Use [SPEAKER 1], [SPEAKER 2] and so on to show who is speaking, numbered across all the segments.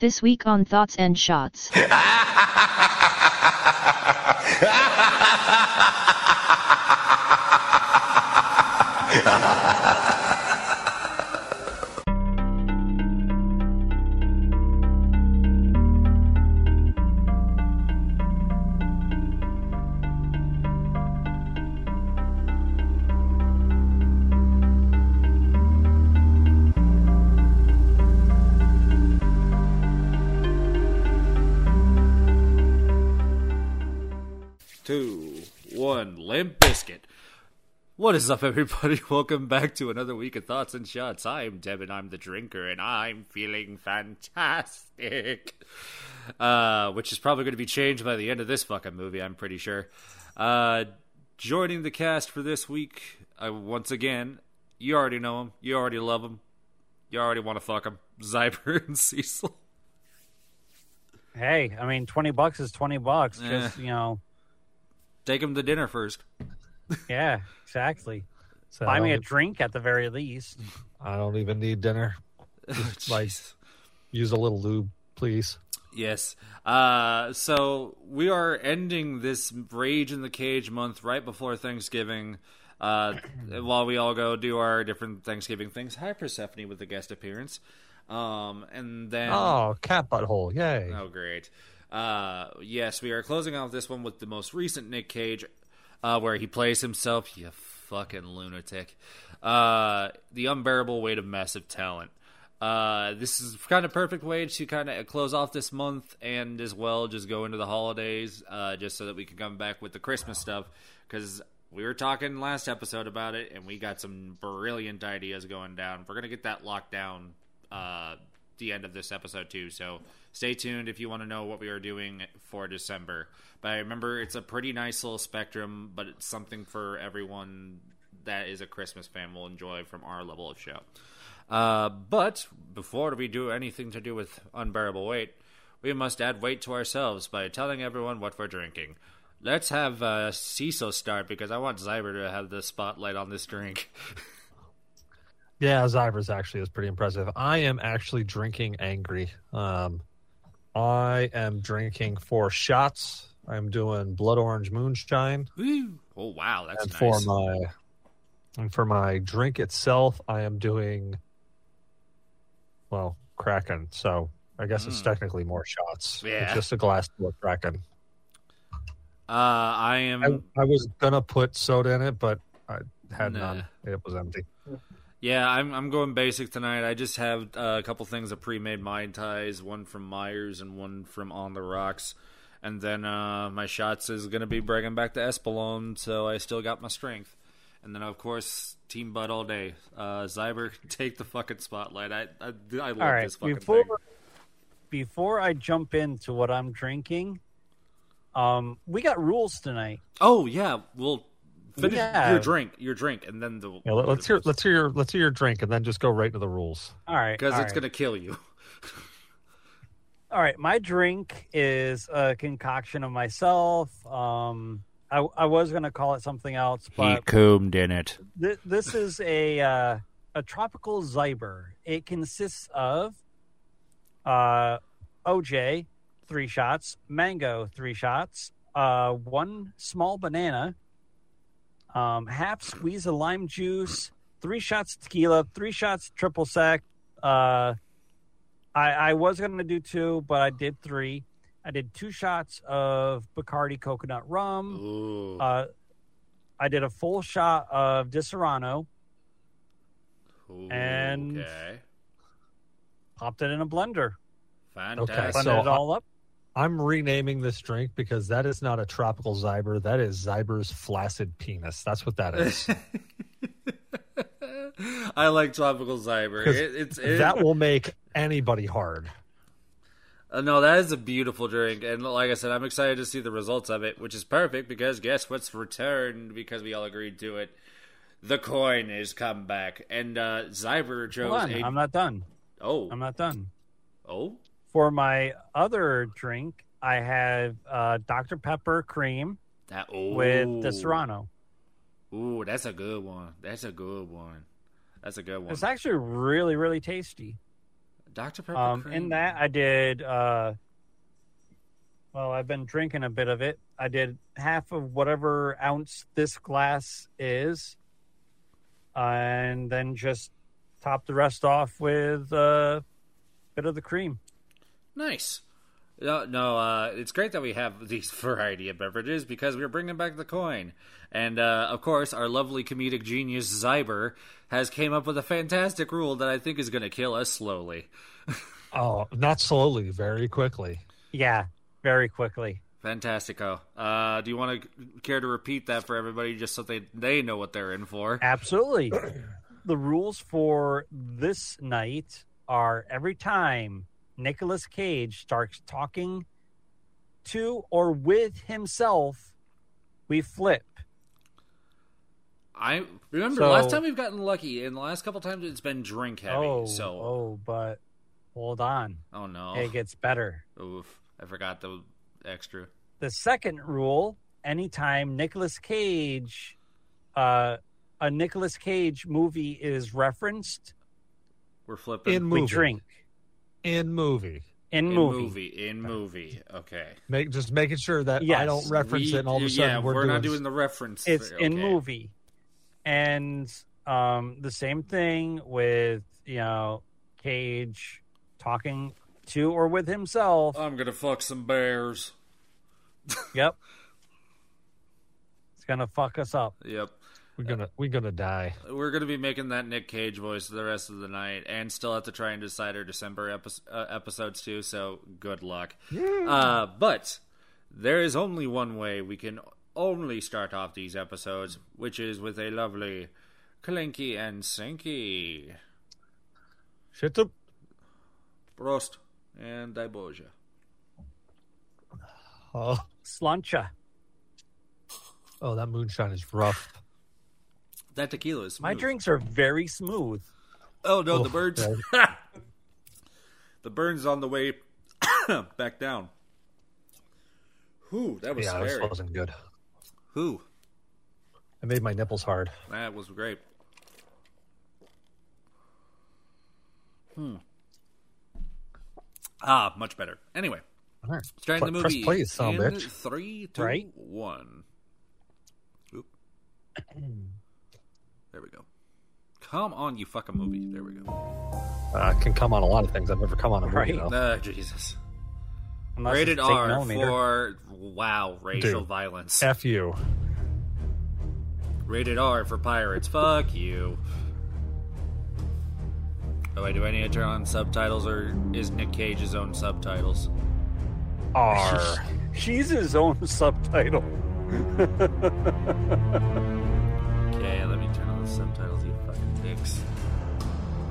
[SPEAKER 1] This week on Thoughts and Shots.
[SPEAKER 2] two, one, limp biscuit. What is up, everybody? Welcome back to another week of Thoughts and Shots. I'm Deb, and I'm the drinker, and I'm feeling fantastic. Uh, which is probably going to be changed by the end of this fucking movie, I'm pretty sure. Uh, joining the cast for this week, I, once again, you already know him, you already love him, you already want to fuck him, Zyber and Cecil.
[SPEAKER 3] Hey, I mean, twenty bucks is twenty bucks. Just you know,
[SPEAKER 2] Take him to dinner first.
[SPEAKER 3] yeah, exactly.
[SPEAKER 4] So
[SPEAKER 3] Buy
[SPEAKER 4] I
[SPEAKER 3] me a
[SPEAKER 4] don't-
[SPEAKER 3] drink at the very least.
[SPEAKER 4] I don't even need dinner. like-
[SPEAKER 2] Jeez.
[SPEAKER 4] Use a little lube, please.
[SPEAKER 2] Yes. Uh, so we are ending this Rage in the Cage month right before Thanksgiving. Uh, while we all go do our different Thanksgiving things. Hi, Persephone, with the guest appearance. Um, and then
[SPEAKER 4] Oh, cat butthole! Yay!
[SPEAKER 2] Oh, great. Uh, yes, we are closing off this one with the most recent Nick Cage, uh, where he plays himself. You fucking lunatic. Uh, the unbearable weight of massive talent. Uh, this is kind of perfect way to kind of close off this month and as well just go into the holidays, uh, just so that we can come back with the Christmas stuff because we were talking last episode about it and we got some brilliant ideas going down. We're gonna get that locked down uh, the end of this episode too. So stay tuned if you want to know what we are doing for December. But I remember it's a pretty nice little spectrum, but it's something for everyone that is a Christmas fan will enjoy from our level of show. Uh, but before we do anything to do with unbearable weight, we must add weight to ourselves by telling everyone what we're drinking. Let's have uh, Cecil start because I want Zyber to have the spotlight on this drink.
[SPEAKER 4] Yeah, Zyvers actually is pretty impressive. I am actually drinking angry. Um, I am drinking four shots. I'm doing blood orange moonshine,
[SPEAKER 2] Woo. Oh wow, that's
[SPEAKER 4] and
[SPEAKER 2] nice.
[SPEAKER 4] for my and for my drink itself, I am doing well Kraken. So I guess it's
[SPEAKER 2] Mm.
[SPEAKER 4] technically more shots.
[SPEAKER 2] Yeah.
[SPEAKER 4] It's just a glass full of Kraken.
[SPEAKER 2] Uh, I am.
[SPEAKER 4] I, I was gonna put soda in it, but I had
[SPEAKER 2] Nah.
[SPEAKER 4] none. It was empty.
[SPEAKER 2] Yeah, I'm I'm going basic tonight. I just have uh, a couple things of pre-made mai tais, one from Myers and one from On the Rocks, and then uh, my shots is gonna be bringing back the Espolon, so I still got my strength. And then of course Team Bud all day. Uh, Zyber, take the fucking spotlight. I I, I love
[SPEAKER 3] All right,
[SPEAKER 2] this fucking
[SPEAKER 3] before
[SPEAKER 2] thing.
[SPEAKER 3] before I jump into what I'm drinking, um, we got rules tonight.
[SPEAKER 2] Oh yeah, well finish
[SPEAKER 3] Yeah.
[SPEAKER 2] your drink, your drink, and then the
[SPEAKER 4] Yeah, let, us hear let's hear your let's hear your drink, and then just go right to the rules.
[SPEAKER 3] All right,
[SPEAKER 2] because
[SPEAKER 3] all
[SPEAKER 2] it's
[SPEAKER 3] right.
[SPEAKER 2] gonna kill you.
[SPEAKER 3] All right, my drink is a concoction of myself. Um, I, I was gonna call it something else, but
[SPEAKER 2] combed in it.
[SPEAKER 3] Th- this is a uh, a tropical zyber. It consists of uh, OJ three shots, mango three shots, uh, one small banana, um, half squeeze of lime juice, three shots tequila, three shots triple sec. Uh, I, I was going to do two, but I did three. I did two shots of Bacardi coconut rum.
[SPEAKER 2] Ooh.
[SPEAKER 3] Uh, I did a full shot of Disaronno,
[SPEAKER 2] Ooh,
[SPEAKER 3] Eh. and-
[SPEAKER 2] okay.
[SPEAKER 3] popped it in a blender,
[SPEAKER 2] Fantastic.
[SPEAKER 3] blended
[SPEAKER 4] So
[SPEAKER 3] it all up.
[SPEAKER 4] I'm renaming this drink because that is not a tropical zyber. That is zyber's flaccid penis. That's what that is.
[SPEAKER 2] I like tropical cyber.
[SPEAKER 4] 'Cause
[SPEAKER 2] It, it's it,
[SPEAKER 4] that will make anybody hard.
[SPEAKER 2] uh, no, that is a beautiful drink, and like I said, I'm excited to see the results of it, which is perfect because guess what's returned because we all agreed to it. The coin is come back, and uh, Zyber chose
[SPEAKER 3] Hold on,
[SPEAKER 2] a-
[SPEAKER 3] I'm not done.
[SPEAKER 2] oh
[SPEAKER 3] I'm not done.
[SPEAKER 2] oh
[SPEAKER 3] For my other drink, I have uh, Dr. Pepper cream
[SPEAKER 2] that oh
[SPEAKER 3] with Disaronno.
[SPEAKER 2] Ooh, that's a good one. That's a good one. That's a good one.
[SPEAKER 3] It's actually really, really tasty.
[SPEAKER 2] Dr. Pepper
[SPEAKER 3] Um,
[SPEAKER 2] cream.
[SPEAKER 3] in that, I did. Uh, well, I've been drinking a bit of it. I did half of whatever ounce this glass is, uh, and then just top the rest off with a bit of the cream.
[SPEAKER 2] Nice. No, no. Uh, it's great that we have these variety of beverages because we're bringing back the coin, and uh, of course, our lovely comedic genius Zyber has came up with a fantastic rule that I think is going to kill us slowly.
[SPEAKER 4] Oh, not slowly, very quickly.
[SPEAKER 3] Yeah, very quickly.
[SPEAKER 2] Fantastico. Uh, do you want to care to repeat that for everybody, just so they they know what they're in for?
[SPEAKER 3] Absolutely. the rules for this night are every time Nicolas Cage starts talking to or with himself, we flip.
[SPEAKER 2] I remember
[SPEAKER 3] So-
[SPEAKER 2] last time we've gotten lucky, and the last couple times it's been drink heavy.
[SPEAKER 3] oh,
[SPEAKER 2] so,
[SPEAKER 3] oh, but hold on.
[SPEAKER 2] oh, no,
[SPEAKER 3] It gets better.
[SPEAKER 2] oof, I forgot the extra.
[SPEAKER 3] The second rule, anytime Nicolas Cage uh a Nicolas Cage movie is referenced,
[SPEAKER 2] We're flipping
[SPEAKER 4] In
[SPEAKER 3] we
[SPEAKER 4] Movie.
[SPEAKER 3] drink.
[SPEAKER 4] In movie,
[SPEAKER 3] In,
[SPEAKER 2] In
[SPEAKER 3] movie.
[SPEAKER 2] in movie. Okay,
[SPEAKER 4] make just making sure that I
[SPEAKER 3] Yes.
[SPEAKER 4] don't reference
[SPEAKER 2] We-
[SPEAKER 4] it, and all of a sudden
[SPEAKER 2] yeah,
[SPEAKER 4] we're,
[SPEAKER 2] not doing the reference.
[SPEAKER 3] it's
[SPEAKER 2] thing.
[SPEAKER 3] in
[SPEAKER 2] Okay.
[SPEAKER 3] movie and um the same thing with you know cage talking to or with himself
[SPEAKER 2] I'm gonna fuck some bears.
[SPEAKER 3] yep it's gonna fuck us up
[SPEAKER 2] Yep,
[SPEAKER 4] we're gonna we're gonna die.
[SPEAKER 2] we're gonna be making that Nick Cage voice the rest of the night, and still have to try and decide our December epis uh, episodes too. So good luck. Uh, but there is only one way we can only start off these episodes, which is with a lovely clinky and sinky
[SPEAKER 4] Shit up.
[SPEAKER 2] roast and diboja.
[SPEAKER 4] Oh,
[SPEAKER 3] sluncha
[SPEAKER 4] oh, that moonshine is rough.
[SPEAKER 2] That tequila is
[SPEAKER 3] my
[SPEAKER 2] smooth.
[SPEAKER 3] drinks are very smooth
[SPEAKER 2] Oh no,
[SPEAKER 4] Oh,
[SPEAKER 2] the birds. the bird's on the way back down. Whew, that was
[SPEAKER 4] yeah,
[SPEAKER 2] scary.
[SPEAKER 4] this wasn't good.
[SPEAKER 2] Whew,
[SPEAKER 4] I made my nipples hard.
[SPEAKER 2] that was great. Hmm. Ah, much better. Anyway,
[SPEAKER 4] All right.
[SPEAKER 2] starting the
[SPEAKER 4] Pl- press
[SPEAKER 2] movie.
[SPEAKER 4] play, you son of a
[SPEAKER 2] in
[SPEAKER 4] bitch.
[SPEAKER 2] three, two,
[SPEAKER 3] Right?
[SPEAKER 2] one. Oop. There we go. Come on, you fucking movie. There we go.
[SPEAKER 4] Uh, I can come on a lot of things. I've never come on a movie,
[SPEAKER 3] Right.
[SPEAKER 4] though.
[SPEAKER 2] Ah, Jesus.
[SPEAKER 3] unless it's
[SPEAKER 2] Rated
[SPEAKER 3] eight
[SPEAKER 2] R
[SPEAKER 3] millimeter.
[SPEAKER 2] for wow, racial
[SPEAKER 4] Dude.
[SPEAKER 2] violence.
[SPEAKER 4] F you.
[SPEAKER 2] Rated R for pirates. Fuck you. Oh wait, do I need to turn on subtitles or is Nick Cage his own subtitles?
[SPEAKER 4] R.
[SPEAKER 3] she's his own subtitle
[SPEAKER 2] Okay, let me turn on the subtitles, you fucking dicks.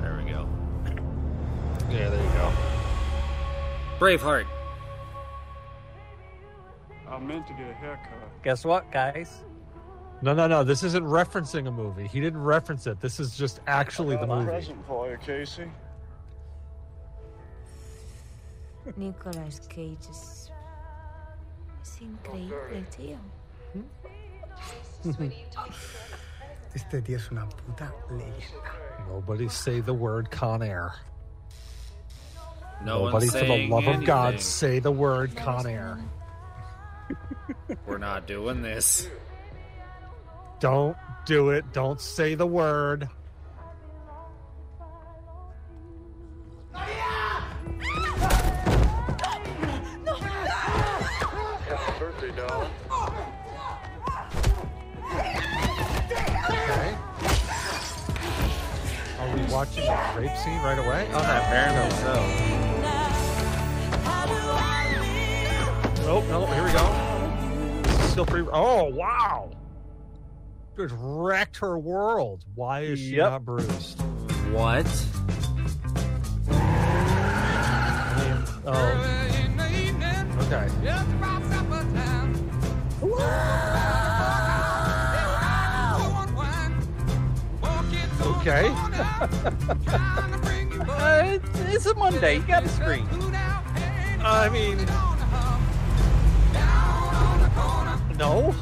[SPEAKER 2] There we go.
[SPEAKER 4] yeah, there you go.
[SPEAKER 2] Braveheart.
[SPEAKER 5] I meant to get a haircut.
[SPEAKER 3] guess what guys
[SPEAKER 4] No, no, no. This isn't referencing a movie. He didn't reference it. This is just actually the
[SPEAKER 5] Got a
[SPEAKER 4] movie.
[SPEAKER 5] present for you, Casey.
[SPEAKER 6] Nicolas Cage is. Es increíble, tío.
[SPEAKER 7] Este tío es una puta leyenda.
[SPEAKER 4] Nobody say the word Con Air.
[SPEAKER 2] No
[SPEAKER 4] Nobody,
[SPEAKER 2] one's
[SPEAKER 4] for the
[SPEAKER 2] saying
[SPEAKER 4] love of God,
[SPEAKER 2] anything.
[SPEAKER 4] say the word Con Air.
[SPEAKER 2] We're not doing this.
[SPEAKER 4] Don't do it. Don't say the word.
[SPEAKER 5] Happy birthday, darling.
[SPEAKER 4] Are we watching a rape scene right away? Oh,
[SPEAKER 2] Apparently so.
[SPEAKER 4] nope, nope. Here we go. This is Still free. Oh, wow. Just wrecked her world. Why is she
[SPEAKER 3] Yep.
[SPEAKER 4] not bruised?
[SPEAKER 2] What?
[SPEAKER 4] Oh. Okay. Okay.
[SPEAKER 3] uh, it's a monday you gotta scream
[SPEAKER 4] I mean, no.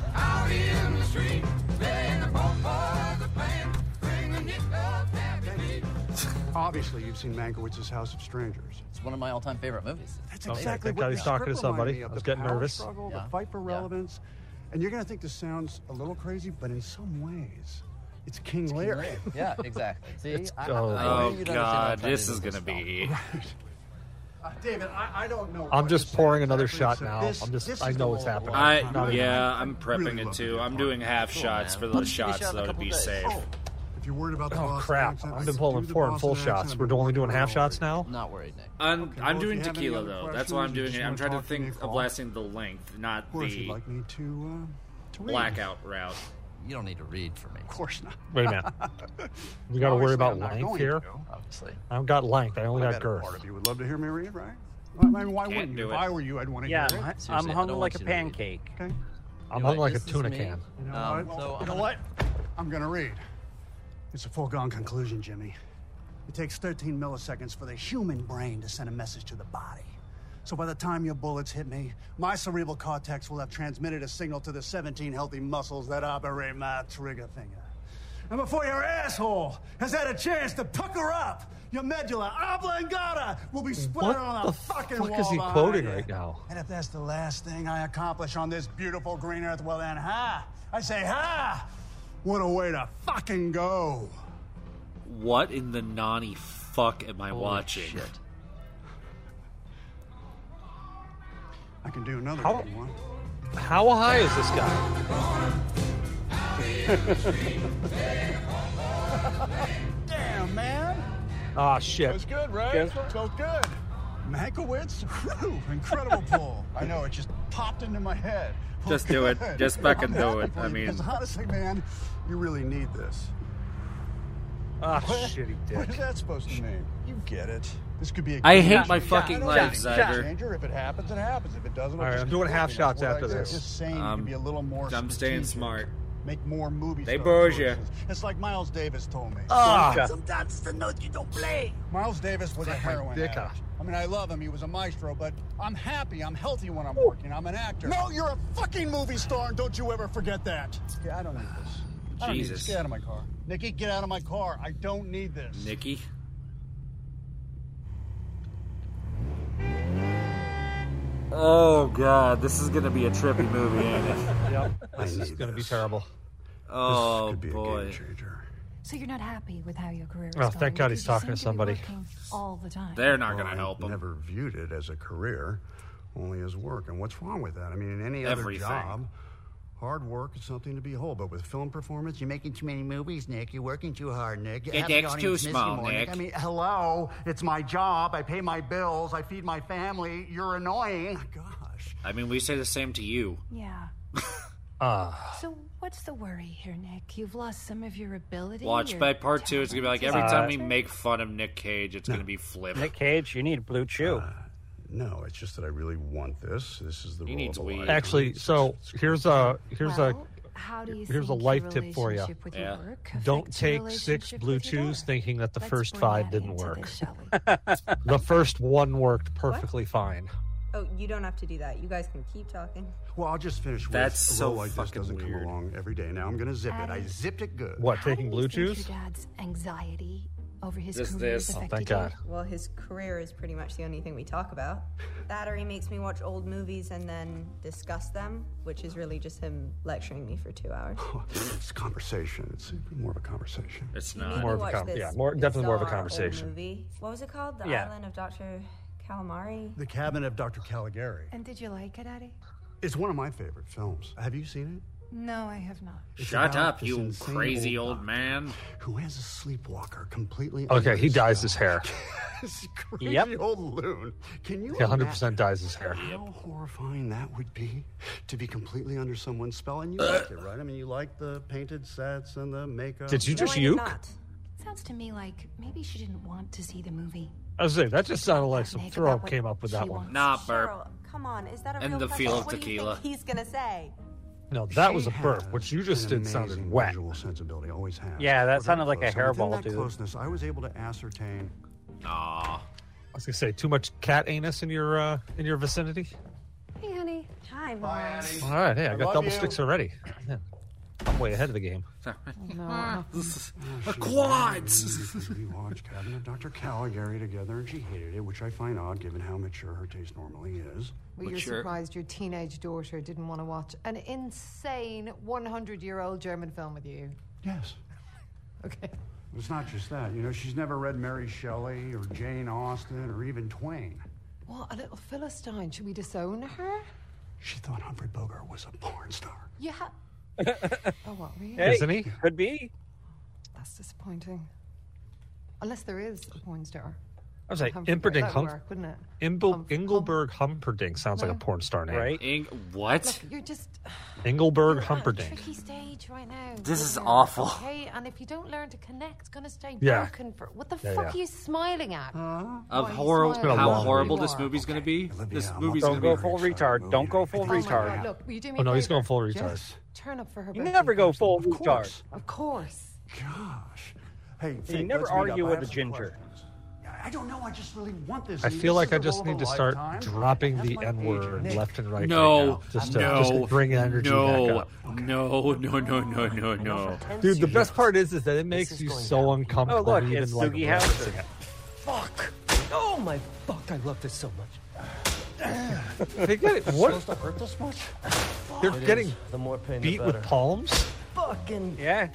[SPEAKER 8] Obviously, you've seen Mankiewicz's House of Strangers.
[SPEAKER 9] It's one of my all-time favorite movies.
[SPEAKER 8] That's
[SPEAKER 4] Oh,
[SPEAKER 8] exactly
[SPEAKER 4] thank
[SPEAKER 8] what
[SPEAKER 4] God he's
[SPEAKER 8] the
[SPEAKER 4] talking to
[SPEAKER 8] script reminded
[SPEAKER 4] somebody.
[SPEAKER 8] me of,
[SPEAKER 4] I was
[SPEAKER 8] the
[SPEAKER 4] getting
[SPEAKER 8] power
[SPEAKER 4] nervous.
[SPEAKER 8] struggle,
[SPEAKER 9] Yeah.
[SPEAKER 8] the fight for
[SPEAKER 9] Yeah.
[SPEAKER 8] relevance, and you're going to think this sounds a little crazy, but in some ways, it's King Lear.
[SPEAKER 9] yeah, exactly. See, I, I- I
[SPEAKER 4] oh, boy.
[SPEAKER 9] knew you'd
[SPEAKER 2] Oh
[SPEAKER 9] understand how
[SPEAKER 2] god,
[SPEAKER 9] excited
[SPEAKER 2] this
[SPEAKER 9] I was
[SPEAKER 2] is gonna
[SPEAKER 9] about this
[SPEAKER 2] be.
[SPEAKER 8] Uh, David, I, I don't know.
[SPEAKER 4] I'm
[SPEAKER 8] what
[SPEAKER 4] just
[SPEAKER 8] to say
[SPEAKER 4] pouring another
[SPEAKER 8] exactly,
[SPEAKER 4] shot
[SPEAKER 8] except
[SPEAKER 4] now.
[SPEAKER 8] this-
[SPEAKER 4] I'm just-
[SPEAKER 8] this
[SPEAKER 4] I
[SPEAKER 8] is
[SPEAKER 4] know
[SPEAKER 8] the
[SPEAKER 4] what's
[SPEAKER 8] one
[SPEAKER 4] happening.
[SPEAKER 8] where
[SPEAKER 2] I
[SPEAKER 8] I'm not even-
[SPEAKER 2] yeah, I'm prepping
[SPEAKER 8] really
[SPEAKER 2] it
[SPEAKER 8] love
[SPEAKER 2] too.
[SPEAKER 8] the
[SPEAKER 2] I'm doing
[SPEAKER 8] apartment.
[SPEAKER 2] half shots
[SPEAKER 9] man.
[SPEAKER 2] for
[SPEAKER 9] We'll
[SPEAKER 2] those
[SPEAKER 9] give you a
[SPEAKER 2] shots
[SPEAKER 9] shot in a
[SPEAKER 2] though to
[SPEAKER 9] couple
[SPEAKER 2] be
[SPEAKER 9] days.
[SPEAKER 2] safe.
[SPEAKER 8] Oh, if you're worried about the
[SPEAKER 4] Oh
[SPEAKER 8] Boston
[SPEAKER 4] crap!
[SPEAKER 8] accent, I
[SPEAKER 4] I've been
[SPEAKER 8] could
[SPEAKER 4] pulling
[SPEAKER 8] do the
[SPEAKER 4] four in full
[SPEAKER 8] Boston
[SPEAKER 4] shots.
[SPEAKER 8] accent,
[SPEAKER 4] We're
[SPEAKER 8] but
[SPEAKER 4] only doing half
[SPEAKER 8] don't
[SPEAKER 4] shots
[SPEAKER 8] worry.
[SPEAKER 4] now.
[SPEAKER 9] one. Not worried, Nick.
[SPEAKER 2] I'm
[SPEAKER 8] Okay,
[SPEAKER 2] I'm
[SPEAKER 8] well, if
[SPEAKER 2] doing
[SPEAKER 8] you have any
[SPEAKER 2] tequila
[SPEAKER 8] other
[SPEAKER 2] though. That's why I'm
[SPEAKER 8] questions, you
[SPEAKER 2] doing
[SPEAKER 8] just
[SPEAKER 2] it. I'm
[SPEAKER 8] wanna
[SPEAKER 2] trying to
[SPEAKER 8] talk, give me a
[SPEAKER 2] think of
[SPEAKER 8] call.
[SPEAKER 2] lasting the length, not
[SPEAKER 8] Or if you'd
[SPEAKER 2] the
[SPEAKER 8] like me to, uh, to read.
[SPEAKER 2] blackout route.
[SPEAKER 9] You don't need to read for me,
[SPEAKER 8] Of course not.
[SPEAKER 4] Wait a minute. We got to
[SPEAKER 8] Obviously,
[SPEAKER 4] worry about
[SPEAKER 8] I'm not
[SPEAKER 4] length
[SPEAKER 8] going
[SPEAKER 4] here.
[SPEAKER 8] to.
[SPEAKER 9] obviously.
[SPEAKER 4] I don't got length. I only
[SPEAKER 8] The
[SPEAKER 4] got
[SPEAKER 8] better
[SPEAKER 4] girth.
[SPEAKER 8] part of you would love to hear me read, right? I mean, why
[SPEAKER 2] Can't
[SPEAKER 8] wouldn't
[SPEAKER 2] do
[SPEAKER 8] you? If
[SPEAKER 2] it.
[SPEAKER 8] I were you, I'd want to
[SPEAKER 3] Yeah,
[SPEAKER 8] hear it.
[SPEAKER 3] I'm, I'm
[SPEAKER 9] Seriously, I
[SPEAKER 3] hung
[SPEAKER 9] don't
[SPEAKER 3] like a
[SPEAKER 9] want you to read.
[SPEAKER 3] pancake.
[SPEAKER 8] Okay.
[SPEAKER 4] I'm
[SPEAKER 9] Anyway,
[SPEAKER 4] hung like a
[SPEAKER 9] this is
[SPEAKER 4] tuna
[SPEAKER 9] me.
[SPEAKER 4] can.
[SPEAKER 8] You know,
[SPEAKER 9] Um,
[SPEAKER 8] what?
[SPEAKER 9] so
[SPEAKER 8] you know
[SPEAKER 9] I'm-
[SPEAKER 8] what? I'm going to read. It's a foregone conclusion, Jimmy. It takes 13 milliseconds for the human brain to send a message to the body. So by the time your bullets hit me, my cerebral cortex will have transmitted a signal to the 17 healthy muscles that operate my trigger finger. And before your asshole has had a chance to pucker up, your medulla oblongata will be splattered
[SPEAKER 4] What
[SPEAKER 8] on
[SPEAKER 4] the
[SPEAKER 8] fucking
[SPEAKER 4] fuck
[SPEAKER 8] wall
[SPEAKER 4] is he
[SPEAKER 8] behind
[SPEAKER 4] quoting
[SPEAKER 8] you.
[SPEAKER 4] right now?
[SPEAKER 8] And if that's the last thing I accomplish on this beautiful green earth, well then, ha! I say, ha! What a way to fucking go!
[SPEAKER 2] What in the nani fuck am I
[SPEAKER 9] Holy
[SPEAKER 2] watching?
[SPEAKER 9] shit.
[SPEAKER 8] I can do another
[SPEAKER 4] How-
[SPEAKER 8] good one.
[SPEAKER 4] How high is this guy?
[SPEAKER 8] Damn, man!
[SPEAKER 4] Ah, shit.
[SPEAKER 5] good, right? Smells good.
[SPEAKER 8] Mankiewicz? Whew, incredible pull. I know, it just popped into my head. Well,
[SPEAKER 2] Just do it.
[SPEAKER 8] good.
[SPEAKER 2] Just
[SPEAKER 8] I'm
[SPEAKER 2] fucking do
[SPEAKER 8] happy
[SPEAKER 2] it.
[SPEAKER 8] for
[SPEAKER 2] I
[SPEAKER 8] you,
[SPEAKER 2] mean-
[SPEAKER 8] because honestly, man, you really need this.
[SPEAKER 4] Ah, shitty
[SPEAKER 8] What
[SPEAKER 4] dick.
[SPEAKER 8] is that supposed to mean? You get it. This could be a
[SPEAKER 2] I
[SPEAKER 8] game
[SPEAKER 2] hate my
[SPEAKER 8] changer.
[SPEAKER 2] fucking life, Zyder.
[SPEAKER 8] Danger. If it happens, it happens. If it doesn't,
[SPEAKER 4] All right, I'm doing half shots after this.
[SPEAKER 8] Just saying, you
[SPEAKER 2] Um,
[SPEAKER 8] can be a little more.
[SPEAKER 2] I'm staying
[SPEAKER 8] strategic.
[SPEAKER 2] smart.
[SPEAKER 8] Make more movie.
[SPEAKER 2] They
[SPEAKER 8] star
[SPEAKER 2] bored ya.
[SPEAKER 8] choices. It's like Miles Davis told me.
[SPEAKER 4] Ah,
[SPEAKER 8] Sometimes it's the note you don't play. Miles Davis was a
[SPEAKER 4] Suck my
[SPEAKER 8] heroin
[SPEAKER 4] dick
[SPEAKER 8] addict.
[SPEAKER 4] off.
[SPEAKER 8] I mean, I love him. He was a maestro, but I'm happy. I'm healthy when I'm working. I'm an actor. No, you're a fucking movie star, and don't you ever forget that. Yeah, I don't need this. I don't need
[SPEAKER 2] Jesus.
[SPEAKER 8] this. Get out of my car. Nikki, get out of my car. I don't need this.
[SPEAKER 2] Nikki? Oh god, this is gonna be a trippy movie, ain't it?
[SPEAKER 4] this is gonna be terrible.
[SPEAKER 2] Oh boy.
[SPEAKER 8] changer.
[SPEAKER 10] So you're not happy with how your career is
[SPEAKER 4] Oh,
[SPEAKER 10] going?
[SPEAKER 4] thank God he's
[SPEAKER 10] because you
[SPEAKER 4] talking
[SPEAKER 10] seem
[SPEAKER 4] to
[SPEAKER 10] be
[SPEAKER 4] somebody.
[SPEAKER 10] working all the time.
[SPEAKER 2] They're not
[SPEAKER 8] Well, I
[SPEAKER 2] gonna help him.
[SPEAKER 8] Never viewed it as a career, only as work. And what's wrong with that? I mean, in any
[SPEAKER 2] Everything.
[SPEAKER 8] other job, hard work is something to behold. But with film performance, you're making too many movies, Nick. You're working too hard, Nick.
[SPEAKER 2] Your
[SPEAKER 8] Half the
[SPEAKER 2] dick's too
[SPEAKER 8] audience misses you
[SPEAKER 2] small,
[SPEAKER 8] more,
[SPEAKER 2] Nick.
[SPEAKER 8] I mean, hello, it's my job. I pay my bills. I feed my family. You're annoying. Gosh.
[SPEAKER 2] I mean we say the same to you.
[SPEAKER 10] Yeah.
[SPEAKER 4] Ah,
[SPEAKER 10] So what's the worry here, Nick? You've lost some of your ability.
[SPEAKER 2] Watch
[SPEAKER 10] your
[SPEAKER 2] by part two, it's gonna be like every
[SPEAKER 10] talent.
[SPEAKER 2] time we make fun of Nick Cage, it's gonna be flip.
[SPEAKER 3] Nick Cage, you need a blue chew.
[SPEAKER 8] Uh, No, it's just that I really want this. This is the
[SPEAKER 2] He role needs of a weed. lifetime.
[SPEAKER 4] actually, so here's a here's a
[SPEAKER 10] Well, how do you
[SPEAKER 4] here's a
[SPEAKER 10] think
[SPEAKER 4] life
[SPEAKER 10] your
[SPEAKER 4] tip for ya.
[SPEAKER 10] relationship with your
[SPEAKER 2] Yeah.
[SPEAKER 10] work
[SPEAKER 4] don't
[SPEAKER 10] affects your
[SPEAKER 4] take six
[SPEAKER 10] relationship
[SPEAKER 4] blue
[SPEAKER 10] with your
[SPEAKER 4] chews
[SPEAKER 10] daughter?
[SPEAKER 4] thinking that the
[SPEAKER 10] Let's
[SPEAKER 4] first
[SPEAKER 10] bring
[SPEAKER 4] five
[SPEAKER 10] that
[SPEAKER 4] didn't
[SPEAKER 10] into
[SPEAKER 4] work.
[SPEAKER 10] this, shall we?
[SPEAKER 4] The first one worked perfectly fine.
[SPEAKER 11] Oh, you don't have to do that. You guys can keep talking.
[SPEAKER 8] Well, I'll just finish with
[SPEAKER 2] That's
[SPEAKER 8] a
[SPEAKER 2] so
[SPEAKER 8] role like this
[SPEAKER 2] fucking
[SPEAKER 8] doesn't
[SPEAKER 2] weird.
[SPEAKER 8] come along every day. Now I'm going to zip it. I
[SPEAKER 10] Adam.
[SPEAKER 8] zipped it good.
[SPEAKER 4] What
[SPEAKER 10] How do
[SPEAKER 4] taking
[SPEAKER 10] you
[SPEAKER 4] blue
[SPEAKER 10] think your
[SPEAKER 4] juice?
[SPEAKER 10] dad's anxiety over his
[SPEAKER 2] This-
[SPEAKER 10] career
[SPEAKER 2] this.
[SPEAKER 10] has
[SPEAKER 4] Oh,
[SPEAKER 2] Oh,
[SPEAKER 10] affected
[SPEAKER 4] thank
[SPEAKER 10] you?
[SPEAKER 4] God.
[SPEAKER 11] Well, his career is pretty much the only thing we talk about. That or he makes me watch old movies and then discuss them, which is really just him lecturing me for two hours.
[SPEAKER 8] It's a conversation. It's more of a conversation.
[SPEAKER 2] It's
[SPEAKER 11] He made
[SPEAKER 2] not
[SPEAKER 11] me
[SPEAKER 4] More of a
[SPEAKER 11] watch
[SPEAKER 4] con-
[SPEAKER 11] this
[SPEAKER 4] yeah, more- definitely more of a
[SPEAKER 11] bizarre old
[SPEAKER 4] conversation.
[SPEAKER 11] Movie. What was it called? The
[SPEAKER 3] Yeah.
[SPEAKER 11] Island of Dr. Calamari?
[SPEAKER 8] The Cabinet of Dr. Caligari.
[SPEAKER 10] And did you like it, Eddie?
[SPEAKER 8] It's one of my favorite films. Have you seen it?
[SPEAKER 10] No, I have not.
[SPEAKER 8] It's
[SPEAKER 2] Shut
[SPEAKER 8] about
[SPEAKER 2] up,
[SPEAKER 8] this
[SPEAKER 2] you
[SPEAKER 8] insane
[SPEAKER 2] crazy old
[SPEAKER 8] doctor
[SPEAKER 2] man.
[SPEAKER 8] Who has a sleepwalker completely.
[SPEAKER 4] Okay, he dyes his hair.
[SPEAKER 8] This crazy
[SPEAKER 3] Yep.
[SPEAKER 8] old loon. Can you
[SPEAKER 4] He 100%
[SPEAKER 8] imagine
[SPEAKER 4] dyes his hair.
[SPEAKER 8] How horrifying that would be to be completely under someone's spell. And you like it, right? I mean, you like the painted sets and the makeup.
[SPEAKER 4] Did you
[SPEAKER 11] No, I
[SPEAKER 4] just
[SPEAKER 11] did
[SPEAKER 4] uke?
[SPEAKER 11] not.
[SPEAKER 10] Sounds to me like maybe she didn't want to see the movie.
[SPEAKER 4] I was saying, that just sounded like some
[SPEAKER 10] Make
[SPEAKER 4] throw
[SPEAKER 10] about
[SPEAKER 4] up
[SPEAKER 10] what
[SPEAKER 4] came up with
[SPEAKER 10] she
[SPEAKER 4] that
[SPEAKER 10] wants.
[SPEAKER 4] one.
[SPEAKER 2] Nah, burp.
[SPEAKER 11] Cheryl, come on. Is that a
[SPEAKER 2] And
[SPEAKER 11] real
[SPEAKER 2] the
[SPEAKER 11] question?
[SPEAKER 2] feel of
[SPEAKER 11] What do you
[SPEAKER 2] tequila.
[SPEAKER 11] think he's going to say?
[SPEAKER 4] No, that
[SPEAKER 8] She
[SPEAKER 4] was a burp.
[SPEAKER 8] has
[SPEAKER 4] What you just
[SPEAKER 8] an
[SPEAKER 4] did sounded
[SPEAKER 8] amazing
[SPEAKER 4] wet.
[SPEAKER 8] Visual sensibility always has.
[SPEAKER 3] Yeah, that
[SPEAKER 8] We're very
[SPEAKER 3] sounded like a
[SPEAKER 8] close. And within
[SPEAKER 3] hairball,
[SPEAKER 8] that
[SPEAKER 3] dude.
[SPEAKER 8] closeness, I was able to ascertain
[SPEAKER 2] Aw.
[SPEAKER 4] I was gonna say too much cat anus in your uh, in your vicinity.
[SPEAKER 10] Hey, honey.
[SPEAKER 11] Hi, Mom.
[SPEAKER 4] All right, hey, I, got
[SPEAKER 8] love
[SPEAKER 4] double
[SPEAKER 8] you.
[SPEAKER 4] sticks already. Yeah. I'm way ahead of the game.
[SPEAKER 10] Oh,
[SPEAKER 8] No.
[SPEAKER 2] A quads!
[SPEAKER 8] we watched Cabin of Dr. Caligari together, and she hated it, which I find odd given how mature her taste normally is.
[SPEAKER 10] Well, you're surprised your teenage daughter didn't want to watch an insane 100 year old German film with you.
[SPEAKER 8] Yes.
[SPEAKER 10] Okay.
[SPEAKER 8] It's not just that. You know, she's never read Mary Shelley or Jane Austen or even Twain.
[SPEAKER 10] What a little Philistine. Should we disown her?
[SPEAKER 8] She thought Humphrey Bogart was a porn star.
[SPEAKER 10] Yeah. oh, what, really?
[SPEAKER 8] Hey,
[SPEAKER 4] Isn't he?
[SPEAKER 3] Could be.
[SPEAKER 10] That's disappointing. Unless there is a porn star.
[SPEAKER 4] I was like,
[SPEAKER 10] Humphrey Bogart, that
[SPEAKER 4] Imperdink.
[SPEAKER 10] would
[SPEAKER 4] Hum-
[SPEAKER 10] work, wouldn't it?
[SPEAKER 4] Imble- Engelberg Humperdinck sounds like a
[SPEAKER 10] No.
[SPEAKER 4] porn star name.
[SPEAKER 2] Right? what?
[SPEAKER 10] Look, you're just
[SPEAKER 4] Engelberg
[SPEAKER 10] at a
[SPEAKER 4] Humperdinck.
[SPEAKER 10] tricky stage right now.
[SPEAKER 4] This is
[SPEAKER 10] Yeah.
[SPEAKER 4] awful.
[SPEAKER 10] Okay, and if you don't learn to connect, it's gonna stay
[SPEAKER 4] Yeah.
[SPEAKER 10] broken for. What the
[SPEAKER 4] Yeah,
[SPEAKER 10] fuck
[SPEAKER 4] yeah.
[SPEAKER 10] are you smiling at?
[SPEAKER 2] Of
[SPEAKER 10] Why are you
[SPEAKER 2] horrible,
[SPEAKER 10] smiling?
[SPEAKER 2] how horrible this movie's going to be. this movie's
[SPEAKER 3] Don't go
[SPEAKER 2] going to be.
[SPEAKER 3] full retard. Don't go full
[SPEAKER 10] Oh my God,
[SPEAKER 3] retard.
[SPEAKER 10] Look, will you do me
[SPEAKER 3] Oh,
[SPEAKER 10] a
[SPEAKER 3] no, he's
[SPEAKER 10] favor?
[SPEAKER 3] going full retard.
[SPEAKER 10] Just Turn up for her.
[SPEAKER 3] You
[SPEAKER 10] birthday
[SPEAKER 3] never go
[SPEAKER 10] first.
[SPEAKER 3] full retard.
[SPEAKER 10] Of course.
[SPEAKER 8] Gosh. Hey,
[SPEAKER 3] You
[SPEAKER 8] Fink,
[SPEAKER 3] never
[SPEAKER 8] let's meet
[SPEAKER 3] argue
[SPEAKER 8] up. I
[SPEAKER 3] with a
[SPEAKER 8] have some
[SPEAKER 3] ginger.
[SPEAKER 8] I don't know. I just really want this.
[SPEAKER 4] I
[SPEAKER 8] mean,
[SPEAKER 4] feel
[SPEAKER 8] this
[SPEAKER 4] like
[SPEAKER 8] is
[SPEAKER 4] I
[SPEAKER 8] the
[SPEAKER 4] just
[SPEAKER 8] role
[SPEAKER 4] need
[SPEAKER 8] of
[SPEAKER 4] to
[SPEAKER 8] a
[SPEAKER 4] start
[SPEAKER 8] lifetime.
[SPEAKER 4] dropping
[SPEAKER 8] That's
[SPEAKER 4] the
[SPEAKER 8] my
[SPEAKER 4] N
[SPEAKER 8] agent,
[SPEAKER 4] word
[SPEAKER 8] Nick.
[SPEAKER 4] left and right. right
[SPEAKER 2] No,
[SPEAKER 4] now. Just, to,
[SPEAKER 2] no,
[SPEAKER 4] just to bring the energy
[SPEAKER 2] no,
[SPEAKER 4] back up.
[SPEAKER 2] no, no, no, no, no, no.
[SPEAKER 4] Dude, the best part is, is that it makes you so
[SPEAKER 3] Oh,
[SPEAKER 4] uncomfortable.
[SPEAKER 3] look,
[SPEAKER 4] even
[SPEAKER 3] it's
[SPEAKER 4] like,
[SPEAKER 3] Doogie Howser.
[SPEAKER 12] Fuck! Oh my fuck! I love this so much.
[SPEAKER 4] They get it. What?
[SPEAKER 12] Supposed to hurt this much?
[SPEAKER 4] They're
[SPEAKER 12] It is.
[SPEAKER 4] getting
[SPEAKER 12] the more pain,
[SPEAKER 4] beat
[SPEAKER 12] the
[SPEAKER 4] with
[SPEAKER 12] better.
[SPEAKER 4] palms.
[SPEAKER 12] Fucking
[SPEAKER 3] yeah.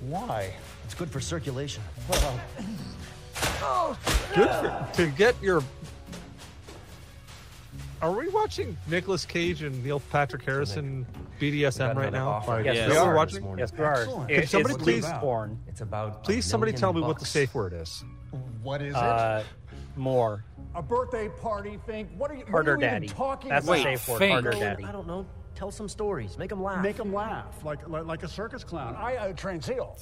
[SPEAKER 12] Why? It's good for circulation. Well,
[SPEAKER 4] Oh, good for, to get your. Are we watching Nicolas Cage and Neil Patrick Harrison BDSM right now? Like,
[SPEAKER 3] Yes,
[SPEAKER 4] we are
[SPEAKER 3] This
[SPEAKER 4] watching.
[SPEAKER 3] morning. Yes, we are.
[SPEAKER 4] Excellent.
[SPEAKER 3] It-
[SPEAKER 4] Can
[SPEAKER 3] it's
[SPEAKER 4] somebody
[SPEAKER 3] blue
[SPEAKER 4] please,
[SPEAKER 3] porn.
[SPEAKER 12] It's about.
[SPEAKER 4] please somebody tell me what the safe word is.
[SPEAKER 12] What is
[SPEAKER 3] Uh, more.
[SPEAKER 8] A birthday party, Fink. What are you?
[SPEAKER 3] Harder
[SPEAKER 8] what are you
[SPEAKER 3] daddy.
[SPEAKER 8] Even talking
[SPEAKER 3] That's the
[SPEAKER 8] about?
[SPEAKER 3] safe word. Harder daddy.
[SPEAKER 12] I don't know. Tell some stories. Make them laugh.
[SPEAKER 8] Make them laugh like like, like a circus clown. I uh, trained heel.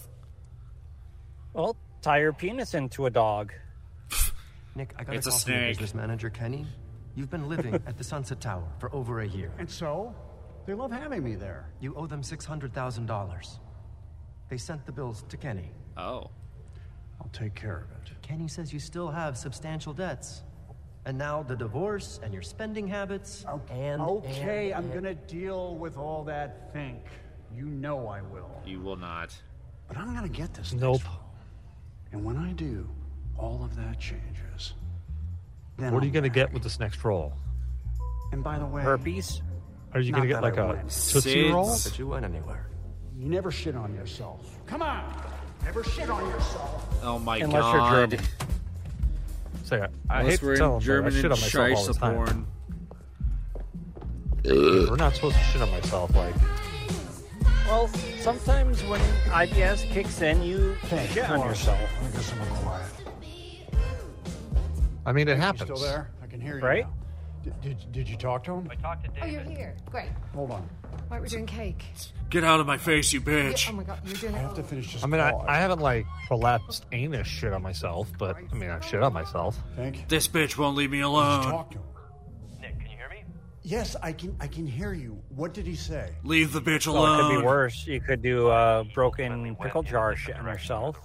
[SPEAKER 3] Well, tie your penis into a dog.
[SPEAKER 12] Nick, I got
[SPEAKER 2] It's a
[SPEAKER 12] a call from your
[SPEAKER 2] snake.
[SPEAKER 12] business manager Kenny. You've been living at the Sunset Tower for over a year.
[SPEAKER 8] And so, they love having me there.
[SPEAKER 12] You owe them six hundred thousand dollars. They sent the bills to Kenny.
[SPEAKER 2] Oh.
[SPEAKER 8] I'll take care of it.
[SPEAKER 12] Kenny says you still have substantial debts. And now the divorce and your spending habits. And
[SPEAKER 8] Okay,
[SPEAKER 12] and-
[SPEAKER 8] I'm
[SPEAKER 12] and-
[SPEAKER 8] gonna deal with all that, Fink. You know I will.
[SPEAKER 2] You will not.
[SPEAKER 8] But I'm gonna get this.
[SPEAKER 4] Nope.
[SPEAKER 8] And when I do, all of that changes. Then
[SPEAKER 4] What are you
[SPEAKER 8] I'll-
[SPEAKER 4] going to get with this next roll?
[SPEAKER 8] And by the way,
[SPEAKER 3] herpes.
[SPEAKER 4] Are you
[SPEAKER 8] Not
[SPEAKER 4] going to
[SPEAKER 8] that
[SPEAKER 4] get like
[SPEAKER 8] I
[SPEAKER 4] a
[SPEAKER 8] went.
[SPEAKER 4] tootsie roll?
[SPEAKER 12] Not that you went anywhere.
[SPEAKER 8] you never shit on yourself. Come on, never shit on yourself.
[SPEAKER 2] Oh my
[SPEAKER 4] Unless you're
[SPEAKER 2] god.
[SPEAKER 4] German. So yeah, I
[SPEAKER 2] Unless
[SPEAKER 4] hate
[SPEAKER 2] we're
[SPEAKER 4] to tell him,
[SPEAKER 2] in
[SPEAKER 4] but I
[SPEAKER 2] German
[SPEAKER 4] shit on
[SPEAKER 2] and
[SPEAKER 4] myself all the
[SPEAKER 2] Scheiße
[SPEAKER 4] time.
[SPEAKER 2] porn.
[SPEAKER 4] We're not supposed to shit on myself. Like,
[SPEAKER 3] Well, sometimes when IBS kicks in, you shit on yourself.
[SPEAKER 8] I guess I'm quiet.
[SPEAKER 4] I mean, it
[SPEAKER 8] You
[SPEAKER 4] happens.
[SPEAKER 8] still there? I can hear you.
[SPEAKER 3] Right?
[SPEAKER 8] now. Did, did, did you talk to him? I
[SPEAKER 4] talked to
[SPEAKER 10] Oh, you're here. Great.
[SPEAKER 8] Hold on.
[SPEAKER 10] Right, we're doing cake.
[SPEAKER 2] Get out of my face, you
[SPEAKER 10] Yeah,
[SPEAKER 2] bitch.
[SPEAKER 10] oh my god, you're doing it.
[SPEAKER 8] to finish this
[SPEAKER 4] I mean, I, I haven't like collapsed anus shit on myself, but I mean, I've shit on myself.
[SPEAKER 8] Thank
[SPEAKER 2] This bitch won't leave me alone.
[SPEAKER 8] Talk to him. Yes, I can. I can hear you. What did he say?
[SPEAKER 2] Leave the bitch
[SPEAKER 3] Well, it could be
[SPEAKER 2] alone.
[SPEAKER 3] worse. You could do uh, broken pickle jar shit on yourself.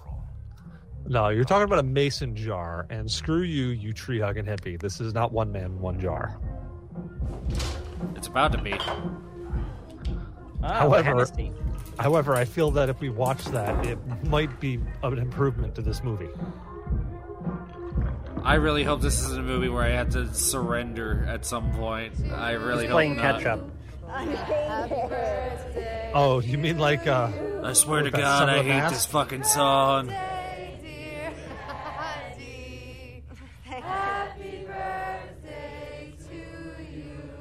[SPEAKER 4] No, you're talking about a mason jar, and screw you, you tree hugging hippie. This is not one man, one jar.
[SPEAKER 2] It's about to be.
[SPEAKER 3] Ah,
[SPEAKER 4] However,
[SPEAKER 3] Hennessy.
[SPEAKER 4] however, I feel that if we watch that, it might be an improvement to this movie.
[SPEAKER 2] I really hope this isn't a movie where I have to surrender at some point. I really
[SPEAKER 3] He's
[SPEAKER 2] hope
[SPEAKER 3] playing
[SPEAKER 2] not.
[SPEAKER 3] catch up.
[SPEAKER 4] Oh, you mean like uh,
[SPEAKER 2] I swear to
[SPEAKER 4] With that
[SPEAKER 2] God,
[SPEAKER 4] son of
[SPEAKER 2] I
[SPEAKER 4] a
[SPEAKER 2] hate
[SPEAKER 4] mask?
[SPEAKER 2] this fucking song.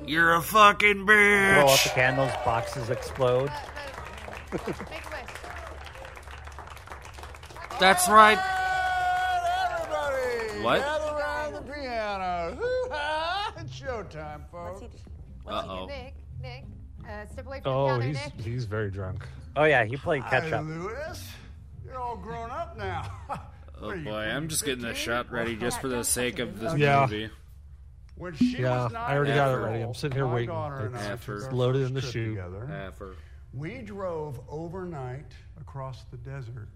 [SPEAKER 2] You're a fucking
[SPEAKER 3] Blow out the
[SPEAKER 2] bitch.
[SPEAKER 3] candles, boxes explode.
[SPEAKER 2] That's right.
[SPEAKER 5] Everybody,
[SPEAKER 2] What?
[SPEAKER 5] gather around the piano. Hoo-ha! It's showtime, folks.
[SPEAKER 2] Uh oh.
[SPEAKER 10] Nick, Nick, uh, step away from
[SPEAKER 4] oh,
[SPEAKER 10] the piano,
[SPEAKER 4] he's
[SPEAKER 10] Nick.
[SPEAKER 4] he's very drunk.
[SPEAKER 3] Oh yeah, he played catch
[SPEAKER 8] Hi,
[SPEAKER 3] up.
[SPEAKER 8] Lewis. You're all grown up now.
[SPEAKER 2] Oh boy, I'm just getting this shot ready just for the sake of this
[SPEAKER 4] Yeah.
[SPEAKER 2] movie.
[SPEAKER 8] When she
[SPEAKER 4] Yeah,
[SPEAKER 8] was nine
[SPEAKER 4] I already got it
[SPEAKER 8] years
[SPEAKER 4] ready. I'm
[SPEAKER 8] old,
[SPEAKER 4] sitting here
[SPEAKER 8] my
[SPEAKER 4] waiting.
[SPEAKER 8] daughter and I
[SPEAKER 4] It's,
[SPEAKER 8] took
[SPEAKER 4] it's
[SPEAKER 8] our
[SPEAKER 4] loaded
[SPEAKER 8] first
[SPEAKER 4] in the
[SPEAKER 8] trip
[SPEAKER 4] shoe.
[SPEAKER 8] Together.
[SPEAKER 2] Affer.
[SPEAKER 8] We drove overnight across the desert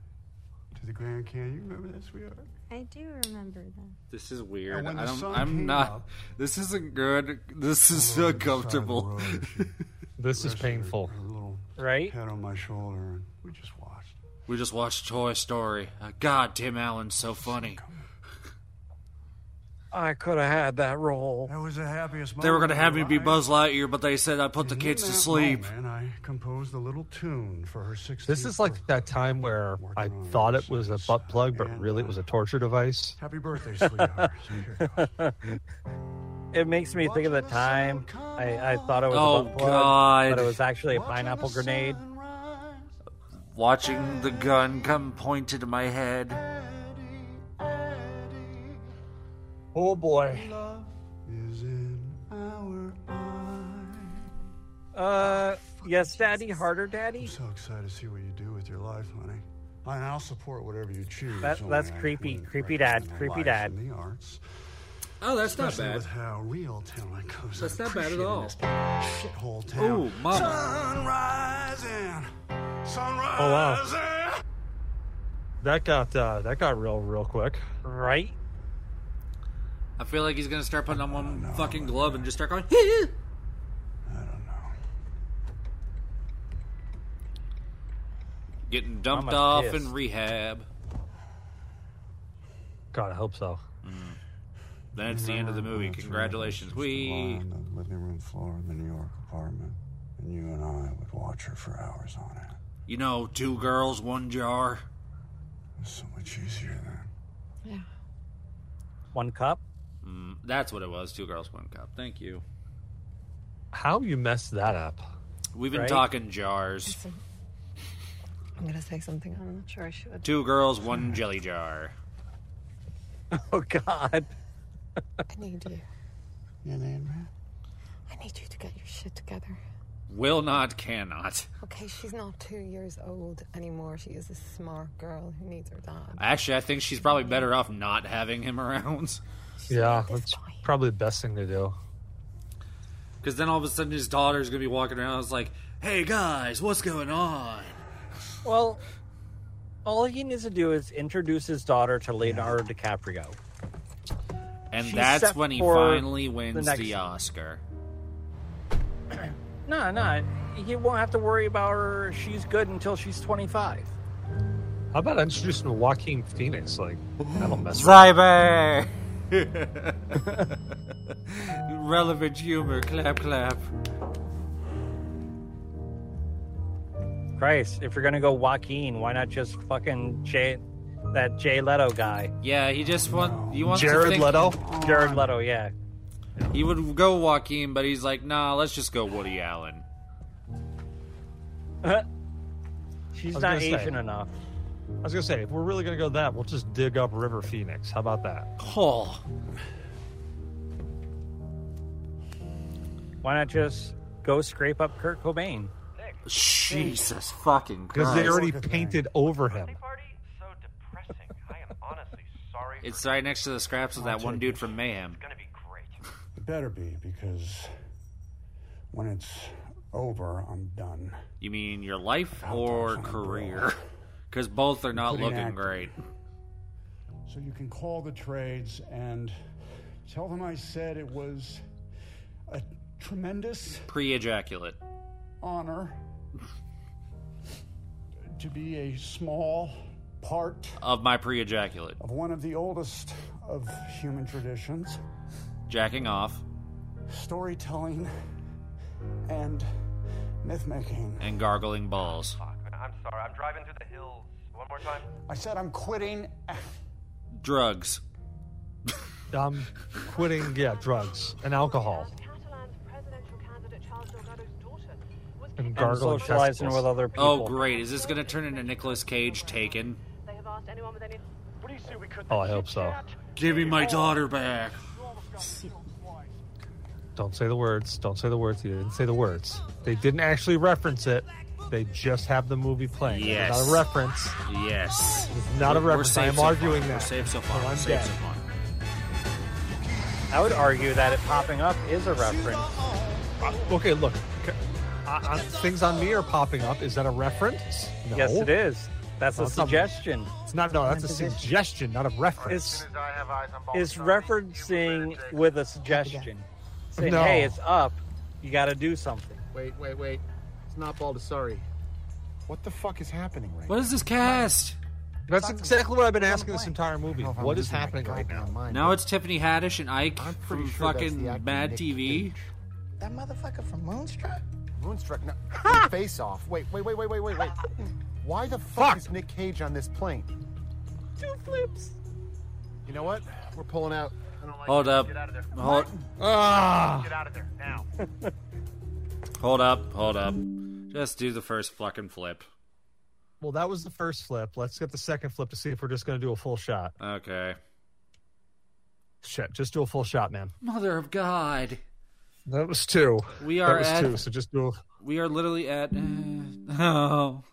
[SPEAKER 8] to the Grand Canyon. Remember that, sweetheart?
[SPEAKER 11] I do remember that.
[SPEAKER 2] This is weird.
[SPEAKER 8] And when the
[SPEAKER 2] I don't,
[SPEAKER 8] sun
[SPEAKER 2] I'm
[SPEAKER 8] came
[SPEAKER 2] not.
[SPEAKER 8] up-
[SPEAKER 2] this isn't good. This is uncomfortable.
[SPEAKER 4] This is painful.
[SPEAKER 8] A little
[SPEAKER 3] right?
[SPEAKER 8] Head on my shoulder, and we just watched.
[SPEAKER 2] We just watched Toy Story. Uh, God, Tim Allen's so funny.
[SPEAKER 3] I could have had that role.
[SPEAKER 8] That was the happiest moment.
[SPEAKER 2] They were going to have
[SPEAKER 8] of
[SPEAKER 2] me
[SPEAKER 8] my
[SPEAKER 2] be
[SPEAKER 8] life.
[SPEAKER 2] Buzz Lightyear, but they said I put the kids to
[SPEAKER 8] that
[SPEAKER 2] sleep.
[SPEAKER 8] moment, I composed a little tune for her 16th.
[SPEAKER 4] This is like that time where I thought it was a butt plug, but really it was a torture device.
[SPEAKER 8] Happy birthday, sweetheart.
[SPEAKER 3] It makes me think of the time I, I thought it was
[SPEAKER 2] Oh,
[SPEAKER 3] a butt plug,
[SPEAKER 2] God.
[SPEAKER 3] but it was actually a pineapple grenade.
[SPEAKER 2] Watching the gun come pointed to my head.
[SPEAKER 4] Oh boy.
[SPEAKER 3] Uh, yes, Daddy, harder, Daddy. I'm
[SPEAKER 8] so excited to see what you do with your life, honey. And I'll support whatever you choose.
[SPEAKER 3] That-
[SPEAKER 8] only
[SPEAKER 3] that's
[SPEAKER 8] I
[SPEAKER 3] creepy.
[SPEAKER 8] wouldn't
[SPEAKER 3] Creepy
[SPEAKER 8] practice
[SPEAKER 3] dad.
[SPEAKER 8] my
[SPEAKER 3] Creepy
[SPEAKER 8] life
[SPEAKER 3] dad.
[SPEAKER 8] in the arts.
[SPEAKER 2] Oh, that's not
[SPEAKER 8] Especially
[SPEAKER 2] bad.
[SPEAKER 8] With how real talent goes
[SPEAKER 2] That's not bad
[SPEAKER 8] unappreciated
[SPEAKER 2] at
[SPEAKER 8] in
[SPEAKER 2] all.
[SPEAKER 8] this Shithole town.
[SPEAKER 2] Ooh, mama.
[SPEAKER 4] Oh wow. That got uh, that got real real quick.
[SPEAKER 3] Right?
[SPEAKER 2] I feel like he's going to start putting on one fucking glove and just start going. Getting dumped
[SPEAKER 4] I'm a
[SPEAKER 2] off
[SPEAKER 4] piss.
[SPEAKER 2] in rehab.
[SPEAKER 4] God, I hope so.
[SPEAKER 2] Then it's the end of the movie. Congratulations. We.
[SPEAKER 8] On the living room floor of the New York apartment, and you and I would watch her for hours on end.
[SPEAKER 2] You know, two girls, one jar.
[SPEAKER 8] So much easier than.
[SPEAKER 3] One cup.
[SPEAKER 2] Mm, that's what it was. Two girls, one cup. Thank you.
[SPEAKER 4] How you messed that up?
[SPEAKER 2] We've been
[SPEAKER 4] Right?
[SPEAKER 2] talking jars.
[SPEAKER 10] I'm going to say something I'm not sure I should.
[SPEAKER 2] Two girls, one jelly jar.
[SPEAKER 3] Oh God.
[SPEAKER 10] I need you.
[SPEAKER 8] You need me?
[SPEAKER 10] I need you to get your shit together.
[SPEAKER 2] Will not, cannot.
[SPEAKER 10] Okay, she's not two years old anymore. She is a smart girl who needs her dad.
[SPEAKER 2] Actually, I think she's probably better off not having him around.
[SPEAKER 4] Yeah, that's probably the best thing to do.
[SPEAKER 2] Because then all of a sudden his daughter's going to be walking around. It's like, hey guys, what's going on?
[SPEAKER 3] Well, all he needs to do is introduce his daughter to Leonardo DiCaprio.
[SPEAKER 2] And
[SPEAKER 3] She's
[SPEAKER 2] that's
[SPEAKER 3] set
[SPEAKER 2] when he
[SPEAKER 3] for
[SPEAKER 2] finally
[SPEAKER 3] the
[SPEAKER 2] wins the,
[SPEAKER 3] next one.
[SPEAKER 2] Oscar.
[SPEAKER 3] No, no, he won't have to worry about her. She's good until she's 25.
[SPEAKER 4] How about introducing Joaquin Phoenix? Like that'll mess up.
[SPEAKER 2] Zyber! Relevant humor, clap, clap.
[SPEAKER 3] Christ, if you're gonna go Joaquin, why not just fucking Jay, that Jay Leto guy?
[SPEAKER 2] Yeah, he just want you want
[SPEAKER 4] Jared
[SPEAKER 2] to think, Oh.
[SPEAKER 4] Leto?
[SPEAKER 3] Jared Leto, yeah.
[SPEAKER 2] He would go Joaquin, but he's like, nah, let's just go Woody Allen.
[SPEAKER 3] She's
[SPEAKER 4] I was
[SPEAKER 3] not
[SPEAKER 4] gonna say.
[SPEAKER 3] Asian enough.
[SPEAKER 4] I was gonna say if we're really gonna go that, we'll just dig up River Phoenix. How about that?
[SPEAKER 2] Oh,
[SPEAKER 3] Why not just go scrape up Kurt Cobain?
[SPEAKER 2] Jesus fucking
[SPEAKER 4] Because they
[SPEAKER 2] Christ.
[SPEAKER 4] already painted over him.
[SPEAKER 2] It's right next to the scraps of that one dude from Mayhem.
[SPEAKER 8] It better be, because when it's over, I'm done.
[SPEAKER 2] You mean your life or career? Because both are not
[SPEAKER 8] Including
[SPEAKER 2] looking
[SPEAKER 8] acting.
[SPEAKER 2] great.
[SPEAKER 8] So you can call the trades and tell them I said it was a tremendous
[SPEAKER 2] Pre ejaculate.
[SPEAKER 8] honor to be a small part
[SPEAKER 2] Of my pre ejaculate.
[SPEAKER 8] of one of the oldest of human traditions
[SPEAKER 2] Jacking off
[SPEAKER 8] storytelling and myth making.
[SPEAKER 2] and gargling balls.
[SPEAKER 13] I'm sorry, I'm driving through the hills. One more time.
[SPEAKER 8] I said I'm quitting.
[SPEAKER 2] Drugs.
[SPEAKER 4] I'm quitting. Yeah, drugs and alcohol and gargling. testicles.
[SPEAKER 2] Oh, great. Is this going to turn into Nicolas Cage taken?
[SPEAKER 4] Oh, I hope so.
[SPEAKER 2] Give me my daughter back.
[SPEAKER 4] Don't say the words. Don't say the words. You didn't say the words. They didn't actually reference it. They just have the movie playing. It's
[SPEAKER 2] Yes.
[SPEAKER 4] Not a reference.
[SPEAKER 2] Yes.
[SPEAKER 4] It's not a
[SPEAKER 2] We're- we're
[SPEAKER 4] reference.
[SPEAKER 2] safe
[SPEAKER 4] I am
[SPEAKER 2] so far.
[SPEAKER 4] arguing
[SPEAKER 2] We're
[SPEAKER 4] that.
[SPEAKER 2] safe so far.
[SPEAKER 4] So I'm
[SPEAKER 2] We're safe
[SPEAKER 4] dead.
[SPEAKER 2] so far.
[SPEAKER 3] I would argue that it popping up is a reference.
[SPEAKER 4] Uh, okay, look. c- I- I- things on me are popping up. Is that a reference? No.
[SPEAKER 3] Yes, it is. That's
[SPEAKER 4] No,
[SPEAKER 3] a
[SPEAKER 4] it's not-
[SPEAKER 3] suggestion.
[SPEAKER 4] It's not. No, that's a suggestion, not a reference.
[SPEAKER 3] It's, it's referencing with a suggestion. Saying,
[SPEAKER 4] No.
[SPEAKER 3] hey, it's up. You got to do something.
[SPEAKER 13] Wait, wait, wait. It's
[SPEAKER 14] not Baldessari. What the fuck is happening right
[SPEAKER 2] What is this cast?
[SPEAKER 4] That's exactly what I've been asking this entire movie. What is happening right now?
[SPEAKER 2] Now it's Tiffany Haddish and Ike from
[SPEAKER 4] sure that's
[SPEAKER 2] fucking
[SPEAKER 4] the actor
[SPEAKER 2] Mad
[SPEAKER 4] Nick
[SPEAKER 2] TV.
[SPEAKER 14] That motherfucker from Moonstruck? Moonstruck? No. from face off. Wait, wait, wait, wait, wait, wait, wait. Why the fuck, is Nick Cage on this plane? Two flips. You know what? We're pulling out. I don't like
[SPEAKER 2] Hold
[SPEAKER 14] this.
[SPEAKER 2] up.
[SPEAKER 14] Get out of there.
[SPEAKER 2] Hold.
[SPEAKER 14] Ah.
[SPEAKER 13] Get out of there now.
[SPEAKER 2] Hold up. Hold up. Just do the first fucking flip.
[SPEAKER 4] Well, that was the first flip. Let's get the second flip to see if we're just going to do a full shot.
[SPEAKER 2] Okay.
[SPEAKER 4] Shit, just do a full shot, man.
[SPEAKER 2] Mother of God.
[SPEAKER 4] That was two.
[SPEAKER 2] We are
[SPEAKER 4] That was
[SPEAKER 2] at-
[SPEAKER 4] two. So just do. A...
[SPEAKER 2] We are literally at.
[SPEAKER 4] Mm.
[SPEAKER 2] oh.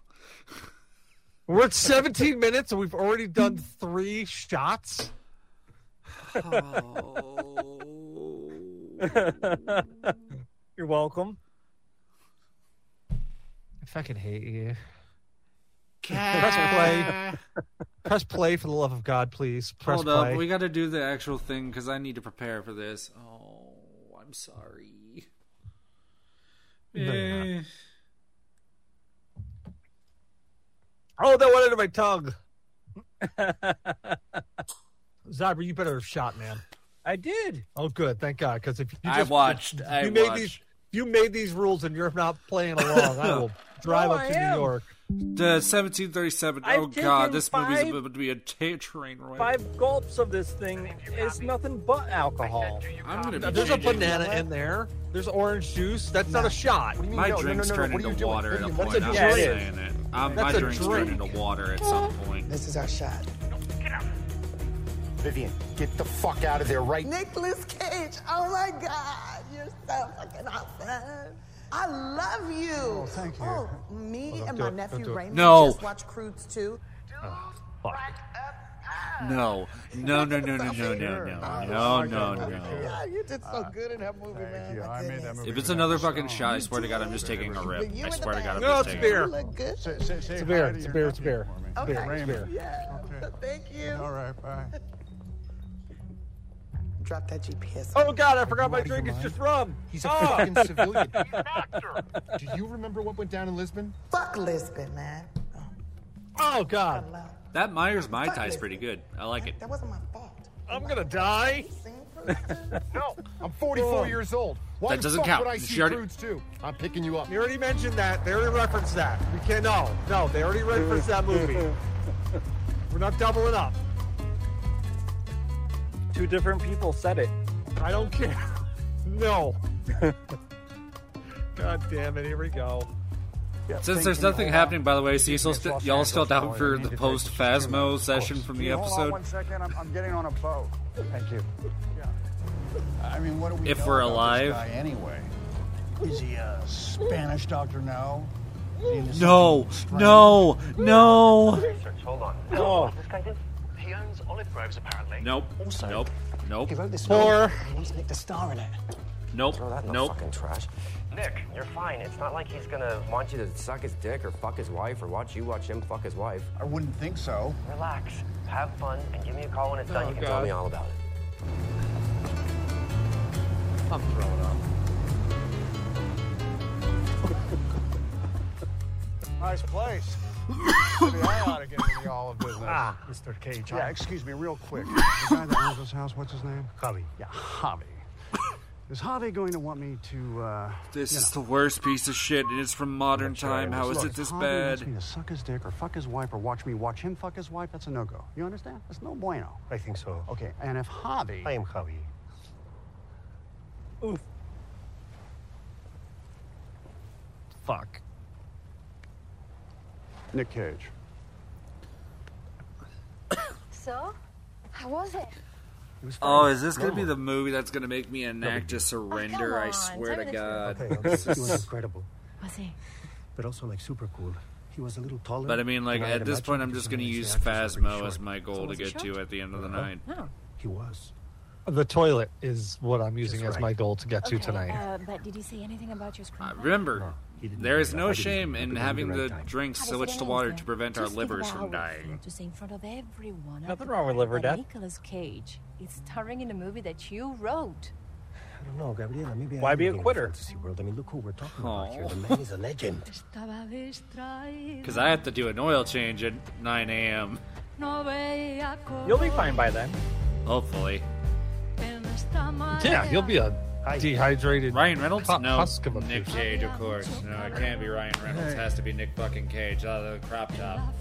[SPEAKER 4] We're at 17 minutes and we've already done three shots.
[SPEAKER 2] Oh.
[SPEAKER 3] You're welcome.
[SPEAKER 4] I fucking hate you.
[SPEAKER 2] Ca-
[SPEAKER 4] Press play. Press play for the love of God, please. Press
[SPEAKER 2] Hold
[SPEAKER 4] play.
[SPEAKER 2] up. We got to do the actual thing because I need to prepare for this. Oh, I'm sorry.
[SPEAKER 4] No, you're not.
[SPEAKER 2] Eh.
[SPEAKER 4] Oh, that went into my tongue. Zabra, you better have shot, man.
[SPEAKER 3] I did.
[SPEAKER 4] Oh, good. Thank God. Because if you
[SPEAKER 2] I
[SPEAKER 4] just, if
[SPEAKER 2] watched, I
[SPEAKER 4] you made
[SPEAKER 2] watched.
[SPEAKER 4] these, you made these rules, and you're not playing along. I will drive
[SPEAKER 3] No,
[SPEAKER 4] up
[SPEAKER 3] I
[SPEAKER 4] to
[SPEAKER 3] am.
[SPEAKER 4] New York.
[SPEAKER 2] The 1737.
[SPEAKER 3] I've
[SPEAKER 2] oh God,
[SPEAKER 3] taken
[SPEAKER 2] this movie's
[SPEAKER 3] five-
[SPEAKER 2] about to be a ta- train wreck.
[SPEAKER 3] Five gulps of this thing is nothing but alcohol.
[SPEAKER 2] I'm gonna be
[SPEAKER 4] There's a
[SPEAKER 2] changing-
[SPEAKER 4] banana in there. There's orange juice. That's not a shot.
[SPEAKER 2] My drinks turn into water at a
[SPEAKER 4] That's
[SPEAKER 2] point. I'm
[SPEAKER 4] drink.
[SPEAKER 2] just saying it. Um, my
[SPEAKER 4] That's a
[SPEAKER 2] drinks turn
[SPEAKER 4] drink.
[SPEAKER 2] into water at some point.
[SPEAKER 14] This is our shot. Vivian, get the fuck out of there right now.
[SPEAKER 15] Nicholas Cage. Oh my God, you're so fucking awesome. I love you. Oh, thank you. me
[SPEAKER 14] Hold on,
[SPEAKER 15] and
[SPEAKER 14] do
[SPEAKER 15] my
[SPEAKER 14] it,
[SPEAKER 15] nephew
[SPEAKER 14] do it.
[SPEAKER 15] Raymond
[SPEAKER 2] No.
[SPEAKER 15] just watched Crudes too.
[SPEAKER 2] No, Oh, Oh, no, no, no, no, no, no, no, no, no, no.
[SPEAKER 15] you did so good in that movie, man. I made that
[SPEAKER 2] If it's another fucking shot, I swear to God, I'm just taking a rip. I swear to God, I'm
[SPEAKER 4] No,
[SPEAKER 2] just
[SPEAKER 4] it's
[SPEAKER 2] taking
[SPEAKER 4] beer.
[SPEAKER 2] a rip.
[SPEAKER 15] It's
[SPEAKER 4] It's a beer. It's a beer. It's a beer. It's a
[SPEAKER 15] Okay.
[SPEAKER 4] beer. It's a beer.
[SPEAKER 15] Yeah. Thank you. All right, bye. Drop that GPS.
[SPEAKER 4] Oh God, I forgot my drink. It's just rum.
[SPEAKER 14] He's a
[SPEAKER 4] Ah.
[SPEAKER 14] fucking civilian. Do you remember what went down in Lisbon?
[SPEAKER 15] Fuck Lisbon, man.
[SPEAKER 4] Oh God,
[SPEAKER 2] That Myers Mai Tai is pretty good. I like it.
[SPEAKER 15] That wasn't my fault.
[SPEAKER 4] I'm gonna die.
[SPEAKER 14] No, I'm 44
[SPEAKER 4] Oh.
[SPEAKER 14] years old. Why
[SPEAKER 2] That
[SPEAKER 14] the
[SPEAKER 2] doesn't
[SPEAKER 14] fuck
[SPEAKER 2] count.
[SPEAKER 14] Would I
[SPEAKER 2] You
[SPEAKER 14] see
[SPEAKER 2] shared it.
[SPEAKER 14] Croods too? I'm picking you up.
[SPEAKER 4] You already mentioned that. They already referenced that. We can't. No, no. They already referenced that movie. We're not doubling up.
[SPEAKER 3] Two different people said it.
[SPEAKER 4] I don't care. No. God damn it. Here we go.
[SPEAKER 2] Since there's nothing happening, by the way, Cecil, st- y'all still down for the post Phasmo session from the
[SPEAKER 5] Can you Hold on
[SPEAKER 2] episode?
[SPEAKER 5] one second. I'm, I'm getting on a boat. Thank you. Yeah. I mean, what do we
[SPEAKER 2] If
[SPEAKER 5] know
[SPEAKER 2] we're
[SPEAKER 5] about this
[SPEAKER 2] alive.
[SPEAKER 5] guy anyway, is he a Spanish doctor now? Is he into
[SPEAKER 2] No,
[SPEAKER 5] something
[SPEAKER 2] no, no.
[SPEAKER 13] Research, hold on.
[SPEAKER 5] Oh.
[SPEAKER 13] What does this guy do? He owns olive groves, apparently.
[SPEAKER 2] Nope.
[SPEAKER 13] Also,
[SPEAKER 2] Nope. Nope.
[SPEAKER 13] novel,
[SPEAKER 2] Nope.
[SPEAKER 13] and He needs Nick to star in it.
[SPEAKER 2] Nope. Nope.
[SPEAKER 16] trash. Nick, you're fine. It's not like he's gonna want you to suck his dick or fuck his wife or watch you watch him fuck his wife.
[SPEAKER 5] I wouldn't think so.
[SPEAKER 16] Relax, have fun, and give me a call when it's done.
[SPEAKER 5] Oh,
[SPEAKER 16] you can tell
[SPEAKER 5] God.
[SPEAKER 16] me all about it.
[SPEAKER 4] I'm throwing up.
[SPEAKER 5] Nice place. Maybe I ought to get into the olive business.
[SPEAKER 8] Ah, Mr. Cage.
[SPEAKER 5] Yeah,
[SPEAKER 8] I-
[SPEAKER 5] excuse me, real quick.
[SPEAKER 8] the guy that owns this house, what's his name?
[SPEAKER 5] Javi. Yeah, Javi. Is Javi going to want me to, uh...
[SPEAKER 2] This
[SPEAKER 5] you
[SPEAKER 2] is the worst piece of shit, and it's from modern
[SPEAKER 5] know, try
[SPEAKER 2] time. How is
[SPEAKER 5] Look,
[SPEAKER 2] it this
[SPEAKER 5] if Javi wants
[SPEAKER 2] bad?
[SPEAKER 5] me to suck his dick or fuck his wife or watch me watch him fuck his wife, that's a no-go. You understand? That's no bueno.
[SPEAKER 8] I think so.
[SPEAKER 5] Okay, and if Javi... I am Javi.
[SPEAKER 3] Oof.
[SPEAKER 4] Fuck.
[SPEAKER 5] Nick Cage.
[SPEAKER 6] So, how was it?
[SPEAKER 2] Oh, is this gonna be the movie that's gonna make me enact a surrender? I
[SPEAKER 6] Oh, on,
[SPEAKER 2] swear to
[SPEAKER 6] tell me the
[SPEAKER 2] God.
[SPEAKER 6] truth.
[SPEAKER 7] Okay,
[SPEAKER 2] This
[SPEAKER 7] he was
[SPEAKER 2] is-
[SPEAKER 7] incredible,
[SPEAKER 6] Was it?
[SPEAKER 7] but also like super cool. He was a little taller.
[SPEAKER 2] But I mean, like
[SPEAKER 7] than
[SPEAKER 2] at
[SPEAKER 7] had
[SPEAKER 2] this
[SPEAKER 7] imagined
[SPEAKER 2] point, I'm
[SPEAKER 7] because
[SPEAKER 2] just
[SPEAKER 7] some
[SPEAKER 2] gonna
[SPEAKER 7] of these
[SPEAKER 2] use
[SPEAKER 7] actors are pretty
[SPEAKER 2] Phasmo
[SPEAKER 7] short.
[SPEAKER 2] as my goal to get to at the end of
[SPEAKER 6] Oh.
[SPEAKER 2] the night.
[SPEAKER 7] He was.
[SPEAKER 4] The toilet is what I'm using
[SPEAKER 7] Just
[SPEAKER 4] as
[SPEAKER 7] right.
[SPEAKER 4] my goal to get to tonight.
[SPEAKER 6] Uh, but did you say anything about your screen?
[SPEAKER 2] Remember, there is no shame in having the
[SPEAKER 6] How
[SPEAKER 2] drinks
[SPEAKER 6] does
[SPEAKER 2] switched
[SPEAKER 6] it
[SPEAKER 2] to
[SPEAKER 6] end
[SPEAKER 2] water
[SPEAKER 6] then?
[SPEAKER 2] to prevent our
[SPEAKER 6] Just think about
[SPEAKER 2] livers from
[SPEAKER 6] how we feel
[SPEAKER 2] dying.
[SPEAKER 6] To say in front of everyone.
[SPEAKER 3] Nothing wrong with liver death.
[SPEAKER 6] Nicholas Cage is starring in a movie that you wrote.
[SPEAKER 13] don't know, Gabriela. Maybe I
[SPEAKER 3] Why
[SPEAKER 13] am
[SPEAKER 3] be a
[SPEAKER 13] living in
[SPEAKER 3] quitter?
[SPEAKER 13] Fantasy world. I mean, look who we're talking about here.
[SPEAKER 2] Aw.
[SPEAKER 13] The man is a legend.
[SPEAKER 2] Because I have to do an oil change at 9 a.m.
[SPEAKER 3] You'll be fine by then.
[SPEAKER 2] Hopefully.
[SPEAKER 4] Yeah, you'll be a dehydrated
[SPEAKER 2] Ryan Reynolds?
[SPEAKER 4] hu-
[SPEAKER 2] no.
[SPEAKER 4] husk of a
[SPEAKER 2] Nick
[SPEAKER 4] person.
[SPEAKER 2] Cage, of course. No, it can't be Ryan Reynolds.
[SPEAKER 4] Hey.
[SPEAKER 2] has to be Nick fucking Cage. Oh, the crop top.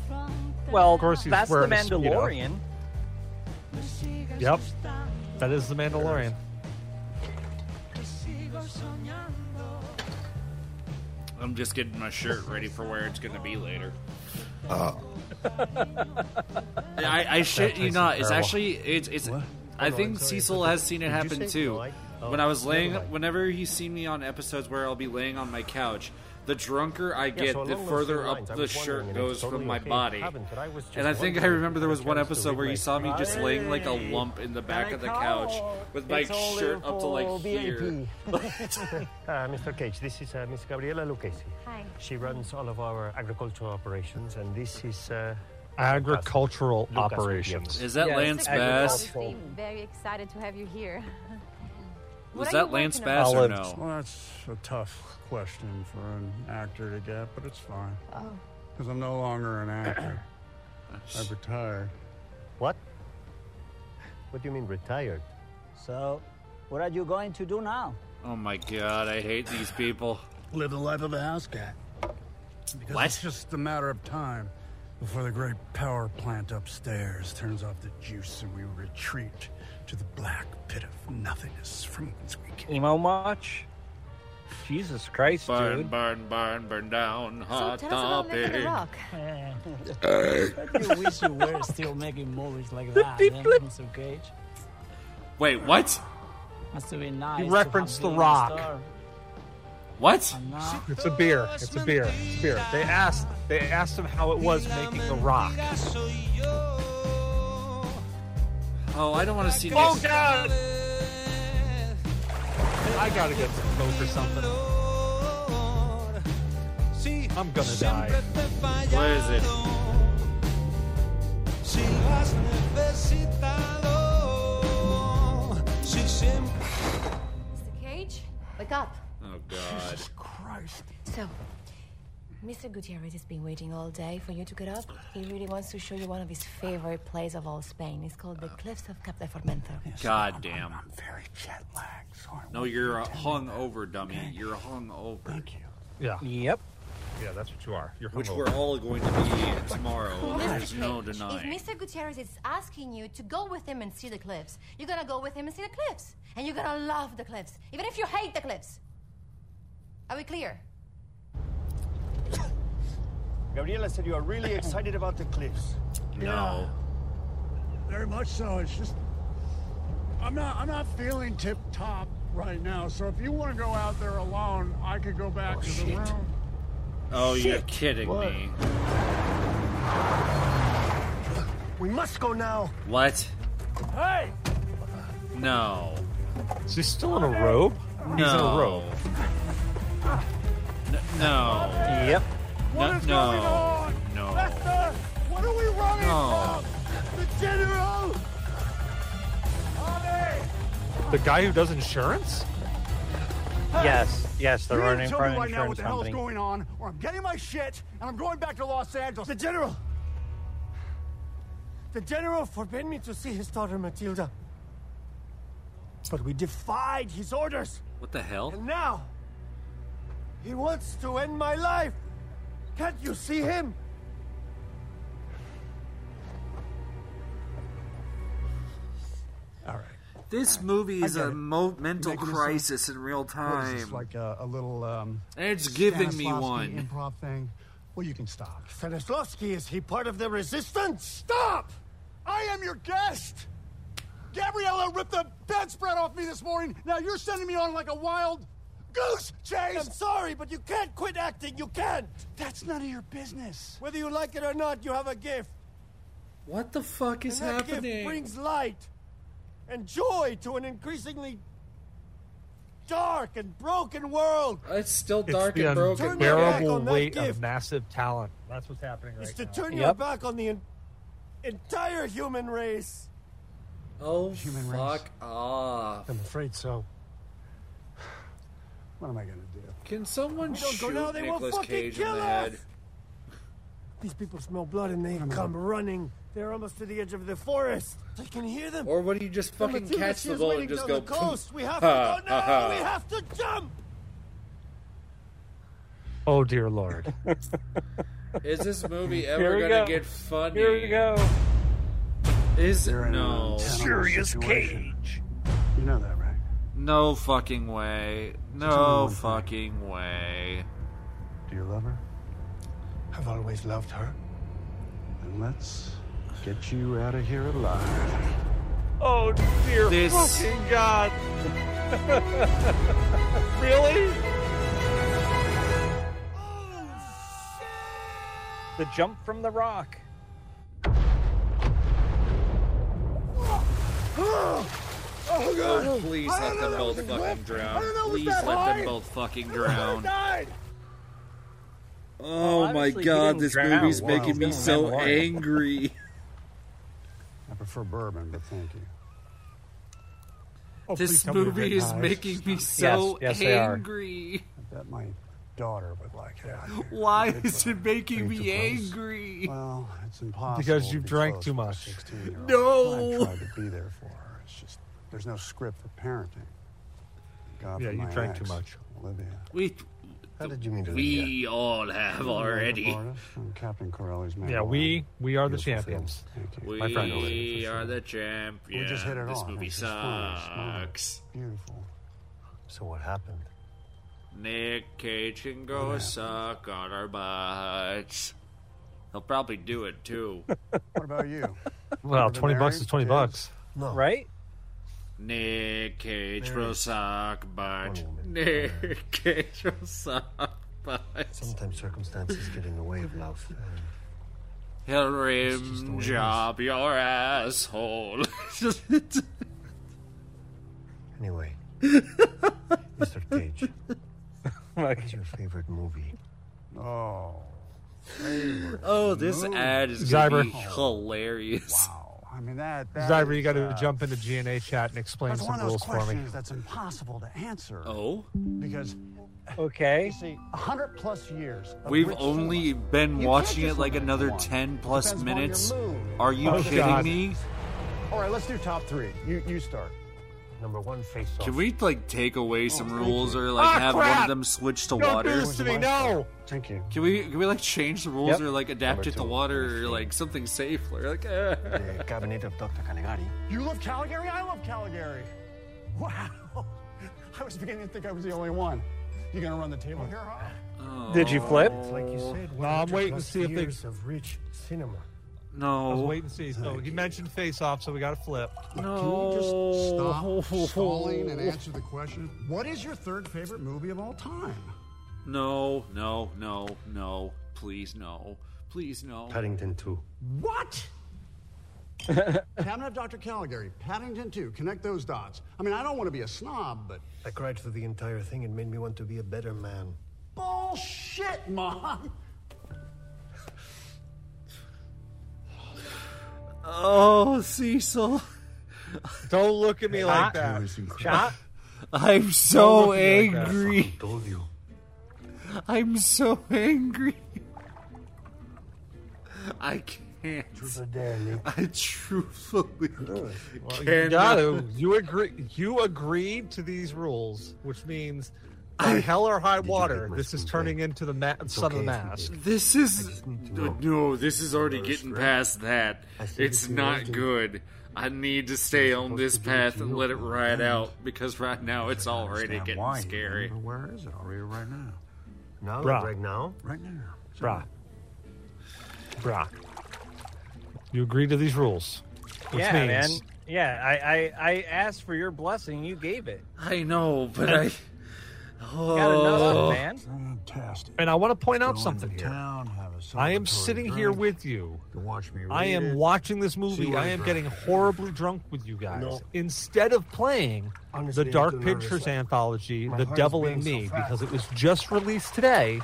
[SPEAKER 3] Well,
[SPEAKER 4] Of course he's
[SPEAKER 3] that's the
[SPEAKER 4] wearing a speedo.
[SPEAKER 3] Mandalorian.
[SPEAKER 4] Yep, that is the Mandalorian.
[SPEAKER 2] I'm just getting my shirt ready for where it's going to be later.
[SPEAKER 13] Uh.
[SPEAKER 2] I, I
[SPEAKER 4] That
[SPEAKER 2] shit you
[SPEAKER 4] place
[SPEAKER 2] not.
[SPEAKER 4] is
[SPEAKER 2] It's
[SPEAKER 4] terrible.
[SPEAKER 2] actually it's it's. I
[SPEAKER 4] Hold on,
[SPEAKER 2] think
[SPEAKER 4] sorry,
[SPEAKER 2] Cecil
[SPEAKER 4] I thought
[SPEAKER 2] has
[SPEAKER 4] you-
[SPEAKER 2] seen it
[SPEAKER 4] did you
[SPEAKER 2] happen
[SPEAKER 4] say
[SPEAKER 2] too.
[SPEAKER 4] no, I- oh,
[SPEAKER 2] when I was
[SPEAKER 4] never
[SPEAKER 2] laying,
[SPEAKER 4] mind.
[SPEAKER 2] whenever he's seen me on episodes where I'll be laying on my couch, the drunker I
[SPEAKER 13] Yeah,
[SPEAKER 2] get,
[SPEAKER 13] so
[SPEAKER 2] the
[SPEAKER 13] along those
[SPEAKER 2] further
[SPEAKER 13] same
[SPEAKER 2] up
[SPEAKER 13] lines, I
[SPEAKER 2] the
[SPEAKER 13] was wondering,
[SPEAKER 2] shirt
[SPEAKER 13] and
[SPEAKER 2] goes
[SPEAKER 13] it's totally
[SPEAKER 2] from my
[SPEAKER 13] okay if you
[SPEAKER 2] body.
[SPEAKER 13] haven't, but I was just
[SPEAKER 2] and I think I
[SPEAKER 13] wondering if
[SPEAKER 2] remember
[SPEAKER 13] you
[SPEAKER 2] there
[SPEAKER 13] had
[SPEAKER 2] was
[SPEAKER 13] a
[SPEAKER 2] one
[SPEAKER 13] chance to
[SPEAKER 2] episode where
[SPEAKER 13] read
[SPEAKER 2] you
[SPEAKER 13] my
[SPEAKER 2] saw me just
[SPEAKER 13] script.
[SPEAKER 2] laying like a
[SPEAKER 13] Hey,
[SPEAKER 2] lump in the back
[SPEAKER 13] can
[SPEAKER 2] of the
[SPEAKER 13] I
[SPEAKER 2] couch
[SPEAKER 13] call?
[SPEAKER 2] with my
[SPEAKER 13] It's all
[SPEAKER 2] shirt
[SPEAKER 13] in
[SPEAKER 2] up to like
[SPEAKER 13] for
[SPEAKER 2] here.
[SPEAKER 13] VIP. uh, Mr. Cage, this is uh, Miss Gabriela Lucchesi. Hi. She runs all of our agricultural operations, and this is. Uh,
[SPEAKER 4] Agricultural
[SPEAKER 13] Lucas Williams.
[SPEAKER 4] operations.
[SPEAKER 2] Is that Lance Bass?
[SPEAKER 6] Obviously, very excited to have you here. What
[SPEAKER 2] Was
[SPEAKER 6] are
[SPEAKER 2] that
[SPEAKER 6] you
[SPEAKER 2] Lance
[SPEAKER 6] working
[SPEAKER 2] Bass
[SPEAKER 6] on?
[SPEAKER 2] or no?
[SPEAKER 8] Well, that's a tough question for an actor to get, but it's fine.
[SPEAKER 6] Oh.
[SPEAKER 8] Because I'm no longer an actor. I've retired.
[SPEAKER 13] What? What do you mean retired?
[SPEAKER 15] So, what are you going to do now?
[SPEAKER 2] Oh my god, I hate these people.
[SPEAKER 8] Live the life of a house cat. Because
[SPEAKER 2] What?
[SPEAKER 8] it's just a matter of time before the great power plant upstairs turns off the juice and we retreat to the black pit of nothingness from whence we came.
[SPEAKER 3] Emo much? Jesus Christ,
[SPEAKER 2] Burn,
[SPEAKER 3] dude.
[SPEAKER 2] burn, burn, burn down, hot topic.
[SPEAKER 15] I do wish you were still making movies like that, eh, Mr. Cage.
[SPEAKER 2] Wait, what?
[SPEAKER 15] Must have been nice. to
[SPEAKER 4] referenced
[SPEAKER 15] have
[SPEAKER 4] The
[SPEAKER 15] been a
[SPEAKER 4] Rock.
[SPEAKER 15] star.
[SPEAKER 2] What?
[SPEAKER 4] It's a beer. It's a beer. It's a beer. They asked. They asked him how it was making the rock.
[SPEAKER 2] Oh, I don't want to see.
[SPEAKER 4] Oh
[SPEAKER 2] Nick-
[SPEAKER 4] God! I gotta get some coke or something. See, I'm gonna die.
[SPEAKER 2] What is it?
[SPEAKER 17] Si lo has necesitado, si siempre.
[SPEAKER 6] Mr. Cage?
[SPEAKER 18] Wake up.
[SPEAKER 2] Oh God.
[SPEAKER 8] Christ.
[SPEAKER 18] So, Mr. Gutierrez has been waiting all day for you to get up. He really wants to show you one of his favorite plays of all Spain. It's called The Cliffs of Cap de Formentera.
[SPEAKER 2] God damn. I'm
[SPEAKER 8] very jet lagged.
[SPEAKER 2] No, you're uh, hung over, dummy. You're hung over. Thank you.
[SPEAKER 4] Yeah.
[SPEAKER 3] Yep.
[SPEAKER 4] Yeah, that's what you are. You're
[SPEAKER 2] Which
[SPEAKER 4] hungover.
[SPEAKER 2] we're all going to be tomorrow. There's no
[SPEAKER 6] If
[SPEAKER 2] denying.
[SPEAKER 6] Mr. Gutierrez is asking you to go with him and see the cliffs, you're gonna go with him and see the cliffs. And you're gonna love the cliffs, even if you hate the cliffs. Are we clear?
[SPEAKER 13] Gabriela said you are really excited about the cliffs.
[SPEAKER 2] No.
[SPEAKER 8] Very much so. It's just I'm not I'm not feeling tip top right now. So if you want to go out there alone, I could go back to the room.
[SPEAKER 2] Oh, you're kidding
[SPEAKER 13] What?
[SPEAKER 2] me.
[SPEAKER 13] We must go now.
[SPEAKER 2] What?
[SPEAKER 13] Hey!
[SPEAKER 2] No.
[SPEAKER 4] Is he still in a robe?
[SPEAKER 2] No.
[SPEAKER 4] He's in a robe.
[SPEAKER 2] N- No.
[SPEAKER 3] Yep.
[SPEAKER 2] No.
[SPEAKER 13] What is going
[SPEAKER 2] No.
[SPEAKER 13] on?
[SPEAKER 2] Oh, no. Oh.
[SPEAKER 13] Lester, what are we running
[SPEAKER 2] No.
[SPEAKER 13] from? The general!
[SPEAKER 4] The guy who does insurance?
[SPEAKER 3] Yes, yes, they're
[SPEAKER 19] You
[SPEAKER 3] running
[SPEAKER 19] tell
[SPEAKER 3] for
[SPEAKER 19] me
[SPEAKER 3] an
[SPEAKER 19] right now what
[SPEAKER 3] insurance
[SPEAKER 19] the hell's
[SPEAKER 3] company.
[SPEAKER 19] going on, or I'm getting my shit and I'm going back to Los Angeles. The general.
[SPEAKER 13] The general forbade me to see his daughter Matilda. But we defied his orders.
[SPEAKER 2] What the hell?
[SPEAKER 13] And now, he wants to end my life. Can't you see him?
[SPEAKER 2] This movie
[SPEAKER 8] I
[SPEAKER 2] is
[SPEAKER 8] get
[SPEAKER 2] a
[SPEAKER 8] it.
[SPEAKER 2] mo- mental
[SPEAKER 8] Making this
[SPEAKER 2] crisis in real
[SPEAKER 8] What is
[SPEAKER 2] time.
[SPEAKER 8] this, like a, a little um
[SPEAKER 2] It's giving me
[SPEAKER 8] Stanislavski
[SPEAKER 2] one.
[SPEAKER 8] improv thing. Well, you can stop.
[SPEAKER 13] Stanislavski, is he part of the resistance?
[SPEAKER 19] Stop! I am your guest. Gabriella ripped the bedspread off me this morning. Now you're sending me on like a wild goose chase.
[SPEAKER 13] I'm sorry, but you can't quit acting. You can't.
[SPEAKER 19] That's none of your business.
[SPEAKER 13] Whether you like it or not, you have a gift.
[SPEAKER 2] What the fuck is
[SPEAKER 13] and that
[SPEAKER 2] happening?
[SPEAKER 13] gift brings light and joy to an increasingly dark and broken world.
[SPEAKER 2] It's still
[SPEAKER 4] It's the unbearable weight of massive talent. That's what's happening right
[SPEAKER 13] It's to
[SPEAKER 4] now.
[SPEAKER 13] turn your back on the en- entire human race.
[SPEAKER 2] Oh,
[SPEAKER 13] Human
[SPEAKER 2] fuck off.
[SPEAKER 13] I'm afraid so.
[SPEAKER 8] What am I gonna do?
[SPEAKER 2] Can someone
[SPEAKER 20] We don't go
[SPEAKER 2] shoot
[SPEAKER 20] now, they won't
[SPEAKER 2] Nicolas
[SPEAKER 20] fucking
[SPEAKER 2] Cage in
[SPEAKER 20] kill
[SPEAKER 2] the
[SPEAKER 20] us!
[SPEAKER 2] head?
[SPEAKER 20] These people smell blood and they come running. They're almost to the edge of the forest. I can hear them.
[SPEAKER 2] Or what do you just
[SPEAKER 20] The
[SPEAKER 2] fucking
[SPEAKER 20] Matilda,
[SPEAKER 2] catch the
[SPEAKER 20] she's
[SPEAKER 2] bullet and
[SPEAKER 20] waiting
[SPEAKER 2] just go?
[SPEAKER 20] down the coast. We have to
[SPEAKER 2] "Ha,
[SPEAKER 20] go
[SPEAKER 2] ha, ha."
[SPEAKER 20] now. We have to jump.
[SPEAKER 4] Oh dear lord.
[SPEAKER 2] Is this movie
[SPEAKER 4] Here
[SPEAKER 2] ever
[SPEAKER 4] we
[SPEAKER 2] gonna
[SPEAKER 4] go.
[SPEAKER 2] get funny?
[SPEAKER 4] Here we
[SPEAKER 2] go. Is
[SPEAKER 8] You're in
[SPEAKER 2] no
[SPEAKER 8] an Serious situation. You know that, right?
[SPEAKER 2] No fucking way.
[SPEAKER 8] only
[SPEAKER 2] No
[SPEAKER 8] one thing.
[SPEAKER 2] fucking way.
[SPEAKER 8] Do you love her?
[SPEAKER 20] I've always loved her.
[SPEAKER 8] Then let's get you out of here alive.
[SPEAKER 4] Oh dear
[SPEAKER 8] This-
[SPEAKER 4] fucking god. really?
[SPEAKER 3] The jump from the rock.
[SPEAKER 20] Oh, God.
[SPEAKER 2] Oh, please
[SPEAKER 20] I
[SPEAKER 2] let
[SPEAKER 20] don't
[SPEAKER 2] them
[SPEAKER 20] know,
[SPEAKER 2] both
[SPEAKER 20] that was a
[SPEAKER 2] fucking
[SPEAKER 20] cliff. I
[SPEAKER 2] drown.
[SPEAKER 20] don't know, was
[SPEAKER 2] Please
[SPEAKER 20] that
[SPEAKER 2] let them
[SPEAKER 20] high?
[SPEAKER 2] both fucking
[SPEAKER 20] I
[SPEAKER 2] drown.
[SPEAKER 20] died.
[SPEAKER 2] Oh my
[SPEAKER 20] obviously he
[SPEAKER 2] god,
[SPEAKER 20] didn't
[SPEAKER 2] this
[SPEAKER 20] drown
[SPEAKER 2] movie's
[SPEAKER 20] while
[SPEAKER 2] making me
[SPEAKER 20] he's
[SPEAKER 2] so
[SPEAKER 20] down the line.
[SPEAKER 2] angry.
[SPEAKER 8] I prefer bourbon, but thank you.
[SPEAKER 2] This
[SPEAKER 8] Oh, please tell me they're
[SPEAKER 2] movie
[SPEAKER 8] red
[SPEAKER 2] is
[SPEAKER 8] eyes.
[SPEAKER 2] making me so
[SPEAKER 8] Yes, yes, they are.
[SPEAKER 2] angry.
[SPEAKER 8] I bet my daughter would like it. out here.
[SPEAKER 2] Why
[SPEAKER 8] Good
[SPEAKER 2] is
[SPEAKER 8] for her.
[SPEAKER 2] it making
[SPEAKER 8] Being
[SPEAKER 2] me
[SPEAKER 8] too close.
[SPEAKER 2] angry?
[SPEAKER 8] Well, it's impossible.
[SPEAKER 4] Because you've
[SPEAKER 8] to be
[SPEAKER 4] drank
[SPEAKER 8] close
[SPEAKER 4] too
[SPEAKER 8] with a
[SPEAKER 4] much.
[SPEAKER 8] 16-year-old.
[SPEAKER 4] No.
[SPEAKER 8] I tried to be there for her. It's just there's no script for parenting. God
[SPEAKER 4] Yeah,
[SPEAKER 8] for
[SPEAKER 4] you
[SPEAKER 8] my
[SPEAKER 4] drank too
[SPEAKER 8] ex,
[SPEAKER 4] much.
[SPEAKER 8] Olivia.
[SPEAKER 2] We.
[SPEAKER 8] How did you mean
[SPEAKER 2] We all have already.
[SPEAKER 8] I'm Captain Corelli's man.
[SPEAKER 4] Yeah, we we are the champions.
[SPEAKER 2] We
[SPEAKER 4] My friend over
[SPEAKER 2] are the champion.
[SPEAKER 8] We just hit it
[SPEAKER 2] this
[SPEAKER 8] off.
[SPEAKER 2] movie
[SPEAKER 8] It's just funny, it's smart.
[SPEAKER 2] sucks.
[SPEAKER 8] Beautiful.
[SPEAKER 13] So what happened?
[SPEAKER 2] Nick Cage can go suck on our butts. He'll probably do it too.
[SPEAKER 8] What about you?
[SPEAKER 4] Well,
[SPEAKER 8] Ever been
[SPEAKER 4] twenty bucks
[SPEAKER 8] married?
[SPEAKER 4] is twenty bucks.
[SPEAKER 8] No.
[SPEAKER 3] Right?
[SPEAKER 2] Nick Cage
[SPEAKER 13] There
[SPEAKER 2] will
[SPEAKER 13] is
[SPEAKER 2] suck butt.
[SPEAKER 13] one woman.
[SPEAKER 2] Nick Cage will suck butt.
[SPEAKER 13] Sometimes circumstances get in the way of Uh, love.
[SPEAKER 2] He'll rim job your asshole.
[SPEAKER 13] Anyway, Mr. Cage, what's your favorite movie?
[SPEAKER 8] Oh.
[SPEAKER 2] oh, this
[SPEAKER 8] Move.
[SPEAKER 2] ad is gonna be hilarious.
[SPEAKER 8] I mean that. that
[SPEAKER 4] Zyber,
[SPEAKER 8] is,
[SPEAKER 4] you got to
[SPEAKER 8] uh,
[SPEAKER 4] jump into GNA chat and explain
[SPEAKER 8] That's one
[SPEAKER 4] some
[SPEAKER 8] of those
[SPEAKER 4] rules for me.
[SPEAKER 8] questions that's impossible to answer.
[SPEAKER 2] Oh.
[SPEAKER 8] Because
[SPEAKER 3] okay,
[SPEAKER 8] you see, hundred plus years. of
[SPEAKER 2] We've
[SPEAKER 8] rich
[SPEAKER 2] only
[SPEAKER 8] cinema.
[SPEAKER 2] been
[SPEAKER 8] You
[SPEAKER 2] watching
[SPEAKER 8] can't
[SPEAKER 2] it
[SPEAKER 8] just
[SPEAKER 2] like
[SPEAKER 8] limit it to
[SPEAKER 2] another
[SPEAKER 8] one.
[SPEAKER 2] 10 plus
[SPEAKER 8] Depends upon your
[SPEAKER 2] minutes.
[SPEAKER 8] mood.
[SPEAKER 2] Are you
[SPEAKER 8] Oh,
[SPEAKER 2] kidding
[SPEAKER 8] God.
[SPEAKER 2] me?
[SPEAKER 8] All right, let's do top three. You you start.
[SPEAKER 13] Number one face off.
[SPEAKER 2] Can we like take away some rules or like
[SPEAKER 13] Oh, Ah,
[SPEAKER 2] have one of
[SPEAKER 13] crap!
[SPEAKER 2] them switch to
[SPEAKER 13] Don't do
[SPEAKER 2] water?
[SPEAKER 13] this to me, no!
[SPEAKER 8] Thank you.
[SPEAKER 2] Can we can we like change the rules
[SPEAKER 13] Yep.
[SPEAKER 2] or like adapt
[SPEAKER 13] Number
[SPEAKER 2] it to
[SPEAKER 13] two.
[SPEAKER 2] water or like something safe or like
[SPEAKER 13] The cabinet of Dr. Caligari.
[SPEAKER 8] You love Caligari. I love Caligari. Wow. I was beginning to think I was the only one. You gonna run the table here, huh?
[SPEAKER 4] Did you flip?
[SPEAKER 13] It's like you said,
[SPEAKER 4] No, I'm
[SPEAKER 13] 100
[SPEAKER 4] waiting to
[SPEAKER 13] plus
[SPEAKER 4] see if they-
[SPEAKER 13] years of rich cinema.
[SPEAKER 4] I was
[SPEAKER 2] No.
[SPEAKER 4] waiting to see. So he mentioned face off, so we got to flip.
[SPEAKER 8] Can you just stop stalling and answer the question? Oh. What is your third favorite movie of all time?
[SPEAKER 2] No, no, no, no. Please no. Please no.
[SPEAKER 13] Paddington 2.
[SPEAKER 8] What? Cabinet of Dr. Caligari, Paddington 2, connect those dots. I mean, I don't want to be a snob, but
[SPEAKER 13] I cried through the entire thing and made me want to be a better man.
[SPEAKER 8] bullshit, Mom!
[SPEAKER 2] Oh, Cecil.
[SPEAKER 4] Don't look at me like
[SPEAKER 2] Shot?
[SPEAKER 4] that.
[SPEAKER 2] Shot? I'm so angry.
[SPEAKER 13] told you.
[SPEAKER 2] I'm so angry. I can't. I truthfully
[SPEAKER 4] Well,
[SPEAKER 2] can't.
[SPEAKER 4] you got to. You agree. You agreed to these rules, which means by hell or high water, this is
[SPEAKER 8] eh?
[SPEAKER 4] turning into the ma- son of the mask.
[SPEAKER 2] This is no. This is already getting past that. It's not good. I need to stay on this path and let it ride out because right now it's already getting
[SPEAKER 8] why.
[SPEAKER 2] scary.
[SPEAKER 8] Where is it? I'll read it right now.
[SPEAKER 13] Now,
[SPEAKER 4] Bruh.
[SPEAKER 13] right now?
[SPEAKER 8] Right now.
[SPEAKER 4] Bruh. Bruh. You agree to these rules, which
[SPEAKER 3] yeah, man.
[SPEAKER 4] means
[SPEAKER 3] Yeah, I, I I asked for your blessing. You gave it.
[SPEAKER 2] I know, but I. Oh.
[SPEAKER 3] Got enough, man.
[SPEAKER 8] Fantastic.
[SPEAKER 4] And I want to point out
[SPEAKER 8] Go
[SPEAKER 4] something
[SPEAKER 8] into
[SPEAKER 4] here.
[SPEAKER 8] town, have a
[SPEAKER 4] I am
[SPEAKER 8] celebratory
[SPEAKER 4] sitting here
[SPEAKER 8] drink.
[SPEAKER 4] with you.
[SPEAKER 8] You watch me
[SPEAKER 4] I
[SPEAKER 8] read
[SPEAKER 4] am
[SPEAKER 8] it.
[SPEAKER 4] watching this
[SPEAKER 8] See
[SPEAKER 4] movie.
[SPEAKER 8] what
[SPEAKER 4] I
[SPEAKER 8] I
[SPEAKER 4] am
[SPEAKER 8] draw.
[SPEAKER 4] getting horribly drunk with you guys.
[SPEAKER 8] No.
[SPEAKER 4] Instead of playing
[SPEAKER 13] Honestly,
[SPEAKER 4] the
[SPEAKER 13] I'm
[SPEAKER 4] Dark
[SPEAKER 13] too nervous.
[SPEAKER 4] Pictures anthology,
[SPEAKER 13] My
[SPEAKER 4] The
[SPEAKER 13] heart is
[SPEAKER 4] Devil in
[SPEAKER 13] beating
[SPEAKER 4] Me,
[SPEAKER 13] so fast.
[SPEAKER 4] because it was just released today,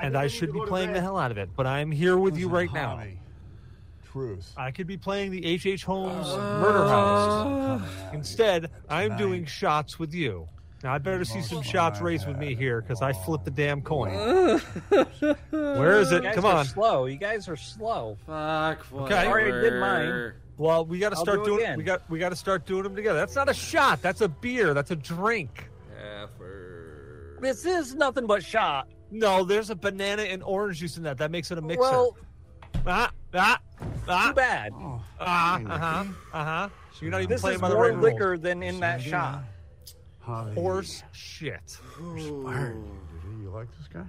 [SPEAKER 4] and I, should be playing the hell out of it. But I'm here with you right now.
[SPEAKER 8] Truth.
[SPEAKER 4] I could be playing the
[SPEAKER 13] Uh,
[SPEAKER 4] H.H. Holmes Murder House. Instead, I'm doing shots with you. Now I better see some shots race with me here because I flipped the damn coin.
[SPEAKER 3] Where
[SPEAKER 4] is it? Come on.
[SPEAKER 3] Slow. You guys are slow.
[SPEAKER 2] Fuck.
[SPEAKER 4] Okay.
[SPEAKER 3] Sorry, I did mine.
[SPEAKER 4] Well, we got to
[SPEAKER 3] I'll
[SPEAKER 4] start
[SPEAKER 3] do
[SPEAKER 4] doing.
[SPEAKER 3] again.
[SPEAKER 4] We got we got to start doing them together. That's not a shot. That's a beer. That's a drink.
[SPEAKER 3] This is nothing but shot.
[SPEAKER 4] No, there's a banana and orange juice in that. That makes it a mixer.
[SPEAKER 3] Well-
[SPEAKER 4] ah, ah, ah.
[SPEAKER 3] Too bad.
[SPEAKER 5] Oh.
[SPEAKER 4] Ah, uh huh, uh huh. So you're not even
[SPEAKER 3] This
[SPEAKER 4] playing
[SPEAKER 3] is
[SPEAKER 4] by the
[SPEAKER 3] more
[SPEAKER 4] right
[SPEAKER 3] liquor
[SPEAKER 4] rules.
[SPEAKER 3] than in that
[SPEAKER 4] Sandy,
[SPEAKER 3] shot.
[SPEAKER 4] Horse shit.
[SPEAKER 5] Do you like this guy?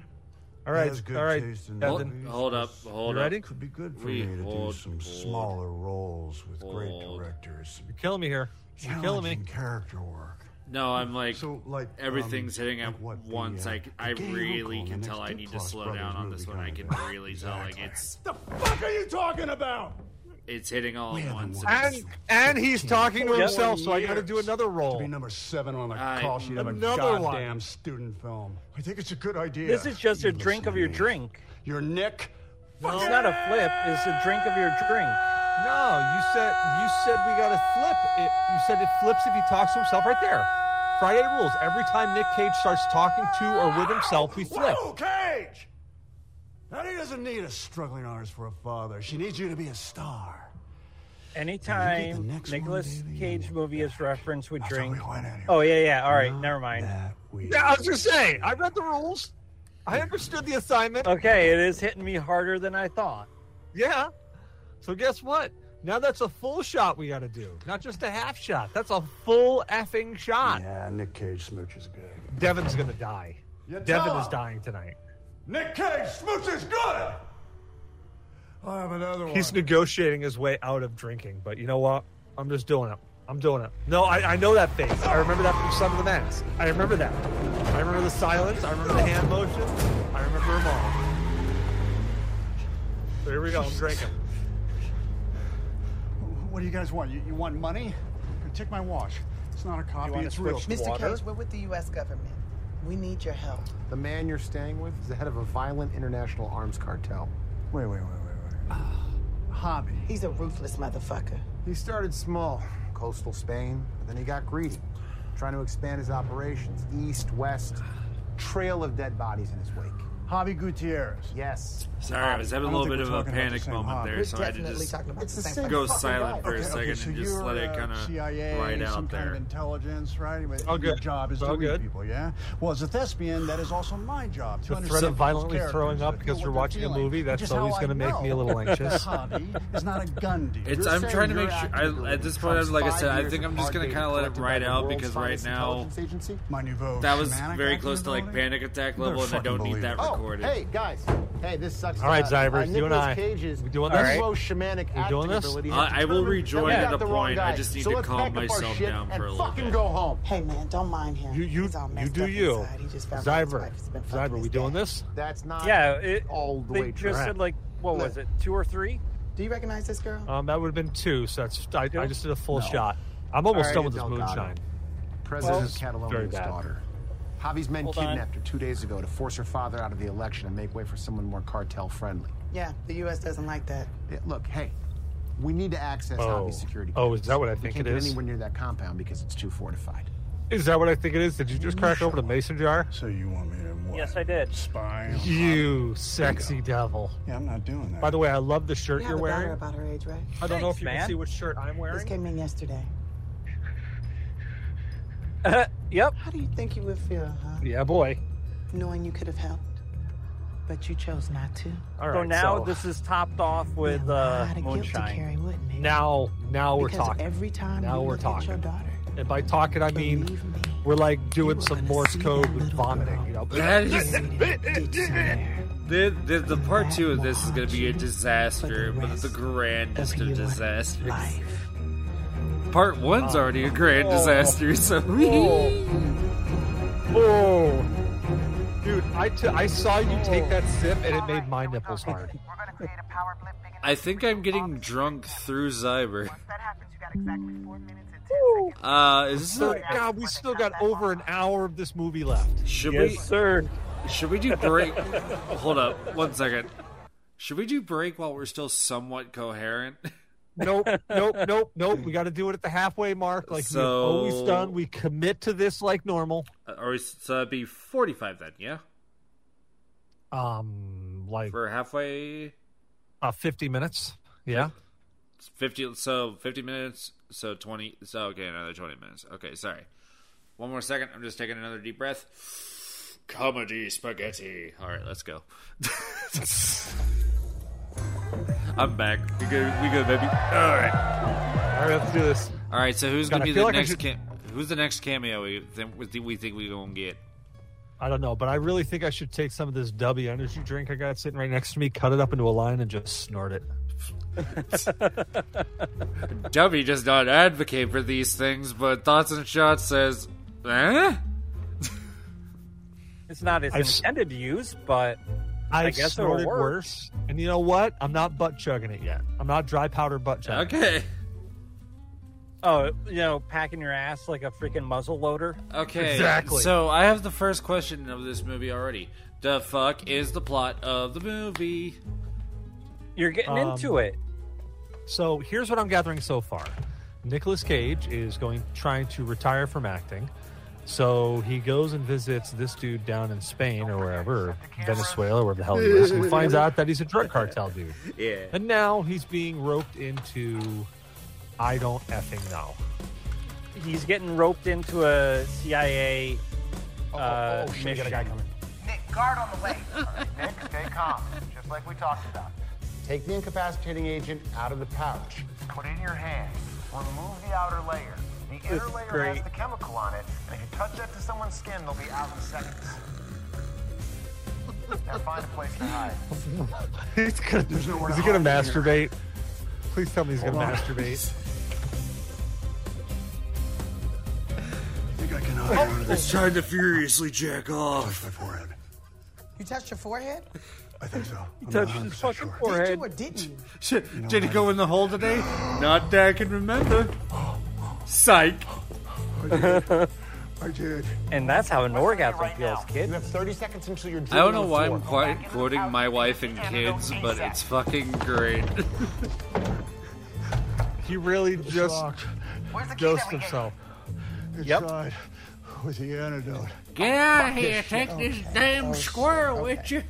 [SPEAKER 4] All right, all right,
[SPEAKER 2] Hold, hold up. Hold up.
[SPEAKER 5] Could be good for
[SPEAKER 2] We-
[SPEAKER 5] me to
[SPEAKER 2] hold,
[SPEAKER 5] do some
[SPEAKER 2] hold.
[SPEAKER 5] smaller roles with great
[SPEAKER 2] Hold.
[SPEAKER 5] directors.
[SPEAKER 4] You're killing me here.
[SPEAKER 2] You're killing me.
[SPEAKER 5] Character work.
[SPEAKER 2] No, I'm like,
[SPEAKER 5] like,
[SPEAKER 2] everything's
[SPEAKER 5] um,
[SPEAKER 2] hitting at
[SPEAKER 5] like what the,
[SPEAKER 2] once.
[SPEAKER 5] uh,
[SPEAKER 2] I,
[SPEAKER 5] the
[SPEAKER 2] I
[SPEAKER 5] gay uncle
[SPEAKER 2] really
[SPEAKER 5] in
[SPEAKER 2] can
[SPEAKER 5] the
[SPEAKER 2] tell
[SPEAKER 5] next
[SPEAKER 2] I
[SPEAKER 5] Dick
[SPEAKER 2] need to
[SPEAKER 5] Clark
[SPEAKER 2] slow
[SPEAKER 5] Brothers
[SPEAKER 2] down on this one. I can really tell like it's
[SPEAKER 5] fuck are you talking about?
[SPEAKER 2] it's hitting all at once.
[SPEAKER 4] And and he's talking to
[SPEAKER 5] Yep.
[SPEAKER 4] himself, so I got to do another
[SPEAKER 5] To
[SPEAKER 4] roll.
[SPEAKER 5] be number seven on the
[SPEAKER 2] I-
[SPEAKER 5] call sheet of a
[SPEAKER 4] another one.
[SPEAKER 5] goddamn student film. I think it's a good idea.
[SPEAKER 3] This is just a
[SPEAKER 5] You
[SPEAKER 3] drink
[SPEAKER 5] listen
[SPEAKER 3] of
[SPEAKER 5] to
[SPEAKER 3] your
[SPEAKER 5] me.
[SPEAKER 3] drink.
[SPEAKER 5] Your Nick.
[SPEAKER 3] It's not a flip. It's a drink of your drink.
[SPEAKER 4] No, you said you said we got to flip. It, you said it flips if he talks to himself right there. Friday rules. Every time Nick Cage starts talking to or with himself, we flip.
[SPEAKER 5] Whoa, Cage! Honey doesn't need a struggling artist for a father. She needs you to be a star.
[SPEAKER 3] Anytime
[SPEAKER 5] next one,
[SPEAKER 3] Nicolas Cage movie is referenced with drink.
[SPEAKER 5] anywhere.
[SPEAKER 3] Oh yeah, yeah. All right, never mind.
[SPEAKER 4] Yeah, I was gonna say. I read the rules. I understood the assignment.
[SPEAKER 3] Okay, it is hitting me harder than I thought.
[SPEAKER 4] Yeah. So guess what? Now that's a full shot we got to do, not just a half shot. That's a full effing shot.
[SPEAKER 5] Yeah, Nick Cage smooch is good.
[SPEAKER 4] Devin's gonna die.
[SPEAKER 5] Yeah,
[SPEAKER 4] Devin
[SPEAKER 5] tell
[SPEAKER 4] is
[SPEAKER 5] him.
[SPEAKER 4] dying tonight.
[SPEAKER 5] Nick Cage smooch is good! I have another one.
[SPEAKER 4] He's negotiating his way out of drinking, but you know what? I'm just doing it. I'm doing it. No, I, I know that face. I remember that from Son of the Max. I remember that. I remember the silence. I remember the hand motion. I remember them all. So here we go. I'm drinking.
[SPEAKER 5] What do you guys want? You, you want money? Here, Take my watch. It's not a copy, it's real.
[SPEAKER 15] Mr. Cage, we're with the U.S. government. We need your help.
[SPEAKER 14] The man you're staying with is the head of a violent international arms cartel.
[SPEAKER 5] Wait, wait, wait, wait,
[SPEAKER 14] wait. Hobby.
[SPEAKER 15] He's a ruthless motherfucker.
[SPEAKER 14] He started small, coastal Spain, but then he got greedy, trying to expand his operations east, west, trail of dead bodies in his wake.
[SPEAKER 5] Javi Gutierrez.
[SPEAKER 14] Yes.
[SPEAKER 2] Sorry, I was having a
[SPEAKER 14] I don't
[SPEAKER 2] little bit
[SPEAKER 14] think
[SPEAKER 2] of
[SPEAKER 14] we're
[SPEAKER 2] a
[SPEAKER 14] talking about
[SPEAKER 2] panic
[SPEAKER 14] the same
[SPEAKER 2] moment
[SPEAKER 14] hobby.
[SPEAKER 2] there,
[SPEAKER 14] We're
[SPEAKER 2] so I had to
[SPEAKER 14] definitely
[SPEAKER 2] just
[SPEAKER 14] talking about the same
[SPEAKER 2] go
[SPEAKER 14] fucking
[SPEAKER 2] silent
[SPEAKER 14] guy.
[SPEAKER 2] for a
[SPEAKER 14] Okay,
[SPEAKER 2] second
[SPEAKER 5] so
[SPEAKER 2] and just
[SPEAKER 5] you're,
[SPEAKER 2] let it
[SPEAKER 5] uh,
[SPEAKER 2] kind
[SPEAKER 5] CIA,
[SPEAKER 2] of ride
[SPEAKER 5] some
[SPEAKER 2] out
[SPEAKER 5] kind of
[SPEAKER 2] there.
[SPEAKER 5] intelligence, right? But
[SPEAKER 4] All
[SPEAKER 5] Your
[SPEAKER 4] good.
[SPEAKER 5] job is
[SPEAKER 4] All
[SPEAKER 5] to
[SPEAKER 4] good.
[SPEAKER 5] read people, yeah. Well, as a thespian, that is also my job. To
[SPEAKER 4] The threat
[SPEAKER 5] understand
[SPEAKER 4] of violently
[SPEAKER 5] people's
[SPEAKER 4] throwing
[SPEAKER 5] characters,
[SPEAKER 4] up
[SPEAKER 5] to
[SPEAKER 4] because
[SPEAKER 5] feel
[SPEAKER 4] you're
[SPEAKER 5] what they're
[SPEAKER 4] watching a
[SPEAKER 5] feeling,
[SPEAKER 4] movie, that's
[SPEAKER 5] which is how
[SPEAKER 4] always
[SPEAKER 5] I
[SPEAKER 4] gonna make me a
[SPEAKER 5] know
[SPEAKER 4] little anxious.
[SPEAKER 5] Hobby is not a gun deal.
[SPEAKER 2] It's,
[SPEAKER 5] You're
[SPEAKER 2] I'm trying
[SPEAKER 5] saying
[SPEAKER 2] to make
[SPEAKER 5] you're
[SPEAKER 2] sure.
[SPEAKER 5] actively
[SPEAKER 2] I, at this point,
[SPEAKER 5] trying
[SPEAKER 2] I was
[SPEAKER 5] to
[SPEAKER 2] like I
[SPEAKER 5] find
[SPEAKER 2] said, I
[SPEAKER 5] years
[SPEAKER 2] think
[SPEAKER 5] of
[SPEAKER 2] I'm just
[SPEAKER 5] hard
[SPEAKER 2] gonna
[SPEAKER 5] data
[SPEAKER 2] kind of let it
[SPEAKER 5] collected by
[SPEAKER 2] ride
[SPEAKER 5] the
[SPEAKER 2] out
[SPEAKER 5] world's
[SPEAKER 2] because right
[SPEAKER 5] finest
[SPEAKER 2] now
[SPEAKER 5] intelligence agency, my nouveau
[SPEAKER 2] that was
[SPEAKER 5] shamanic
[SPEAKER 2] very close to like
[SPEAKER 5] actionability.
[SPEAKER 2] panic attack
[SPEAKER 5] They're
[SPEAKER 2] level, and I
[SPEAKER 5] fucking
[SPEAKER 2] don't need that
[SPEAKER 5] believable.
[SPEAKER 14] Oh,
[SPEAKER 2] recorded.
[SPEAKER 14] hey guys. Hey, this sucks.
[SPEAKER 4] All right,
[SPEAKER 14] Uh,
[SPEAKER 4] Zivers,
[SPEAKER 14] uh,
[SPEAKER 4] you and
[SPEAKER 14] Nicolas
[SPEAKER 4] I.
[SPEAKER 14] Cage's
[SPEAKER 4] We doing
[SPEAKER 14] this?
[SPEAKER 4] this?
[SPEAKER 14] Shamanic
[SPEAKER 4] We doing this?
[SPEAKER 2] Uh, I will rejoin at a point. I just need to calm myself down for a little bit.
[SPEAKER 14] go home.
[SPEAKER 15] Hey, man, don't mind him.
[SPEAKER 4] You you
[SPEAKER 15] He's all
[SPEAKER 4] you
[SPEAKER 15] messed
[SPEAKER 4] do
[SPEAKER 15] up
[SPEAKER 4] you.
[SPEAKER 15] inside. He just found out his
[SPEAKER 4] Zyber,
[SPEAKER 15] wife has been fucking
[SPEAKER 4] Zyber,
[SPEAKER 15] his
[SPEAKER 4] we doing this?
[SPEAKER 14] That's not
[SPEAKER 3] Yeah, it,
[SPEAKER 14] all the
[SPEAKER 3] they
[SPEAKER 14] way true.
[SPEAKER 3] just said like what was it, two or three?
[SPEAKER 15] Do you recognize this girl?
[SPEAKER 4] Um, that would have been two. So that's I, I just did a full shot. I'm
[SPEAKER 14] All
[SPEAKER 4] almost
[SPEAKER 14] right.
[SPEAKER 4] done with this
[SPEAKER 14] Delgado.
[SPEAKER 4] moonshine.
[SPEAKER 14] President
[SPEAKER 4] Well,
[SPEAKER 14] of
[SPEAKER 4] very
[SPEAKER 14] Catalonia's
[SPEAKER 4] bad.
[SPEAKER 14] daughter. Javi's men
[SPEAKER 15] Hold on.
[SPEAKER 14] kidnapped her two days ago to force her father out of the election and make way for someone more cartel friendly.
[SPEAKER 15] Yeah, the U.S. doesn't like that.
[SPEAKER 14] look, hey, we need to access
[SPEAKER 4] Oh.
[SPEAKER 14] Javi's security.
[SPEAKER 4] Oh, is
[SPEAKER 14] clearance.
[SPEAKER 4] that what I
[SPEAKER 14] We
[SPEAKER 4] think
[SPEAKER 14] can't
[SPEAKER 4] it
[SPEAKER 14] get
[SPEAKER 4] is?
[SPEAKER 14] Anywhere near that compound because it's too fortified.
[SPEAKER 4] Is that what I think it is? Did you just crack open a mason jar?
[SPEAKER 5] So you want me to what?
[SPEAKER 3] Yes, I did.
[SPEAKER 5] Spy. on
[SPEAKER 4] You sexy devil.
[SPEAKER 5] Yeah, I'm not doing that.
[SPEAKER 4] By the way, I love the shirt
[SPEAKER 15] You have
[SPEAKER 4] you're
[SPEAKER 15] a daughter
[SPEAKER 4] wearing.
[SPEAKER 15] about her age, right?
[SPEAKER 4] I don't know if you
[SPEAKER 3] man.
[SPEAKER 4] can see what shirt I'm
[SPEAKER 15] This
[SPEAKER 4] wearing.
[SPEAKER 15] came in yesterday.
[SPEAKER 3] Yep.
[SPEAKER 15] How do you think you would feel, huh?
[SPEAKER 4] Yeah, boy.
[SPEAKER 15] Knowing you could have helped, but you chose not to.
[SPEAKER 4] All right.
[SPEAKER 3] so now
[SPEAKER 4] so
[SPEAKER 3] this is topped off with uh,
[SPEAKER 15] Not a guilt to
[SPEAKER 3] moonshine.
[SPEAKER 15] carry, wouldn't it?
[SPEAKER 4] now now we're
[SPEAKER 15] because
[SPEAKER 4] talking.
[SPEAKER 15] every time
[SPEAKER 4] Now
[SPEAKER 15] you
[SPEAKER 4] we're
[SPEAKER 15] look at your
[SPEAKER 4] talking.
[SPEAKER 15] daughter,
[SPEAKER 4] And by talking, I mean we're like doing some Morse code with vomiting. You know.
[SPEAKER 2] That is- The, the, the part two of this is going to be a disaster, but it's the grandest of disasters. Part one's already a grand disaster, so.
[SPEAKER 4] Oh, dude, I, t- I saw you take that sip and it made my nipples hard.
[SPEAKER 2] I think I'm getting drunk through Zyber. Uh, is this
[SPEAKER 4] So,
[SPEAKER 2] the-
[SPEAKER 4] God, we still got over an hour of this movie left.
[SPEAKER 2] should
[SPEAKER 3] Yes,
[SPEAKER 2] we
[SPEAKER 3] sir.
[SPEAKER 2] should we do break? Hold up, one second. Should we do break while we're still somewhat coherent?
[SPEAKER 4] nope, nope, nope, nope. We got to do it at the halfway mark, like we've
[SPEAKER 2] So-
[SPEAKER 4] always done. We commit to this like normal.
[SPEAKER 2] Uh, Or is- so that'd be forty-five then, yeah,
[SPEAKER 4] Um, like
[SPEAKER 2] for halfway
[SPEAKER 4] uh, fifty minutes. Yeah,
[SPEAKER 2] fifty. So fifty minutes. So twenty. So okay, another twenty minutes. Okay, sorry. One more second. I'm just taking another deep breath. Comedy spaghetti. All right, let's go. I'm back. We good? We good, baby? All right.
[SPEAKER 4] All right, let's do this.
[SPEAKER 2] All right. So who's
[SPEAKER 4] God,
[SPEAKER 2] gonna
[SPEAKER 4] I
[SPEAKER 2] be
[SPEAKER 4] feel
[SPEAKER 2] the
[SPEAKER 4] like I
[SPEAKER 2] next?
[SPEAKER 4] should-
[SPEAKER 2] Cam- who's the next cameo we think we think- we think we gonna get?
[SPEAKER 4] I don't know, but I really think I should take some of this W energy drink I got sitting right next to me, cut it up into a line, and just snort it.
[SPEAKER 2] Debbie does not advocate for these things, but Thoughts and Shots says, eh?
[SPEAKER 3] It's not its
[SPEAKER 4] I've s-
[SPEAKER 3] intended use, but
[SPEAKER 4] I've
[SPEAKER 3] I guess it'll
[SPEAKER 4] snorted
[SPEAKER 3] work.
[SPEAKER 4] worse, and you know what? I'm not butt chugging it yet. I'm not dry powder butt chugging. it.
[SPEAKER 2] Okay.
[SPEAKER 3] Oh, you know, packing your ass like a freaking muzzle loader.
[SPEAKER 2] Okay. So I have the first question of this movie already. The fuck is the plot of the movie?
[SPEAKER 3] You're getting
[SPEAKER 4] Um,
[SPEAKER 3] into it.
[SPEAKER 4] So here's what I'm gathering so far. Nicolas Cage is going trying to retire from acting. So he goes and visits this dude down in Spain or wherever, or Venezuela, wherever the hell he is, and he finds out that he's a drug cartel dude.
[SPEAKER 2] Yeah.
[SPEAKER 4] And now he's being roped into I don't effing know.
[SPEAKER 3] He's getting roped into a CIA uh,
[SPEAKER 14] oh, shit, we got
[SPEAKER 3] mission.
[SPEAKER 14] a guy coming.
[SPEAKER 15] Nick, guard on the way.
[SPEAKER 14] Nick, stay calm, just like we talked about. Take the incapacitating agent out of the pouch. Put it in your hand. Remove the outer layer. The
[SPEAKER 15] This
[SPEAKER 14] inner
[SPEAKER 15] is
[SPEAKER 14] layer
[SPEAKER 15] great.
[SPEAKER 14] has the chemical on it, and if you touch that to someone's skin, they'll be out in seconds. now find a place to hide.
[SPEAKER 4] He's gonna,
[SPEAKER 14] There's nowhere
[SPEAKER 4] is
[SPEAKER 14] to
[SPEAKER 4] he gonna
[SPEAKER 14] hide in here.
[SPEAKER 4] masturbate? Please tell me he's gonna
[SPEAKER 14] Hold on.
[SPEAKER 4] masturbate.
[SPEAKER 5] I think I can hide under this. trying to furiously jack off. Touch my forehead.
[SPEAKER 15] You touched your forehead?
[SPEAKER 5] I think so.
[SPEAKER 15] You
[SPEAKER 5] I'm
[SPEAKER 15] touched
[SPEAKER 5] not
[SPEAKER 15] his
[SPEAKER 5] 100%
[SPEAKER 15] fucking
[SPEAKER 5] sure.
[SPEAKER 15] forehead. Did you or didn't you?
[SPEAKER 2] Shit,
[SPEAKER 5] You know
[SPEAKER 2] did he
[SPEAKER 5] what?
[SPEAKER 2] go in the hole today? Not that I can remember. Psych.
[SPEAKER 5] I did.
[SPEAKER 3] And that's how an orgasm feels, kid.
[SPEAKER 14] You have 30 seconds until you're
[SPEAKER 2] I don't know why I'm quite quoting my wife and kids, but it's fucking great.
[SPEAKER 4] He really just ghosts himself.
[SPEAKER 5] Yep. With the antidote.
[SPEAKER 2] Get out of here! Take
[SPEAKER 5] Oh,
[SPEAKER 2] this
[SPEAKER 15] Oh,
[SPEAKER 2] damn squirrel with you.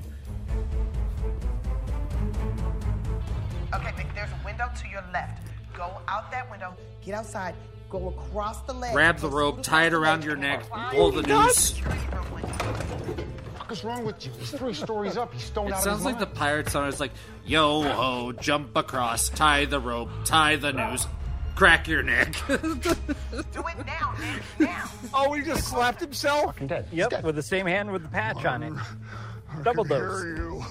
[SPEAKER 15] Okay, Nick, there's a window to your left. Go out that window, get outside, go across the ledge.
[SPEAKER 2] Grab the rope, tie it around your neck, pull the noose.
[SPEAKER 14] What the fuck is wrong with you? He's three stories up. He's stoned
[SPEAKER 2] It
[SPEAKER 14] out of
[SPEAKER 2] sounds
[SPEAKER 14] his
[SPEAKER 2] like the
[SPEAKER 14] mind.
[SPEAKER 2] pirate song is like, yo ho, jump across, tie the rope, tie the noose, crack your neck.
[SPEAKER 4] Oh, he just slapped himself.
[SPEAKER 3] Yep, with the same hand with the patch on it. Double dose.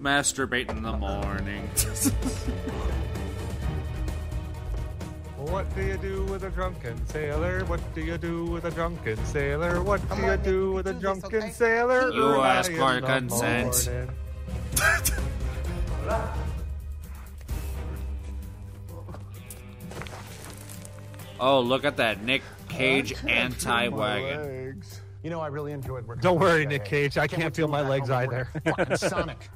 [SPEAKER 2] Masturbate in the morning.
[SPEAKER 4] What do you do with a drunken sailor? What do you do with a drunken sailor? What do you do with a drunken sailor?
[SPEAKER 2] You
[SPEAKER 4] Early
[SPEAKER 2] ask
[SPEAKER 4] in
[SPEAKER 2] for
[SPEAKER 4] the
[SPEAKER 2] consent.
[SPEAKER 4] morning.
[SPEAKER 2] oh, look at that Nick Cage anti wagon.
[SPEAKER 14] You know, I really enjoyed working.
[SPEAKER 4] Don't
[SPEAKER 14] with
[SPEAKER 4] worry,
[SPEAKER 14] the
[SPEAKER 4] Nick
[SPEAKER 14] CIA.
[SPEAKER 4] Cage. I can't,
[SPEAKER 14] wait to
[SPEAKER 4] feel
[SPEAKER 14] move
[SPEAKER 4] my
[SPEAKER 14] back
[SPEAKER 4] legs
[SPEAKER 14] home and
[SPEAKER 4] either.
[SPEAKER 14] work Fucking Sonic.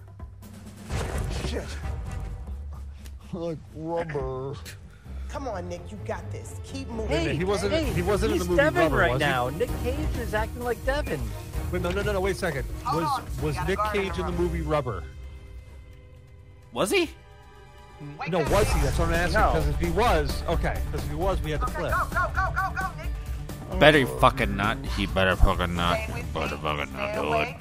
[SPEAKER 5] Shit. Like rubber.
[SPEAKER 15] Come on, Nick, you got this. Keep moving.
[SPEAKER 4] Hey, he wasn't- he wasn't in the
[SPEAKER 3] he's
[SPEAKER 4] movie
[SPEAKER 3] Devin
[SPEAKER 4] Rubber,
[SPEAKER 3] right
[SPEAKER 4] was he?
[SPEAKER 3] now. Nick Cage is acting like Devin.
[SPEAKER 4] Wait, no, no, no, no. Wait a second.
[SPEAKER 3] Hold
[SPEAKER 4] was
[SPEAKER 3] on.
[SPEAKER 4] was
[SPEAKER 3] Gotta
[SPEAKER 4] Nick
[SPEAKER 3] guard
[SPEAKER 4] Cage in the movie Rubber?
[SPEAKER 2] Was he?
[SPEAKER 4] no, was he? That's what I'm asking.
[SPEAKER 2] No.
[SPEAKER 4] Because if he was, okay. Because if he was, we had to flip.
[SPEAKER 2] Better
[SPEAKER 15] Oh.
[SPEAKER 2] he fucking not. He better fucking not. Better fucking not do it.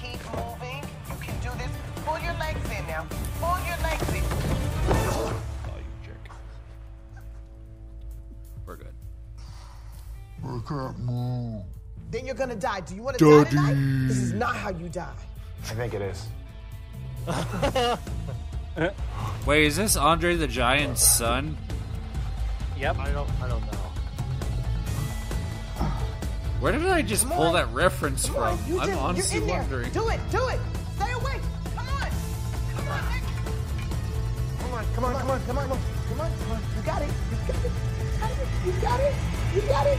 [SPEAKER 15] Keep moving. You can do this. Pull your legs in now. Pull your legs in.
[SPEAKER 2] We're good.
[SPEAKER 5] I can't move.
[SPEAKER 15] Then you're gonna die. Do you want to die
[SPEAKER 5] Daddy.
[SPEAKER 15] tonight? This is not how you die.
[SPEAKER 14] I think it is.
[SPEAKER 15] Eh.
[SPEAKER 2] Wait, is this Andre the Giant's son?
[SPEAKER 3] Yep.
[SPEAKER 4] I don't. I don't know.
[SPEAKER 2] Where did I just pull that reference from?
[SPEAKER 15] You
[SPEAKER 2] I'm
[SPEAKER 15] just,
[SPEAKER 2] honestly
[SPEAKER 15] you're in
[SPEAKER 2] wondering.
[SPEAKER 15] There. Do it. Do it. Stay away. Come on. Come on, Nick. Come on. Come on. Come on. Come on. Come on. Come on. Come on. You got it. You got it. You got it. You got it.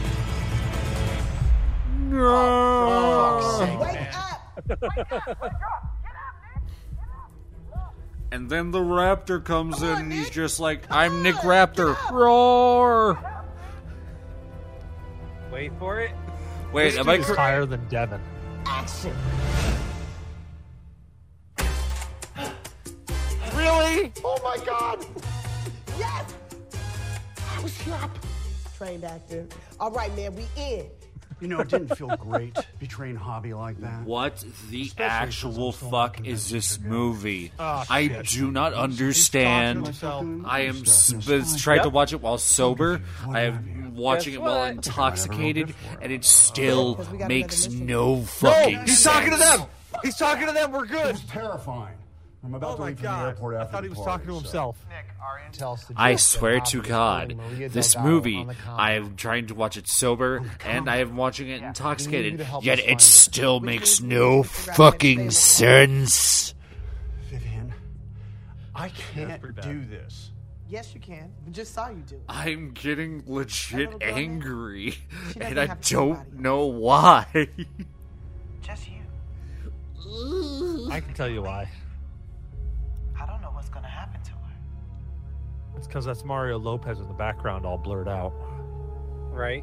[SPEAKER 2] No.
[SPEAKER 15] Wake up. Wake up. Wake up. Get up, Nick. Get up. Look.
[SPEAKER 2] And then the raptor comes in and he's just like, I'm Nick Raptor. Roar!
[SPEAKER 3] Wait for it.
[SPEAKER 2] Wait,
[SPEAKER 4] This
[SPEAKER 2] am
[SPEAKER 4] dude
[SPEAKER 2] I
[SPEAKER 4] is
[SPEAKER 2] cor-
[SPEAKER 4] higher than Devin?
[SPEAKER 15] Action. Really? Oh my god! Yes! I was sharp. Trained actor. All right, man, we in.
[SPEAKER 8] You know, it didn't feel great betraying hobby like that.
[SPEAKER 2] What the actual fuck is this movie? I
[SPEAKER 8] shit.
[SPEAKER 2] do not understand. I am sp- tried to watch it while sober. I am watching it while intoxicated, and it still makes no fucking
[SPEAKER 15] No,
[SPEAKER 2] sense.
[SPEAKER 15] he's talking to them.
[SPEAKER 8] He's talking to them. We're good. It was terrifying. I'm about to leave from the airport after I thought he was talking to himself.
[SPEAKER 2] I swear to God, this movie, I am trying to watch it sober
[SPEAKER 15] Oh,
[SPEAKER 2] and I am watching it intoxicated, yet it still makes no fucking sense.
[SPEAKER 8] I can't do this.
[SPEAKER 15] Yes, you can. We just saw you do it.
[SPEAKER 2] I'm getting legit angry
[SPEAKER 15] doesn't
[SPEAKER 2] and I
[SPEAKER 15] have to
[SPEAKER 2] don't know why.
[SPEAKER 15] Just you.
[SPEAKER 4] I can tell you why.
[SPEAKER 15] I don't know what's gonna happen to her.
[SPEAKER 4] It's because that's Mario Lopez in the background, all blurred out.
[SPEAKER 3] Right.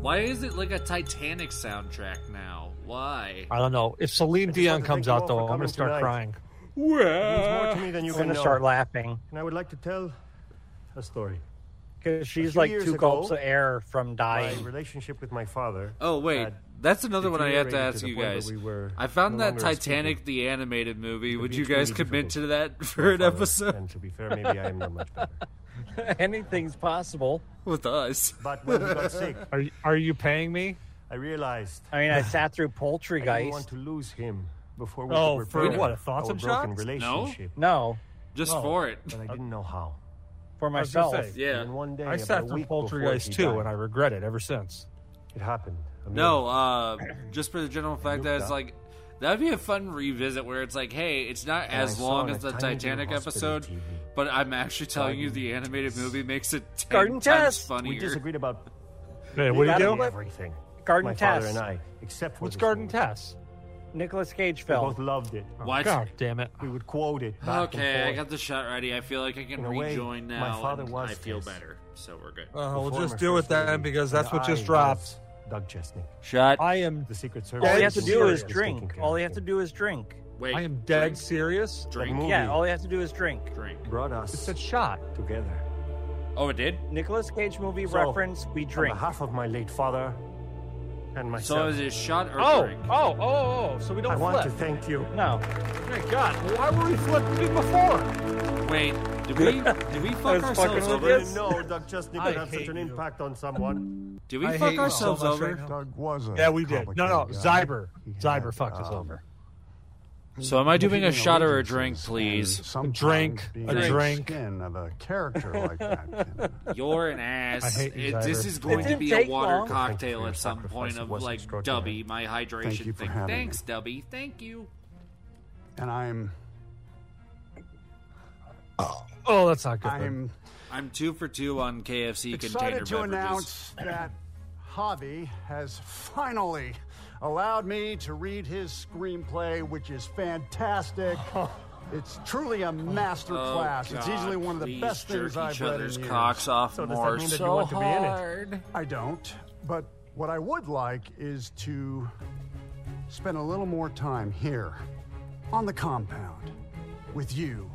[SPEAKER 2] Why is it like a Titanic soundtrack now? Why?
[SPEAKER 4] I don't know. If Celine Dion
[SPEAKER 13] to thank
[SPEAKER 4] comes
[SPEAKER 13] you
[SPEAKER 4] out
[SPEAKER 13] all for
[SPEAKER 4] though, I'm
[SPEAKER 13] coming
[SPEAKER 4] gonna start
[SPEAKER 13] tonight.
[SPEAKER 4] crying.
[SPEAKER 13] It means more to me than you
[SPEAKER 3] I'm
[SPEAKER 13] can
[SPEAKER 3] gonna
[SPEAKER 13] know.
[SPEAKER 3] start laughing
[SPEAKER 13] And I would like to tell a story.
[SPEAKER 3] because she's
[SPEAKER 13] few
[SPEAKER 3] like
[SPEAKER 13] years
[SPEAKER 3] two
[SPEAKER 13] ago,
[SPEAKER 3] gulps of air from
[SPEAKER 13] My
[SPEAKER 3] dying.
[SPEAKER 13] relationship with my father.
[SPEAKER 2] Oh wait,
[SPEAKER 13] had
[SPEAKER 2] that's another one I have to
[SPEAKER 13] deteriorated
[SPEAKER 2] ask
[SPEAKER 13] the
[SPEAKER 2] you
[SPEAKER 13] point where
[SPEAKER 2] guys.
[SPEAKER 13] we were
[SPEAKER 2] I found
[SPEAKER 13] no
[SPEAKER 2] that
[SPEAKER 13] longer speaking.
[SPEAKER 2] Titanic, the animated movie. Would you
[SPEAKER 13] mutually
[SPEAKER 2] guys commit to that for an episode?
[SPEAKER 13] And to be fair, maybe I am not much better.
[SPEAKER 3] Anything's possible.
[SPEAKER 2] with us.
[SPEAKER 13] But when he got sick,
[SPEAKER 4] Are you, are you paying me?
[SPEAKER 13] I realized.
[SPEAKER 3] I mean, I sat through poultry
[SPEAKER 13] I didn't
[SPEAKER 3] guys.
[SPEAKER 13] want to lose him before we
[SPEAKER 3] Oh,
[SPEAKER 13] could
[SPEAKER 3] for
[SPEAKER 13] repair
[SPEAKER 3] what, a thoughts
[SPEAKER 13] our
[SPEAKER 3] and
[SPEAKER 13] broken
[SPEAKER 3] shots? No.
[SPEAKER 13] relationship.
[SPEAKER 3] No.
[SPEAKER 2] Just
[SPEAKER 13] No,
[SPEAKER 2] for it.
[SPEAKER 13] But I didn't know how.
[SPEAKER 3] For
[SPEAKER 4] I was gonna
[SPEAKER 3] myself.
[SPEAKER 4] say, Yeah.
[SPEAKER 13] And one day,
[SPEAKER 4] I
[SPEAKER 13] about a
[SPEAKER 4] sat through
[SPEAKER 13] week before
[SPEAKER 4] Poltergeist
[SPEAKER 13] he
[SPEAKER 4] too,
[SPEAKER 13] died,
[SPEAKER 4] and I regret it ever since.
[SPEAKER 13] It happened. I mean,
[SPEAKER 2] No, uh, just for the general fact that it's
[SPEAKER 13] up.
[SPEAKER 2] like that'd be a fun revisit where it's like, hey, it's not
[SPEAKER 13] And I
[SPEAKER 2] as
[SPEAKER 13] saw
[SPEAKER 2] long
[SPEAKER 13] on
[SPEAKER 2] as
[SPEAKER 13] a
[SPEAKER 2] the
[SPEAKER 13] tiny little
[SPEAKER 2] Titanic
[SPEAKER 13] hospital
[SPEAKER 2] episode,
[SPEAKER 13] TV.
[SPEAKER 2] but I'm actually telling you
[SPEAKER 13] Garden
[SPEAKER 2] the animated movie makes it ten
[SPEAKER 13] Garden
[SPEAKER 2] times
[SPEAKER 13] Test! We
[SPEAKER 2] funnier.
[SPEAKER 13] disagreed about
[SPEAKER 4] Hey, what do you
[SPEAKER 13] literally
[SPEAKER 4] do?
[SPEAKER 13] Everything.
[SPEAKER 3] Garden
[SPEAKER 13] my father
[SPEAKER 3] Tess.
[SPEAKER 13] and I, except for
[SPEAKER 4] What's
[SPEAKER 13] this
[SPEAKER 4] Garden
[SPEAKER 13] movie.
[SPEAKER 4] Tess?
[SPEAKER 3] Nicholas Cage
[SPEAKER 13] We
[SPEAKER 3] film.
[SPEAKER 13] both loved it. Oh,
[SPEAKER 2] What?
[SPEAKER 4] God damn it!
[SPEAKER 13] We would quote it. Back
[SPEAKER 2] Okay, I
[SPEAKER 13] and forth.
[SPEAKER 2] got the shot ready. I feel like I can
[SPEAKER 13] In a way,
[SPEAKER 2] rejoin
[SPEAKER 13] my
[SPEAKER 2] now.
[SPEAKER 13] father
[SPEAKER 2] and
[SPEAKER 13] was
[SPEAKER 2] I feel
[SPEAKER 13] Tess.
[SPEAKER 2] better, so we're good.
[SPEAKER 4] Uh, we'll
[SPEAKER 13] Before
[SPEAKER 4] just
[SPEAKER 13] my
[SPEAKER 4] deal with
[SPEAKER 13] first
[SPEAKER 4] that
[SPEAKER 13] movie,
[SPEAKER 4] because that's
[SPEAKER 13] and
[SPEAKER 4] what just
[SPEAKER 13] I
[SPEAKER 4] dropped.
[SPEAKER 13] was Doug Chesney.
[SPEAKER 2] Shut.
[SPEAKER 4] I am.
[SPEAKER 13] The Secret Service.
[SPEAKER 3] All you have to
[SPEAKER 13] was
[SPEAKER 3] do is
[SPEAKER 13] taking
[SPEAKER 3] drink.
[SPEAKER 13] care
[SPEAKER 3] All
[SPEAKER 13] of
[SPEAKER 3] you have to
[SPEAKER 13] him.
[SPEAKER 3] do is drink.
[SPEAKER 2] Wait,
[SPEAKER 4] I am dead serious.
[SPEAKER 2] drink,
[SPEAKER 13] Movie
[SPEAKER 3] Yeah, all you have to do is drink.
[SPEAKER 2] drink.
[SPEAKER 13] brought
[SPEAKER 4] It
[SPEAKER 13] us
[SPEAKER 4] said shot.
[SPEAKER 13] together.
[SPEAKER 2] Oh, it did.
[SPEAKER 3] Nicholas Cage movie
[SPEAKER 13] So,
[SPEAKER 3] reference. We drink.
[SPEAKER 13] On behalf of my late father and
[SPEAKER 2] So
[SPEAKER 13] myself,
[SPEAKER 2] is it shot or
[SPEAKER 4] Oh,
[SPEAKER 2] drink?
[SPEAKER 4] oh, oh, oh! So we
[SPEAKER 13] I
[SPEAKER 4] don't
[SPEAKER 13] want to
[SPEAKER 4] flip.
[SPEAKER 13] thank you.
[SPEAKER 3] No.
[SPEAKER 4] Thank God. Why were we flipping before?
[SPEAKER 2] Wait, did we did we
[SPEAKER 3] was
[SPEAKER 2] fuck
[SPEAKER 3] fucking
[SPEAKER 2] ourselves
[SPEAKER 13] I
[SPEAKER 2] over?
[SPEAKER 13] didn't know Doug Chesney
[SPEAKER 4] I
[SPEAKER 13] could have such
[SPEAKER 4] hate
[SPEAKER 13] an
[SPEAKER 4] you.
[SPEAKER 13] impact on someone.
[SPEAKER 2] Did we
[SPEAKER 4] I
[SPEAKER 2] fuck
[SPEAKER 4] hate myself
[SPEAKER 2] ourselves
[SPEAKER 4] so much
[SPEAKER 2] over?
[SPEAKER 4] right now.
[SPEAKER 5] Doug was a
[SPEAKER 4] Yeah, we did. No, no,
[SPEAKER 5] complicated guy.
[SPEAKER 4] Zyber.
[SPEAKER 5] He
[SPEAKER 4] Zyber
[SPEAKER 5] had,
[SPEAKER 4] fucked us
[SPEAKER 5] um,
[SPEAKER 4] over.
[SPEAKER 2] So am I doing a
[SPEAKER 5] competing
[SPEAKER 2] shot or a drink,
[SPEAKER 5] allegiances, and
[SPEAKER 2] please?
[SPEAKER 5] sometimes
[SPEAKER 4] drink,
[SPEAKER 5] being
[SPEAKER 4] a
[SPEAKER 5] in the
[SPEAKER 4] drink.
[SPEAKER 5] Skin of a character like that. can-
[SPEAKER 2] You're an ass.
[SPEAKER 4] I hate you,
[SPEAKER 2] It- this
[SPEAKER 4] Zyber.
[SPEAKER 2] is
[SPEAKER 4] It
[SPEAKER 2] going to
[SPEAKER 3] didn't
[SPEAKER 2] be a
[SPEAKER 3] take
[SPEAKER 2] water
[SPEAKER 13] Thank
[SPEAKER 3] long.
[SPEAKER 13] you
[SPEAKER 2] cocktail
[SPEAKER 13] for
[SPEAKER 2] at
[SPEAKER 13] your
[SPEAKER 2] some point
[SPEAKER 13] sacrifice.
[SPEAKER 2] of
[SPEAKER 13] It was
[SPEAKER 2] like
[SPEAKER 13] extraordinary.
[SPEAKER 2] Dubby, my
[SPEAKER 5] Thank you
[SPEAKER 2] hydration
[SPEAKER 5] for
[SPEAKER 2] thing.
[SPEAKER 5] having
[SPEAKER 2] Thanks, Dubby. Thank you.
[SPEAKER 5] and I'm,
[SPEAKER 4] Oh, that's not good.
[SPEAKER 5] I'm
[SPEAKER 2] I'm two for two on KFC container
[SPEAKER 5] excited to
[SPEAKER 2] beverages.
[SPEAKER 5] announce that Hobby has finally allowed me to read his screenplay, which is fantastic. It's truly a masterclass.
[SPEAKER 2] Oh,
[SPEAKER 5] class. it's
[SPEAKER 2] God,
[SPEAKER 5] easily one of the
[SPEAKER 2] please
[SPEAKER 5] best things
[SPEAKER 2] jerk
[SPEAKER 5] I've
[SPEAKER 2] each
[SPEAKER 5] read
[SPEAKER 2] other's
[SPEAKER 5] in years.
[SPEAKER 2] cocks off
[SPEAKER 13] So does that
[SPEAKER 2] more
[SPEAKER 13] mean that you
[SPEAKER 2] so
[SPEAKER 13] want to be in it?
[SPEAKER 2] hard.
[SPEAKER 5] I don't. But what I would like is to spend a little more time here on the compound with you,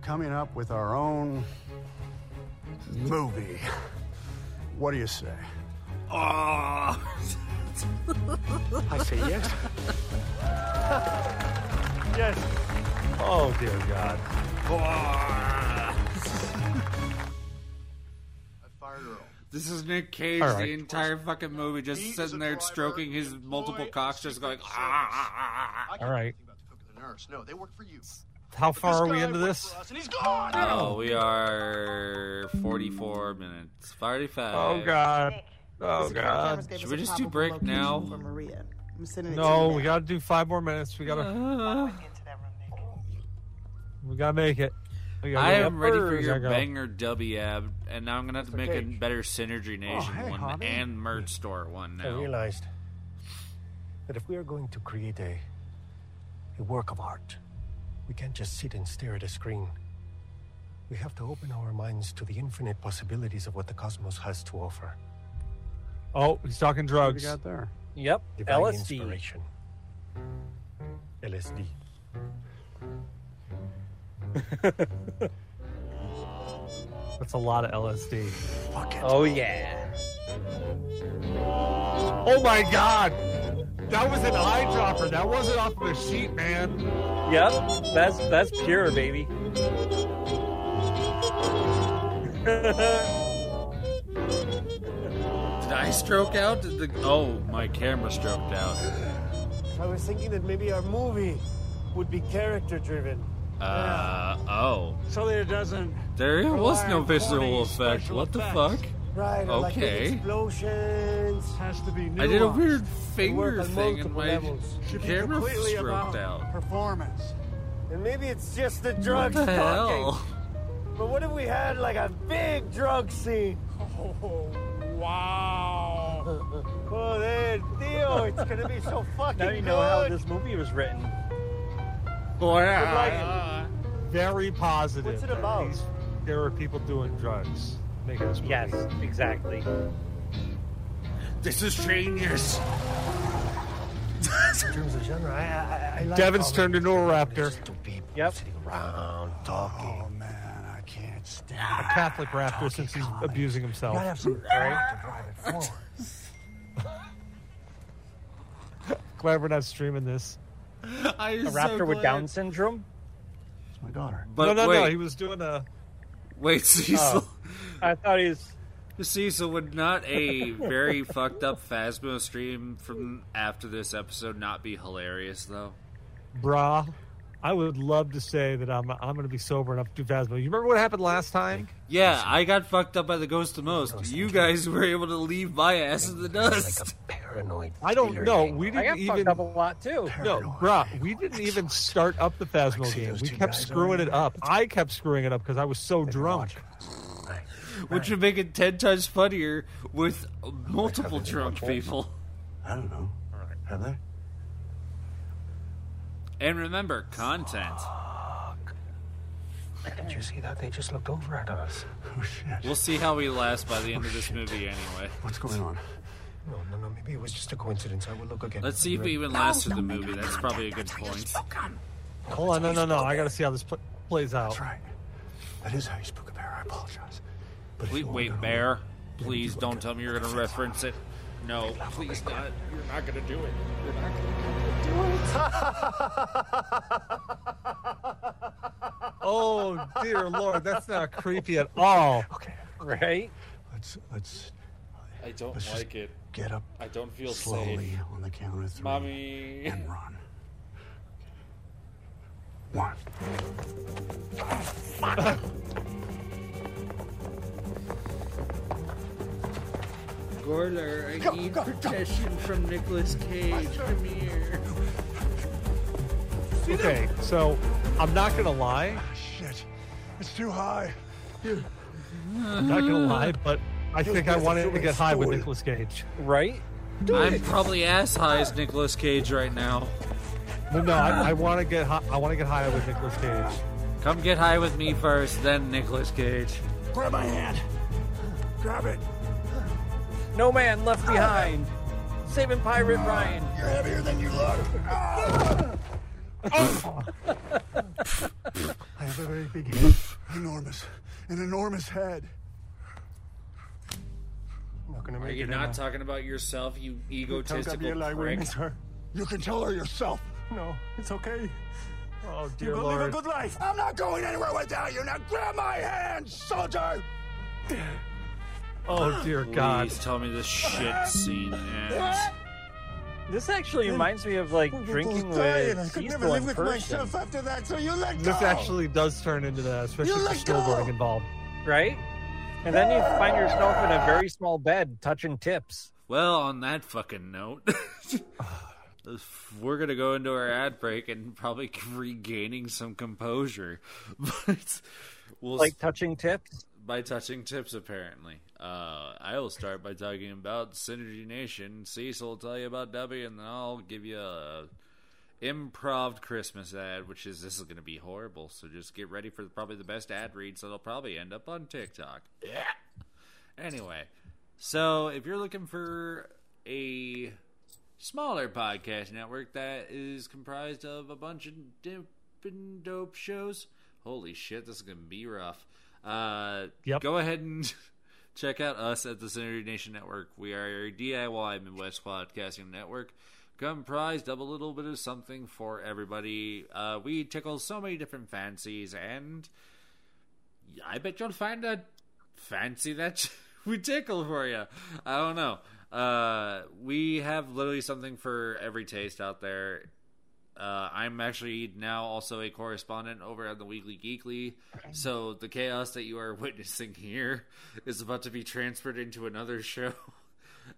[SPEAKER 5] coming up with our own movie. What do you say?
[SPEAKER 20] Ah.
[SPEAKER 2] Oh,
[SPEAKER 13] I say yes. yes.
[SPEAKER 4] Oh dear God.
[SPEAKER 2] this is Nick Cage
[SPEAKER 4] All right.
[SPEAKER 2] the entire fucking movie, just sitting there stroking his multiple cocks, just going. "Ah, ah, ah, ah, ah."
[SPEAKER 4] All right.
[SPEAKER 14] No, they work for you.
[SPEAKER 4] How far are we into this?
[SPEAKER 2] Oh, we are 44 minutes. 45.
[SPEAKER 4] Oh God. Oh
[SPEAKER 15] Security
[SPEAKER 4] God.
[SPEAKER 15] cameras gave
[SPEAKER 2] Should
[SPEAKER 15] us
[SPEAKER 2] we
[SPEAKER 15] a
[SPEAKER 2] just do
[SPEAKER 15] probable
[SPEAKER 2] break
[SPEAKER 15] location
[SPEAKER 8] Oh.
[SPEAKER 2] now?
[SPEAKER 15] for Maria. I'm sending it to
[SPEAKER 4] No,
[SPEAKER 15] you
[SPEAKER 4] we
[SPEAKER 15] now.
[SPEAKER 4] gotta do five more minutes. We gotta. We gotta make it. We gotta
[SPEAKER 2] I
[SPEAKER 4] go
[SPEAKER 2] am ready for
[SPEAKER 4] uppers. I
[SPEAKER 2] your
[SPEAKER 4] go-
[SPEAKER 2] banger W ab,
[SPEAKER 20] Oh,
[SPEAKER 2] and now I'm gonna have to make a better Synergy Nation
[SPEAKER 5] hey,
[SPEAKER 2] one
[SPEAKER 5] Javi.
[SPEAKER 2] and merch store one
[SPEAKER 13] I
[SPEAKER 2] now.
[SPEAKER 13] realized that if we are going to create a, a work of art, we can't just sit and stare at a screen. We have to open our minds to the infinite possibilities of what the cosmos has to offer.
[SPEAKER 4] Oh, he's talking drugs.
[SPEAKER 13] got there?
[SPEAKER 3] Yep.
[SPEAKER 13] Divine
[SPEAKER 3] LSD.
[SPEAKER 13] inspiration. LSD.
[SPEAKER 4] That's a lot of LSD. Fuck it.
[SPEAKER 3] Oh yeah.
[SPEAKER 4] Oh my god. That was an eyedropper. That wasn't off of a sheet, man.
[SPEAKER 3] Yep. That's that's pure, baby.
[SPEAKER 2] Did I stroke out? Did the oh my camera stroked out.
[SPEAKER 20] I was thinking that maybe our movie would be character driven.
[SPEAKER 2] Uh oh.
[SPEAKER 20] So there doesn't.
[SPEAKER 2] There was
[SPEAKER 20] rely
[SPEAKER 2] no
[SPEAKER 20] on
[SPEAKER 2] visual
[SPEAKER 20] corny
[SPEAKER 2] effect.
[SPEAKER 20] special
[SPEAKER 2] What the
[SPEAKER 20] effects.
[SPEAKER 2] fuck?
[SPEAKER 20] Right, or like big
[SPEAKER 2] Okay.
[SPEAKER 20] explosions. Has to be
[SPEAKER 2] I did a
[SPEAKER 20] nuanced.
[SPEAKER 2] weird
[SPEAKER 20] They work
[SPEAKER 2] finger
[SPEAKER 20] on
[SPEAKER 2] thing and
[SPEAKER 20] multiple
[SPEAKER 2] my
[SPEAKER 20] levels. Should be
[SPEAKER 2] camera
[SPEAKER 20] completely
[SPEAKER 2] stroked
[SPEAKER 20] about
[SPEAKER 2] out.
[SPEAKER 20] Performance. And maybe it's just the drugs
[SPEAKER 2] the
[SPEAKER 20] talking.
[SPEAKER 2] hell?
[SPEAKER 20] But what if we had like a big drug scene? Oh, wow. oh, there, Theo, it's gonna be so fucking
[SPEAKER 3] Now you know
[SPEAKER 20] good.
[SPEAKER 3] how this movie was written.
[SPEAKER 4] uh, Very positive.
[SPEAKER 3] What's it
[SPEAKER 4] that
[SPEAKER 3] about?
[SPEAKER 4] these- there are people doing drugs. Making this movie.
[SPEAKER 3] Yes, exactly.
[SPEAKER 4] This is genius.
[SPEAKER 13] In terms of genre, I, I, I like
[SPEAKER 4] Devin's
[SPEAKER 13] all
[SPEAKER 4] turned into a raptor.
[SPEAKER 3] Yep.
[SPEAKER 13] around talking.
[SPEAKER 8] Oh man, I can't stand.
[SPEAKER 4] A Catholic raptor since he's abusing
[SPEAKER 8] You
[SPEAKER 4] himself.
[SPEAKER 8] gotta have some right? to drive it forward.
[SPEAKER 4] Glad we're not streaming this.
[SPEAKER 2] I
[SPEAKER 3] A raptor with Down syndrome.
[SPEAKER 8] It's my daughter.
[SPEAKER 4] no,
[SPEAKER 2] But
[SPEAKER 4] no, no.
[SPEAKER 2] wait.
[SPEAKER 4] He was doing a. oh,
[SPEAKER 2] Wait, Cecil.
[SPEAKER 3] I thought he's
[SPEAKER 2] Cecil would not a very fucked up Phasmo stream from after this episode not be hilarious though.
[SPEAKER 4] Brah, I would love to say that I'm I'm going to be sober enough to do Phasma. You remember what happened last time?
[SPEAKER 2] Yeah, I got fucked up by the ghost of most. You guys were able to leave my ass in the dust.
[SPEAKER 13] Paranoid.
[SPEAKER 4] I don't know. We
[SPEAKER 3] I
[SPEAKER 4] didn't
[SPEAKER 3] got
[SPEAKER 4] even
[SPEAKER 3] fucked up a lot too.
[SPEAKER 4] no, brah. We didn't even start up the Phasmo game. We kept screwing it up. I kept screwing it up because I was so drunk.
[SPEAKER 2] Which would make it ten times funnier with multiple drunk people.
[SPEAKER 8] I don't know. Have they?
[SPEAKER 2] And remember, content.
[SPEAKER 13] Did you see that? They just looked over at us.
[SPEAKER 8] Oh shit.
[SPEAKER 2] We'll see how we last by the end of this movie anyway.
[SPEAKER 8] Oh, What's going on?
[SPEAKER 13] No, no, no. Maybe it was just a coincidence. I will look again.
[SPEAKER 2] Let's see if we even last through the movie. That's probably a good point.
[SPEAKER 4] Hold on, no, no, no. I got to see how this pl- plays out. That's
[SPEAKER 8] right. That is how you spook a bear. I apologize.
[SPEAKER 2] Wait, wait, Bear. Please don't tell me you're gonna reference it. No, please not. You're not gonna do it. You're not gonna do
[SPEAKER 4] Oh dear lord, that's not creepy at all. Okay.
[SPEAKER 3] Right?
[SPEAKER 8] Let's let's
[SPEAKER 2] it. I don't
[SPEAKER 8] Let's just
[SPEAKER 2] like it.
[SPEAKER 8] get up
[SPEAKER 2] I don't feel
[SPEAKER 8] slowly
[SPEAKER 2] safe.
[SPEAKER 8] on the count of three.
[SPEAKER 2] Mommy.
[SPEAKER 8] And run. One.
[SPEAKER 2] Gorler, I need protection from Nicolas Cage. Come here.
[SPEAKER 4] Okay, so I'm not gonna lie.
[SPEAKER 8] Shit. It's too high.
[SPEAKER 4] I'm not gonna lie, but I
[SPEAKER 8] Dude,
[SPEAKER 4] think I
[SPEAKER 8] that's
[SPEAKER 4] wanted to
[SPEAKER 8] really
[SPEAKER 4] get high with
[SPEAKER 8] stupid.
[SPEAKER 4] Nicolas Cage.
[SPEAKER 3] Right?
[SPEAKER 2] I'm probably as high as Nicolas Cage right now.
[SPEAKER 4] No, no, I, I want to get high. I want to get high with Nicolas Cage.
[SPEAKER 2] Come get high with me first, then Nicolas Cage.
[SPEAKER 8] Grab my hand. Grab it.
[SPEAKER 3] No man left behind. Saving Pirate Ryan.
[SPEAKER 8] You're heavier than you look. I have a very big, enormous, an enormous head.
[SPEAKER 13] not gonna
[SPEAKER 2] Are
[SPEAKER 13] make
[SPEAKER 2] you
[SPEAKER 13] it.
[SPEAKER 2] not
[SPEAKER 13] am
[SPEAKER 2] talking about yourself, you
[SPEAKER 13] I? Don't be
[SPEAKER 2] egotistical
[SPEAKER 13] like we
[SPEAKER 2] prick?
[SPEAKER 13] miss her.
[SPEAKER 8] You can tell her yourself.
[SPEAKER 13] No, it's okay.
[SPEAKER 4] Oh
[SPEAKER 13] You
[SPEAKER 4] dear
[SPEAKER 13] go live a
[SPEAKER 4] lord.
[SPEAKER 13] good life.
[SPEAKER 8] I'm not going anywhere without you. Now grab my hand, soldier.
[SPEAKER 4] Oh dear god.
[SPEAKER 2] Please tell me the shit scene ends.
[SPEAKER 3] This actually reminds me of like drinking with Cecil in person.
[SPEAKER 8] after that, so you let
[SPEAKER 4] This actually does turn into that, especially
[SPEAKER 8] You
[SPEAKER 4] if there's
[SPEAKER 8] let go.
[SPEAKER 4] snowboarding involved.
[SPEAKER 3] Right? And then you find yourself in a very small bed touching tips.
[SPEAKER 2] Well, on that fucking note, we're gonna go into our ad break and probably regaining some composure, but we'll
[SPEAKER 3] Like touching tips.
[SPEAKER 2] by touching tips, apparently. Uh, I'll start by talking about Synergy Nation. Cecil will tell you about Debbie, and then I'll give you a improv Christmas ad, which is this is going to be horrible. So just get ready for probably the best ad reads that'll probably end up on TikTok. Yeah. Anyway, so if you're looking for a smaller podcast network that is comprised of a bunch of different dope shows, holy shit, this is going to be rough. Uh, Go ahead and check out us at the Synergy Nation Network. We are a DIY Midwest podcasting network comprised of a little bit of something for everybody. Uh, we tickle so many different fancies, and I bet you'll find a fancy that we tickle for you. I don't know. Uh, we have literally something for every taste out there. Uh, I'm actually now also a correspondent over at the Weekly Geekly, so the chaos that you are witnessing here is about to be transferred into another show,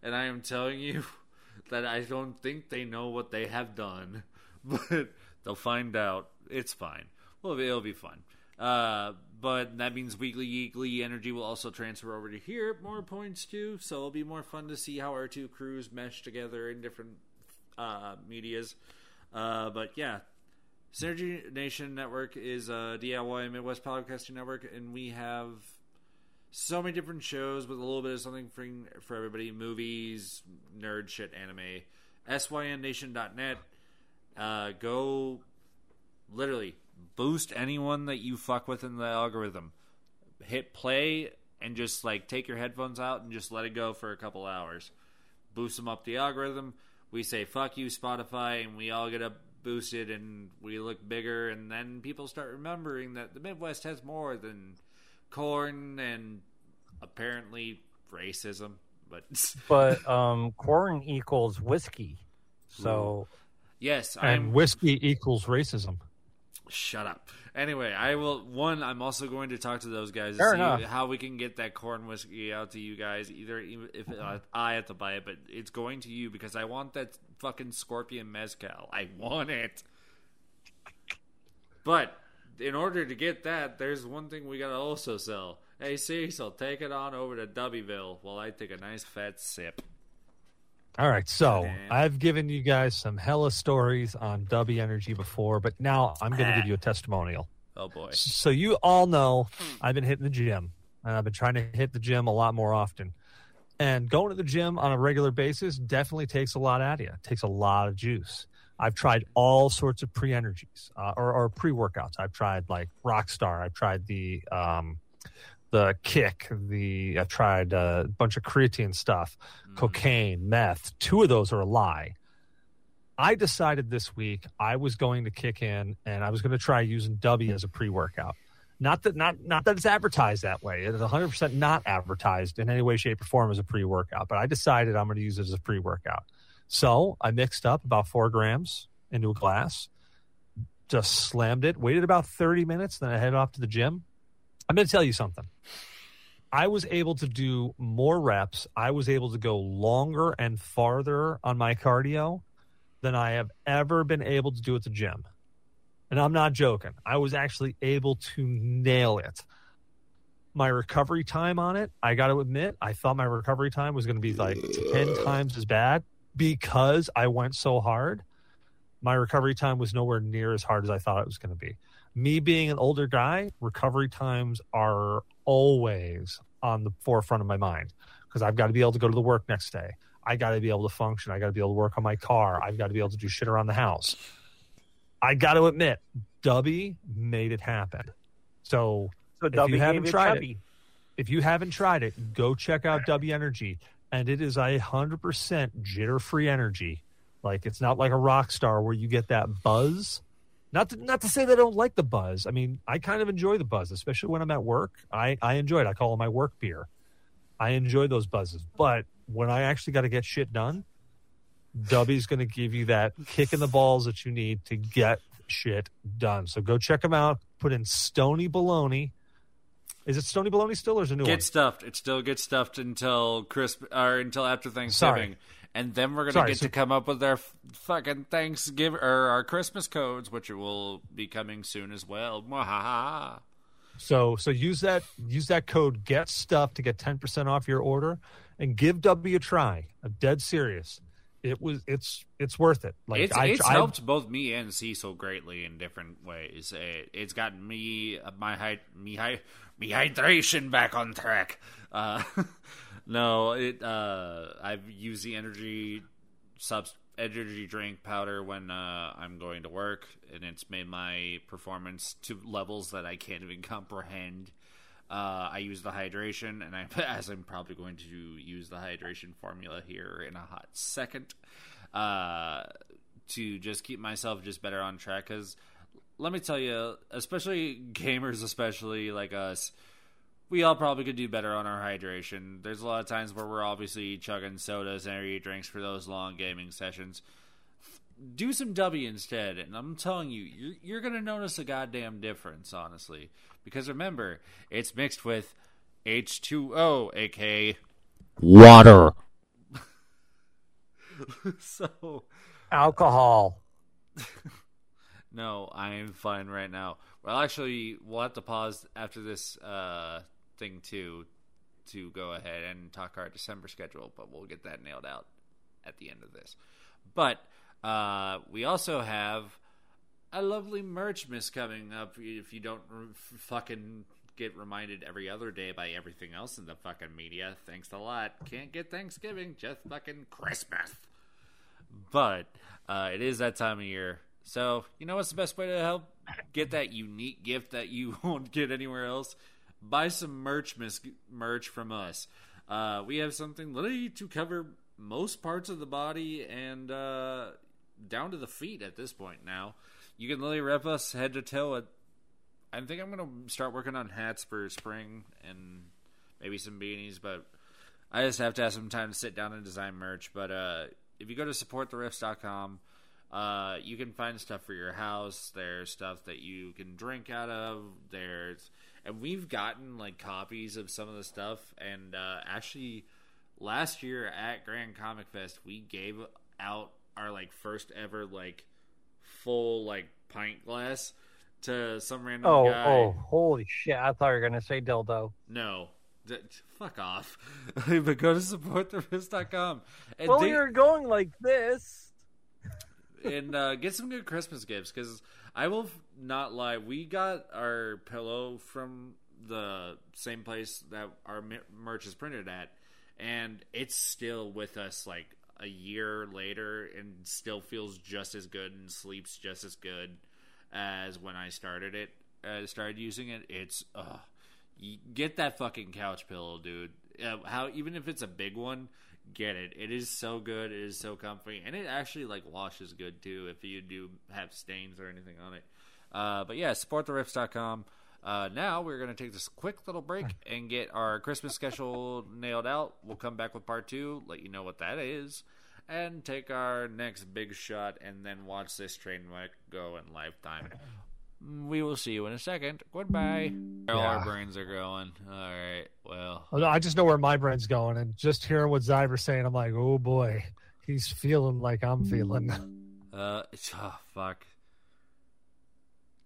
[SPEAKER 2] and I am telling you that I don't think they know what they have done, but they'll find out. It's fine. Well, it'll be fun. Uh, but that means weekly geekly energy will also transfer over to here. More points too, so it'll be more fun to see how our two crews mesh together in different uh, media's. Uh, but yeah, Synergy Nation Network is a DIY Midwest podcasting network, and we have so many different shows with a little bit of something for, for everybody movies, nerd shit, anime. SYNNation.net. Uh, go literally boost anyone that you fuck with in the algorithm. Hit play and just like take your headphones out and just let it go for a couple hours. Boost them up the algorithm. We say fuck you, Spotify, and we all get up boosted and we look bigger. And then people start remembering that the Midwest has more than corn and apparently racism. But
[SPEAKER 3] But um, corn equals whiskey. So
[SPEAKER 2] yes, I'm
[SPEAKER 4] And whiskey equals racism.
[SPEAKER 2] Shut up. Anyway, I will. One, I'm also going to talk to those guys to
[SPEAKER 4] Fair
[SPEAKER 2] see
[SPEAKER 4] enough.
[SPEAKER 2] how we can get that corn whiskey out to you guys. Either even if uh, I have to buy it, but it's going to you because I want that fucking scorpion mezcal. I want it. But in order to get that, there's one thing we gotta also sell. Hey Cecil, take it on over to Dubbyville while I take a nice fat sip.
[SPEAKER 4] All right, so I've given you guys some hella stories on W Energy before, but now I'm going to give you a testimonial.
[SPEAKER 2] Oh boy.
[SPEAKER 4] So you all know I've been hitting the gym, and I've been trying to hit the gym a lot more often. And going to the gym on a regular basis definitely takes a lot out of you. It takes a lot of juice. I've tried all sorts of pre energies uh, or, or pre workouts. I've tried like Rockstar. I've tried the um, the kick. The I've tried uh, a bunch of creatine stuff,
[SPEAKER 2] Mm.
[SPEAKER 4] cocaine, meth. Two of those are a lie. I decided this week I was going to kick in and I was going to try using W as a pre-workout. Not that not not that it's advertised that way. It is 100% not advertised in any way shape or form as a pre-workout, but I decided I'm going to use it as a pre-workout. So, I mixed up about 4 grams into a glass, just slammed it, waited about 30 minutes, then I headed off to the gym. I'm going to tell you something. I was able to do more reps. I was able to go longer and farther on my cardio than I have ever been able to do at the gym. And I'm not joking. I was actually able to nail it. My recovery time on it, I got to admit, I thought my recovery time was going to be like 10 times as bad because I went so hard. My recovery time was nowhere near as hard as I thought it was going to be. Me being an older guy, recovery times are always on the forefront of my mind because I've got to be able to go to the work next day. I got to be able to function. I got to be able to work on my car. I've got to be able to do shit around the house. I got to admit, Dubby made it happen. So,
[SPEAKER 3] So
[SPEAKER 4] if
[SPEAKER 3] Dubby
[SPEAKER 4] you haven't
[SPEAKER 3] gave you
[SPEAKER 4] tried it,
[SPEAKER 3] Chubby.
[SPEAKER 4] if you haven't tried it, go check out W Energy, and it is a hundred percent jitter free energy. Like it's not like a rock star where you get that buzz. Not to, not to say that I don't like the buzz. I mean, I kind of enjoy the buzz, especially when I'm at work. I, I enjoy it. I call it my work beer. I enjoy those buzzes. But when I actually got to get shit done, Dubby's going to give you that kick in the balls that you need to get shit done. So go check him out. Put in Stony Baloney. Is it Stony Baloney still or is it a new
[SPEAKER 2] get
[SPEAKER 4] one?
[SPEAKER 2] stuffed. It still gets stuffed until crisp or until after Thanksgiving, and then we're gonna
[SPEAKER 4] Sorry,
[SPEAKER 2] get
[SPEAKER 4] so-
[SPEAKER 2] to come up with our f- fucking Thanksgiving or our Christmas codes, which will be coming soon as well. Mwahaha.
[SPEAKER 4] So so use that use that code get stuff to get ten percent off your order, and give W a try. I'm dead serious. It was it's it's worth it.
[SPEAKER 2] it's
[SPEAKER 4] I-
[SPEAKER 2] it's
[SPEAKER 4] I-
[SPEAKER 2] helped both me and Cecil greatly in different ways. It, it's gotten me uh, my hy- me hy- me hydration back on track. Uh, no, it uh, I've used the energy subs energy drink powder when uh, I'm going to work, and it's made my performance to levels that I can't even comprehend. Uh, I use the hydration, and I, as I'm probably going to use the hydration formula here in a hot second, uh, to just keep myself just better on track. Because let me tell you, especially gamers, especially like us, we all probably could do better on our hydration. There's a lot of times where we're obviously chugging sodas and energy drinks for those long gaming sessions. Do some W instead, and I'm telling you, you're, you're gonna notice a goddamn difference, honestly. Because remember, it's mixed with H2O, aka
[SPEAKER 4] Water.
[SPEAKER 2] so
[SPEAKER 4] alcohol.
[SPEAKER 2] No, I am fine right now. Well, actually, we'll have to pause after this uh, thing too to go ahead and talk our December schedule, but we'll get that nailed out at the end of this. But uh, we also have a lovely merch miss coming up. If you don't r- fucking get reminded every other day by everything else in the fucking media, thanks a lot. Can't get Thanksgiving, just fucking Christmas but uh, it is that time of year. So you know what's the best way to help get that unique gift that you won't get anywhere else? Buy some merch, mis- merch from us. Uh, we have something literally to cover most parts of the body and uh, down to the feet at this point. Now you can literally rep us head to toe. At, I think I'm gonna start working on hats for spring and maybe some beanies, but I just have to have some time to sit down and design merch. But uh, if you go to supporttheriffs.com, uh, you can find stuff for your house. There's stuff that you can drink out of. There's and we've gotten like copies of some of the stuff. And uh, actually, last year at Grand Comic Fest, we gave out our like first ever like full like pint glass to some random
[SPEAKER 3] Oh,
[SPEAKER 2] guy.
[SPEAKER 3] oh, holy shit. I thought you were going to say dildo.
[SPEAKER 2] No. D- fuck off. but go to supporttherist.com. And
[SPEAKER 3] well,
[SPEAKER 2] they-
[SPEAKER 3] you're going like this.
[SPEAKER 2] and uh, get some good Christmas gifts because I will f- not lie. We got our pillow from the same place that our mer- merch is printed at, and it's still with us like a year later and still feels just as good and sleeps just as good as when I started it. Uh, started using it. It's uh, y- get that fucking couch pillow, dude. Uh, how even if it's a big one, get it. It is so good. It is so comfy, and it actually like washes good too if you do have stains or anything on it. Uh, but yeah, supporttherifts.com. Uh, now we're gonna take this quick little break and get our Christmas schedule nailed out. We'll come back with part two, let you know what that is, and take our next big shot, and then watch this train wreck go in lifetime. We will see you in a second. Goodbye. All our
[SPEAKER 4] Yeah.
[SPEAKER 2] brains are going. All right. Well.
[SPEAKER 4] I just know where my brain's going, and just hearing what Zyver's saying, I'm like, oh boy, he's feeling like I'm feeling.
[SPEAKER 2] Uh, it's- oh, fuck.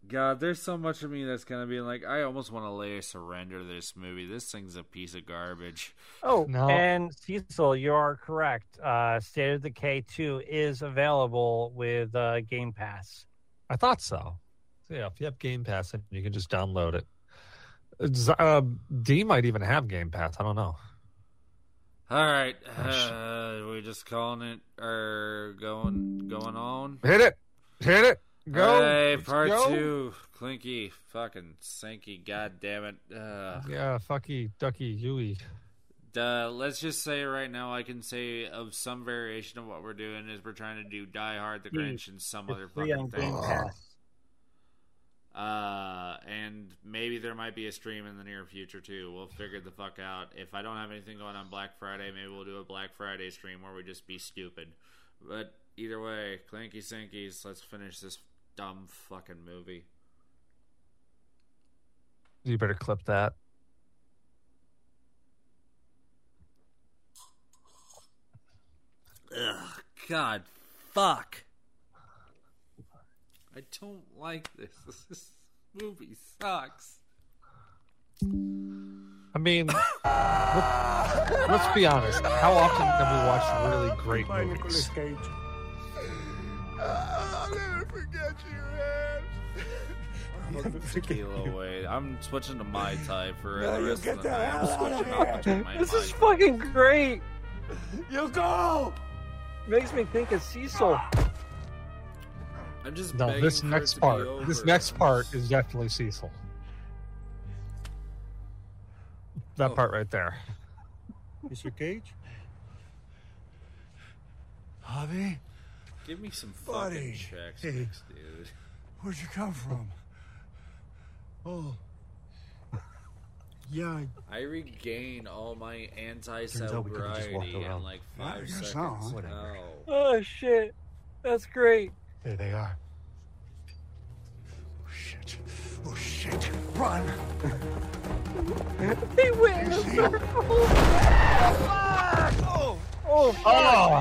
[SPEAKER 2] God, there's so much of me that's gonna be like, I almost want to lay surrender this movie. This thing's a piece of garbage.
[SPEAKER 3] Oh,
[SPEAKER 4] No.
[SPEAKER 3] and Cecil, you are correct. Uh, State of Decay 2 is available with uh, Game Pass.
[SPEAKER 4] I thought so. So, yeah, if you have Game Pass, then you can just download it. It's, uh, D might even have Game Pass. I don't know.
[SPEAKER 2] All right,
[SPEAKER 4] Oh,
[SPEAKER 2] uh, we just calling it or going going on.
[SPEAKER 4] Hit it, hit it, go.
[SPEAKER 2] Hey,
[SPEAKER 4] Let's
[SPEAKER 2] part
[SPEAKER 4] go.
[SPEAKER 2] two, clinky, fucking sinky, god damn it. Uh,
[SPEAKER 4] Yeah, fucky, ducky, Yui.
[SPEAKER 2] Uh, let's just say right now, I can say of some variation of what we're doing is we're trying to do Die Hard, The
[SPEAKER 3] Hmm.
[SPEAKER 2] Grinch, and some
[SPEAKER 3] It's
[SPEAKER 2] other
[SPEAKER 3] free
[SPEAKER 2] fucking
[SPEAKER 3] on Game
[SPEAKER 2] thing.
[SPEAKER 3] Pass.
[SPEAKER 2] Uh, and maybe there might be a stream in the near future too. We'll figure the fuck out. If I don't have anything going on Black Friday, maybe we'll do a Black Friday stream where we just be stupid. But either way, clanky sinkies, let's finish this dumb fucking movie.
[SPEAKER 4] You better clip that.
[SPEAKER 2] Ugh, God, fuck. I don't like this. This movie sucks.
[SPEAKER 4] I mean, let- let's be honest. How often have we watched really great movies?
[SPEAKER 15] I'll never forget you,
[SPEAKER 2] Tequila away. I'm switching to my type for
[SPEAKER 15] No,
[SPEAKER 2] the
[SPEAKER 15] you
[SPEAKER 2] rest
[SPEAKER 15] get
[SPEAKER 2] of
[SPEAKER 15] the
[SPEAKER 2] the night. I'm
[SPEAKER 15] hell outta
[SPEAKER 2] switching off
[SPEAKER 15] here.
[SPEAKER 2] between my
[SPEAKER 3] This
[SPEAKER 2] mic.
[SPEAKER 3] is fucking great.
[SPEAKER 15] You go.
[SPEAKER 3] Makes me think of Cecil.
[SPEAKER 2] I'm just
[SPEAKER 4] No,
[SPEAKER 2] begging
[SPEAKER 4] this
[SPEAKER 2] for it
[SPEAKER 4] next
[SPEAKER 2] to be
[SPEAKER 4] part, this
[SPEAKER 2] over.
[SPEAKER 4] next part is definitely Cecil. That
[SPEAKER 2] Oh.
[SPEAKER 4] part right there.
[SPEAKER 15] Mr. Cage? Javi?
[SPEAKER 2] Give me some fucking
[SPEAKER 15] Buddy.
[SPEAKER 2] checks,
[SPEAKER 15] Hey.
[SPEAKER 2] please, dude.
[SPEAKER 15] Where'd you come from? Oh. Yeah, I
[SPEAKER 2] I regain all my
[SPEAKER 15] out we could've just walked
[SPEAKER 2] anti-sobriety in
[SPEAKER 15] around.
[SPEAKER 2] like
[SPEAKER 15] Yeah, I
[SPEAKER 2] five
[SPEAKER 15] guess
[SPEAKER 2] seconds.
[SPEAKER 15] not, huh?
[SPEAKER 2] No.
[SPEAKER 3] Oh shit, that's great.
[SPEAKER 13] There they are.
[SPEAKER 15] Oh shit! Run!
[SPEAKER 3] he went in a circle.
[SPEAKER 13] Oh.
[SPEAKER 15] oh! Oh!
[SPEAKER 4] Oh!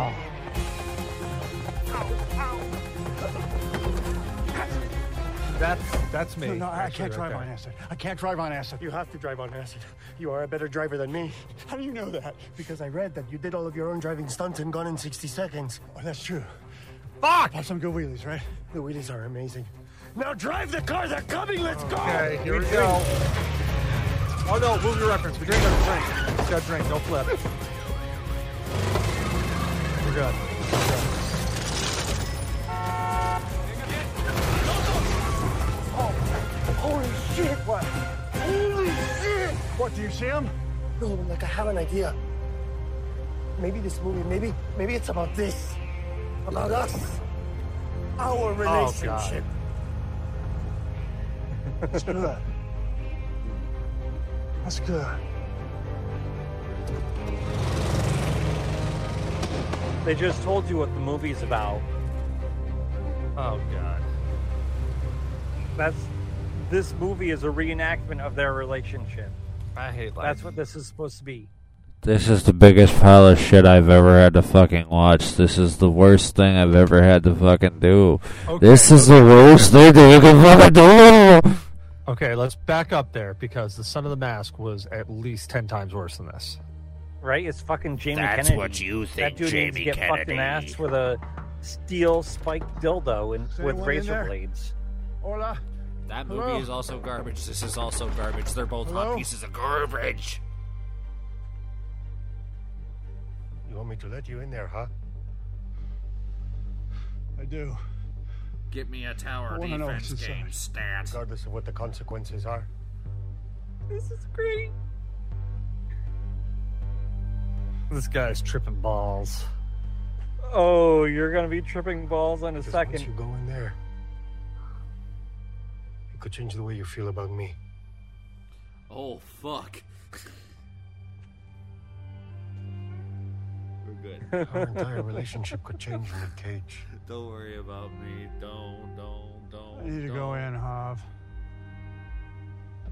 [SPEAKER 13] That's that's
[SPEAKER 4] me,
[SPEAKER 13] No,
[SPEAKER 4] actually,
[SPEAKER 13] I can't
[SPEAKER 4] right
[SPEAKER 13] drive
[SPEAKER 4] there.
[SPEAKER 13] on acid. I can't drive on acid. You have to drive on acid. You are a better driver than me. How do you know that? Because I read that you did all of your own driving stunts and gone in 60 seconds. Oh, that's true. Fuck! Have some good wheelies, right? The wheelies are amazing. Now drive the car. They're coming. Let's go.
[SPEAKER 4] Okay, here we go. Oh no, move your reference. We drink, gotta drink. Just gotta drink. Don't flip. We're good.
[SPEAKER 13] Holy shit! What? Holy shit! What? Do you see him? No, like I have an idea. Maybe this movie. Maybe maybe it's about this. About us. Our
[SPEAKER 15] God.
[SPEAKER 13] relationship.
[SPEAKER 15] That's good. That's good.
[SPEAKER 3] They just told you what the movie's about.
[SPEAKER 4] Oh god.
[SPEAKER 3] That's this movie is a reenactment of their relationship.
[SPEAKER 4] I hate life.
[SPEAKER 3] That's what this is supposed to be.
[SPEAKER 2] This is the biggest pile of shit I've ever had to fucking watch. This is the worst thing I've ever had to fucking do. This is the worst thing that you can fucking do.
[SPEAKER 4] Okay, let's back up there because the Son of the Mask was at least ten times worse than this.
[SPEAKER 3] Right? It's fucking Jamie
[SPEAKER 4] That's
[SPEAKER 3] Kennedy.
[SPEAKER 4] what you
[SPEAKER 3] That
[SPEAKER 4] think,
[SPEAKER 3] dude needs to
[SPEAKER 4] Jamie
[SPEAKER 3] get fucking
[SPEAKER 4] Kennedy.
[SPEAKER 3] ass with a steel spiked dildo and with
[SPEAKER 8] anyone in
[SPEAKER 3] razor
[SPEAKER 8] there?
[SPEAKER 3] blades.
[SPEAKER 8] Hola.
[SPEAKER 2] That movie
[SPEAKER 8] Hello?
[SPEAKER 2] is also garbage. This is also garbage. They're both
[SPEAKER 13] Hello?
[SPEAKER 2] hot pieces of garbage.
[SPEAKER 13] You want me to let you in there, huh?
[SPEAKER 8] I do.
[SPEAKER 2] Get me a tower
[SPEAKER 13] I wanna know
[SPEAKER 2] defense
[SPEAKER 13] what's
[SPEAKER 2] game stat.
[SPEAKER 13] Regardless of what the consequences are.
[SPEAKER 3] This is great.
[SPEAKER 4] This guy's tripping balls.
[SPEAKER 3] Oh, you're gonna be tripping balls in a second.
[SPEAKER 13] Once you go in there, it could change the way you feel about me.
[SPEAKER 2] Oh fuck. We're good.
[SPEAKER 13] Our entire relationship could change in the cage.
[SPEAKER 2] Don't worry about me. Don't, don't, don't.
[SPEAKER 8] I need to
[SPEAKER 2] don't.
[SPEAKER 8] go in, Hav.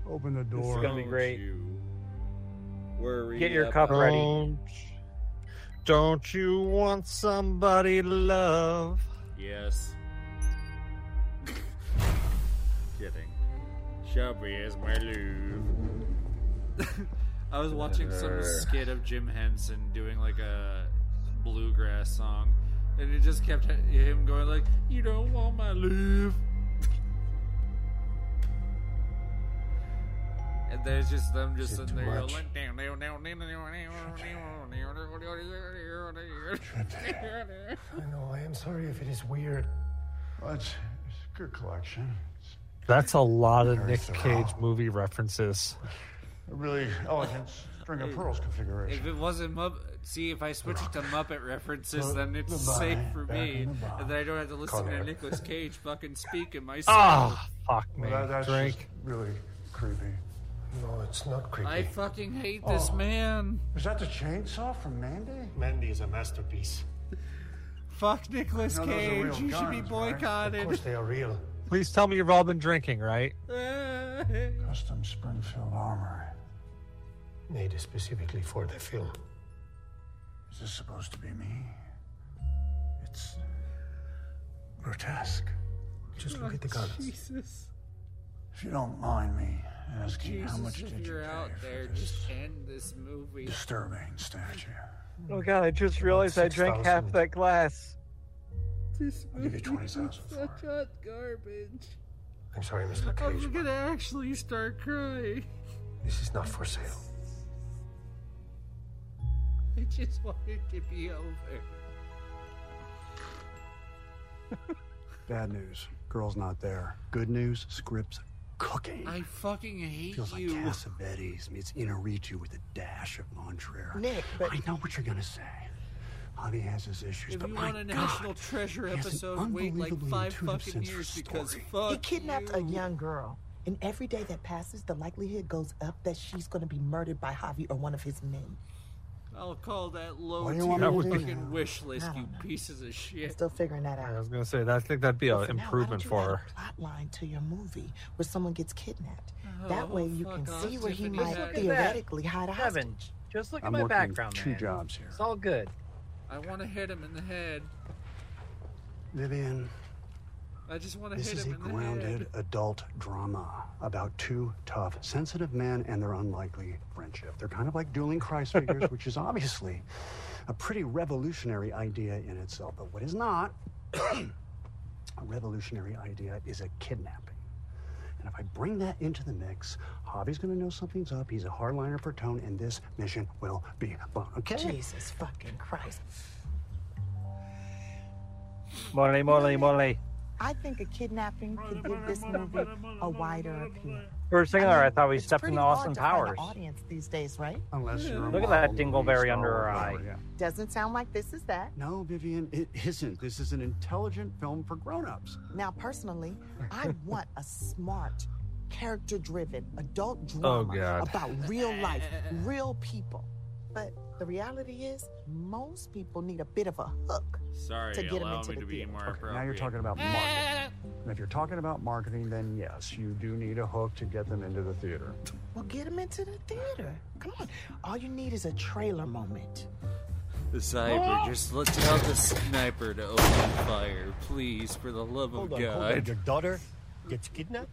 [SPEAKER 8] Open the door.
[SPEAKER 3] This is gonna be great.
[SPEAKER 2] Worry
[SPEAKER 3] Get your cup
[SPEAKER 2] about-
[SPEAKER 3] ready.
[SPEAKER 4] Don't, don't you want somebody to love?
[SPEAKER 2] Yes. Kidding. Chubby is my love. I was watching some skit of Jim Henson doing like a bluegrass song, and it just kept him going like, "You don't want my love," and there's just them just sitting there going like, "Down, down, down, down, down, down, down, down, down, down, down."
[SPEAKER 13] I know, I am sorry if it is weird.
[SPEAKER 8] That's it's a good collection.
[SPEAKER 4] That's a lot of Nick Cage movie references.
[SPEAKER 8] A really elegant string of pearls configuration.
[SPEAKER 2] If it wasn't Mupp see if I switch it to Muppet references,
[SPEAKER 8] Look,
[SPEAKER 2] then it's
[SPEAKER 8] goodbye,
[SPEAKER 2] safe for
[SPEAKER 8] back
[SPEAKER 2] me,
[SPEAKER 8] in the box.
[SPEAKER 2] and then I don't have to listen
[SPEAKER 8] Connor.
[SPEAKER 2] to Nicolas Cage fucking speaking myself.
[SPEAKER 4] Ah, fuck me.
[SPEAKER 8] Well, that- that's
[SPEAKER 4] Drink.
[SPEAKER 8] just really creepy.
[SPEAKER 13] No, it's not creepy.
[SPEAKER 2] I fucking hate this
[SPEAKER 8] Oh.
[SPEAKER 2] man.
[SPEAKER 8] Is that the chainsaw from Mandy?
[SPEAKER 13] Mandy is a masterpiece.
[SPEAKER 2] Fuck Nicolas
[SPEAKER 8] No, those are
[SPEAKER 2] Cage.
[SPEAKER 8] real
[SPEAKER 2] You should be
[SPEAKER 8] guns, right?
[SPEAKER 13] Of
[SPEAKER 2] boycotted.
[SPEAKER 13] course, they are real.
[SPEAKER 4] Please tell me you've all been drinking, right?
[SPEAKER 8] Custom Springfield armor.
[SPEAKER 13] Made specifically for the film.
[SPEAKER 8] Is this supposed to be me? It's grotesque.
[SPEAKER 13] Just look at the guns.
[SPEAKER 2] Jesus.
[SPEAKER 8] If you don't mind me
[SPEAKER 21] asking how
[SPEAKER 2] Jesus,
[SPEAKER 21] much
[SPEAKER 2] if
[SPEAKER 21] did you
[SPEAKER 2] you're
[SPEAKER 21] pay
[SPEAKER 2] out
[SPEAKER 21] for
[SPEAKER 2] there, just end this movie.
[SPEAKER 21] Disturbing statue.
[SPEAKER 3] Oh god, I just realized I drank half that glass.
[SPEAKER 22] This
[SPEAKER 21] I'll give you 20,000
[SPEAKER 22] such hot garbage.
[SPEAKER 23] I'm sorry, Mr. Cage.
[SPEAKER 22] I'm gonna actually start crying.
[SPEAKER 23] This is not for sale.
[SPEAKER 22] I just want it to be over.
[SPEAKER 8] Bad news. Girl's not there. Good news. Scripts cooking.
[SPEAKER 2] I fucking hate
[SPEAKER 8] Feels like
[SPEAKER 2] you.
[SPEAKER 8] Cassavetes meets Inarritu with a dash of Montreal.
[SPEAKER 22] Nick,
[SPEAKER 8] I know what you're gonna say. Honey has his issues,
[SPEAKER 2] If
[SPEAKER 8] but
[SPEAKER 2] you
[SPEAKER 8] my
[SPEAKER 2] want a
[SPEAKER 8] God,
[SPEAKER 2] national treasure
[SPEAKER 8] he has an
[SPEAKER 2] episode, wait like
[SPEAKER 8] unbelievably
[SPEAKER 2] five
[SPEAKER 8] intuitive
[SPEAKER 2] fucking
[SPEAKER 8] sense for
[SPEAKER 2] years because
[SPEAKER 8] story.
[SPEAKER 2] fuck.
[SPEAKER 15] He kidnapped a young girl, and every day that passes, the likelihood goes up that she's going to be murdered by Javi or one of his men.
[SPEAKER 2] I'll call that low
[SPEAKER 15] What do
[SPEAKER 2] tier
[SPEAKER 15] you want me to do
[SPEAKER 2] fucking wish list, you pieces of shit.
[SPEAKER 15] Still figuring that out.
[SPEAKER 4] I was gonna say that. I think that'd be an improvement for her.
[SPEAKER 15] Plot line to your movie where someone gets kidnapped.
[SPEAKER 2] Oh,
[SPEAKER 15] that way you
[SPEAKER 2] fuck
[SPEAKER 15] can
[SPEAKER 2] off,
[SPEAKER 15] see where he
[SPEAKER 2] Tiffany
[SPEAKER 15] might
[SPEAKER 2] Haddish. Look at that.
[SPEAKER 15] theoretically hide a hostage.
[SPEAKER 3] Kevin, just look at
[SPEAKER 8] I'm
[SPEAKER 3] my
[SPEAKER 8] working
[SPEAKER 3] background,
[SPEAKER 8] two
[SPEAKER 3] man.
[SPEAKER 8] jobs here.
[SPEAKER 3] It's all good.
[SPEAKER 2] I want to hit him in the head.
[SPEAKER 8] Vivian,
[SPEAKER 2] I just want to
[SPEAKER 8] This
[SPEAKER 2] hit
[SPEAKER 8] is a
[SPEAKER 2] him in the head.
[SPEAKER 8] grounded adult drama about two tough, sensitive men and their unlikely friendship. They're kind of like dueling Christ figures, which is obviously a pretty revolutionary idea in itself. But what is not a revolutionary idea is a kidnapping. And if I bring that into the mix, Javi's going to know something's up. He's a hardliner for tone, and this mission will be fun. Okay?
[SPEAKER 15] Jesus fucking Christ.
[SPEAKER 3] Morley, Morley, Morley.
[SPEAKER 15] I think a kidnapping could give this movie a wider appeal.
[SPEAKER 3] For a second there, I thought we stepped
[SPEAKER 15] Pretty
[SPEAKER 3] into
[SPEAKER 15] hard
[SPEAKER 3] Austin
[SPEAKER 15] to find
[SPEAKER 3] Powers.
[SPEAKER 15] an audience these days, right?
[SPEAKER 8] Unless you're a
[SPEAKER 3] Look at that
[SPEAKER 8] model
[SPEAKER 3] dingleberry
[SPEAKER 8] movie
[SPEAKER 3] under
[SPEAKER 8] star
[SPEAKER 3] her
[SPEAKER 8] or
[SPEAKER 3] eye.
[SPEAKER 8] whatever, yeah.
[SPEAKER 15] Doesn't sound like this is that.
[SPEAKER 8] No, Vivian, it isn't. This is an intelligent film for grown-ups.
[SPEAKER 15] Now, personally, I want a smart, character driven adult
[SPEAKER 3] Oh,
[SPEAKER 15] drama
[SPEAKER 8] God.
[SPEAKER 15] about real life, real people. But the reality is, most people need a bit of a hook.
[SPEAKER 2] Sorry,
[SPEAKER 15] to get him
[SPEAKER 2] allow
[SPEAKER 15] into
[SPEAKER 2] me
[SPEAKER 15] the
[SPEAKER 2] to be
[SPEAKER 15] theater.
[SPEAKER 2] more
[SPEAKER 8] Okay,
[SPEAKER 2] appropriate.
[SPEAKER 8] now you're talking about marketing. And if you're talking about marketing, then yes, you do need a hook to get them into the theater.
[SPEAKER 15] Well, get them into the theater. Come on. All you need is a trailer moment.
[SPEAKER 2] The sniper, just let tell the sniper to open fire, please, for the love of
[SPEAKER 8] Hold on,
[SPEAKER 2] God.
[SPEAKER 8] hold on, your
[SPEAKER 13] daughter gets kidnapped?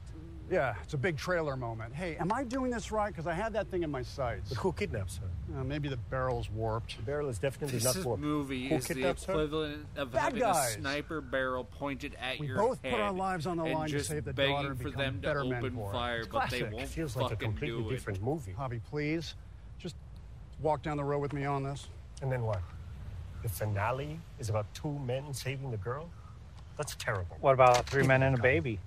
[SPEAKER 8] Yeah, it's a big trailer moment. Hey, am I doing this right? Because I had that thing in my sights.
[SPEAKER 13] But who kidnaps her?
[SPEAKER 8] Uh, maybe the barrel's warped. The
[SPEAKER 13] barrel is definitely
[SPEAKER 2] This movie
[SPEAKER 13] Who
[SPEAKER 2] is the
[SPEAKER 13] kidnaps her?
[SPEAKER 2] equivalent of
[SPEAKER 8] Bad
[SPEAKER 2] having
[SPEAKER 8] guys.
[SPEAKER 2] a sniper barrel pointed at your
[SPEAKER 8] both
[SPEAKER 2] head
[SPEAKER 8] put our lives on the
[SPEAKER 2] and
[SPEAKER 8] line to
[SPEAKER 2] just
[SPEAKER 8] save the
[SPEAKER 2] begging
[SPEAKER 8] daughter and
[SPEAKER 2] for
[SPEAKER 8] become
[SPEAKER 2] them to
[SPEAKER 8] better men
[SPEAKER 2] open
[SPEAKER 8] for it.
[SPEAKER 2] fire,
[SPEAKER 8] It's
[SPEAKER 2] but they
[SPEAKER 8] classic.
[SPEAKER 2] won't
[SPEAKER 13] Feels like a
[SPEAKER 2] fucking
[SPEAKER 13] completely
[SPEAKER 2] do it.
[SPEAKER 13] different movie.
[SPEAKER 8] Hobby, please, just walk down the road with me on this.
[SPEAKER 13] And then what? The finale is about two men saving the girl? That's terrible.
[SPEAKER 3] What about three men and a baby?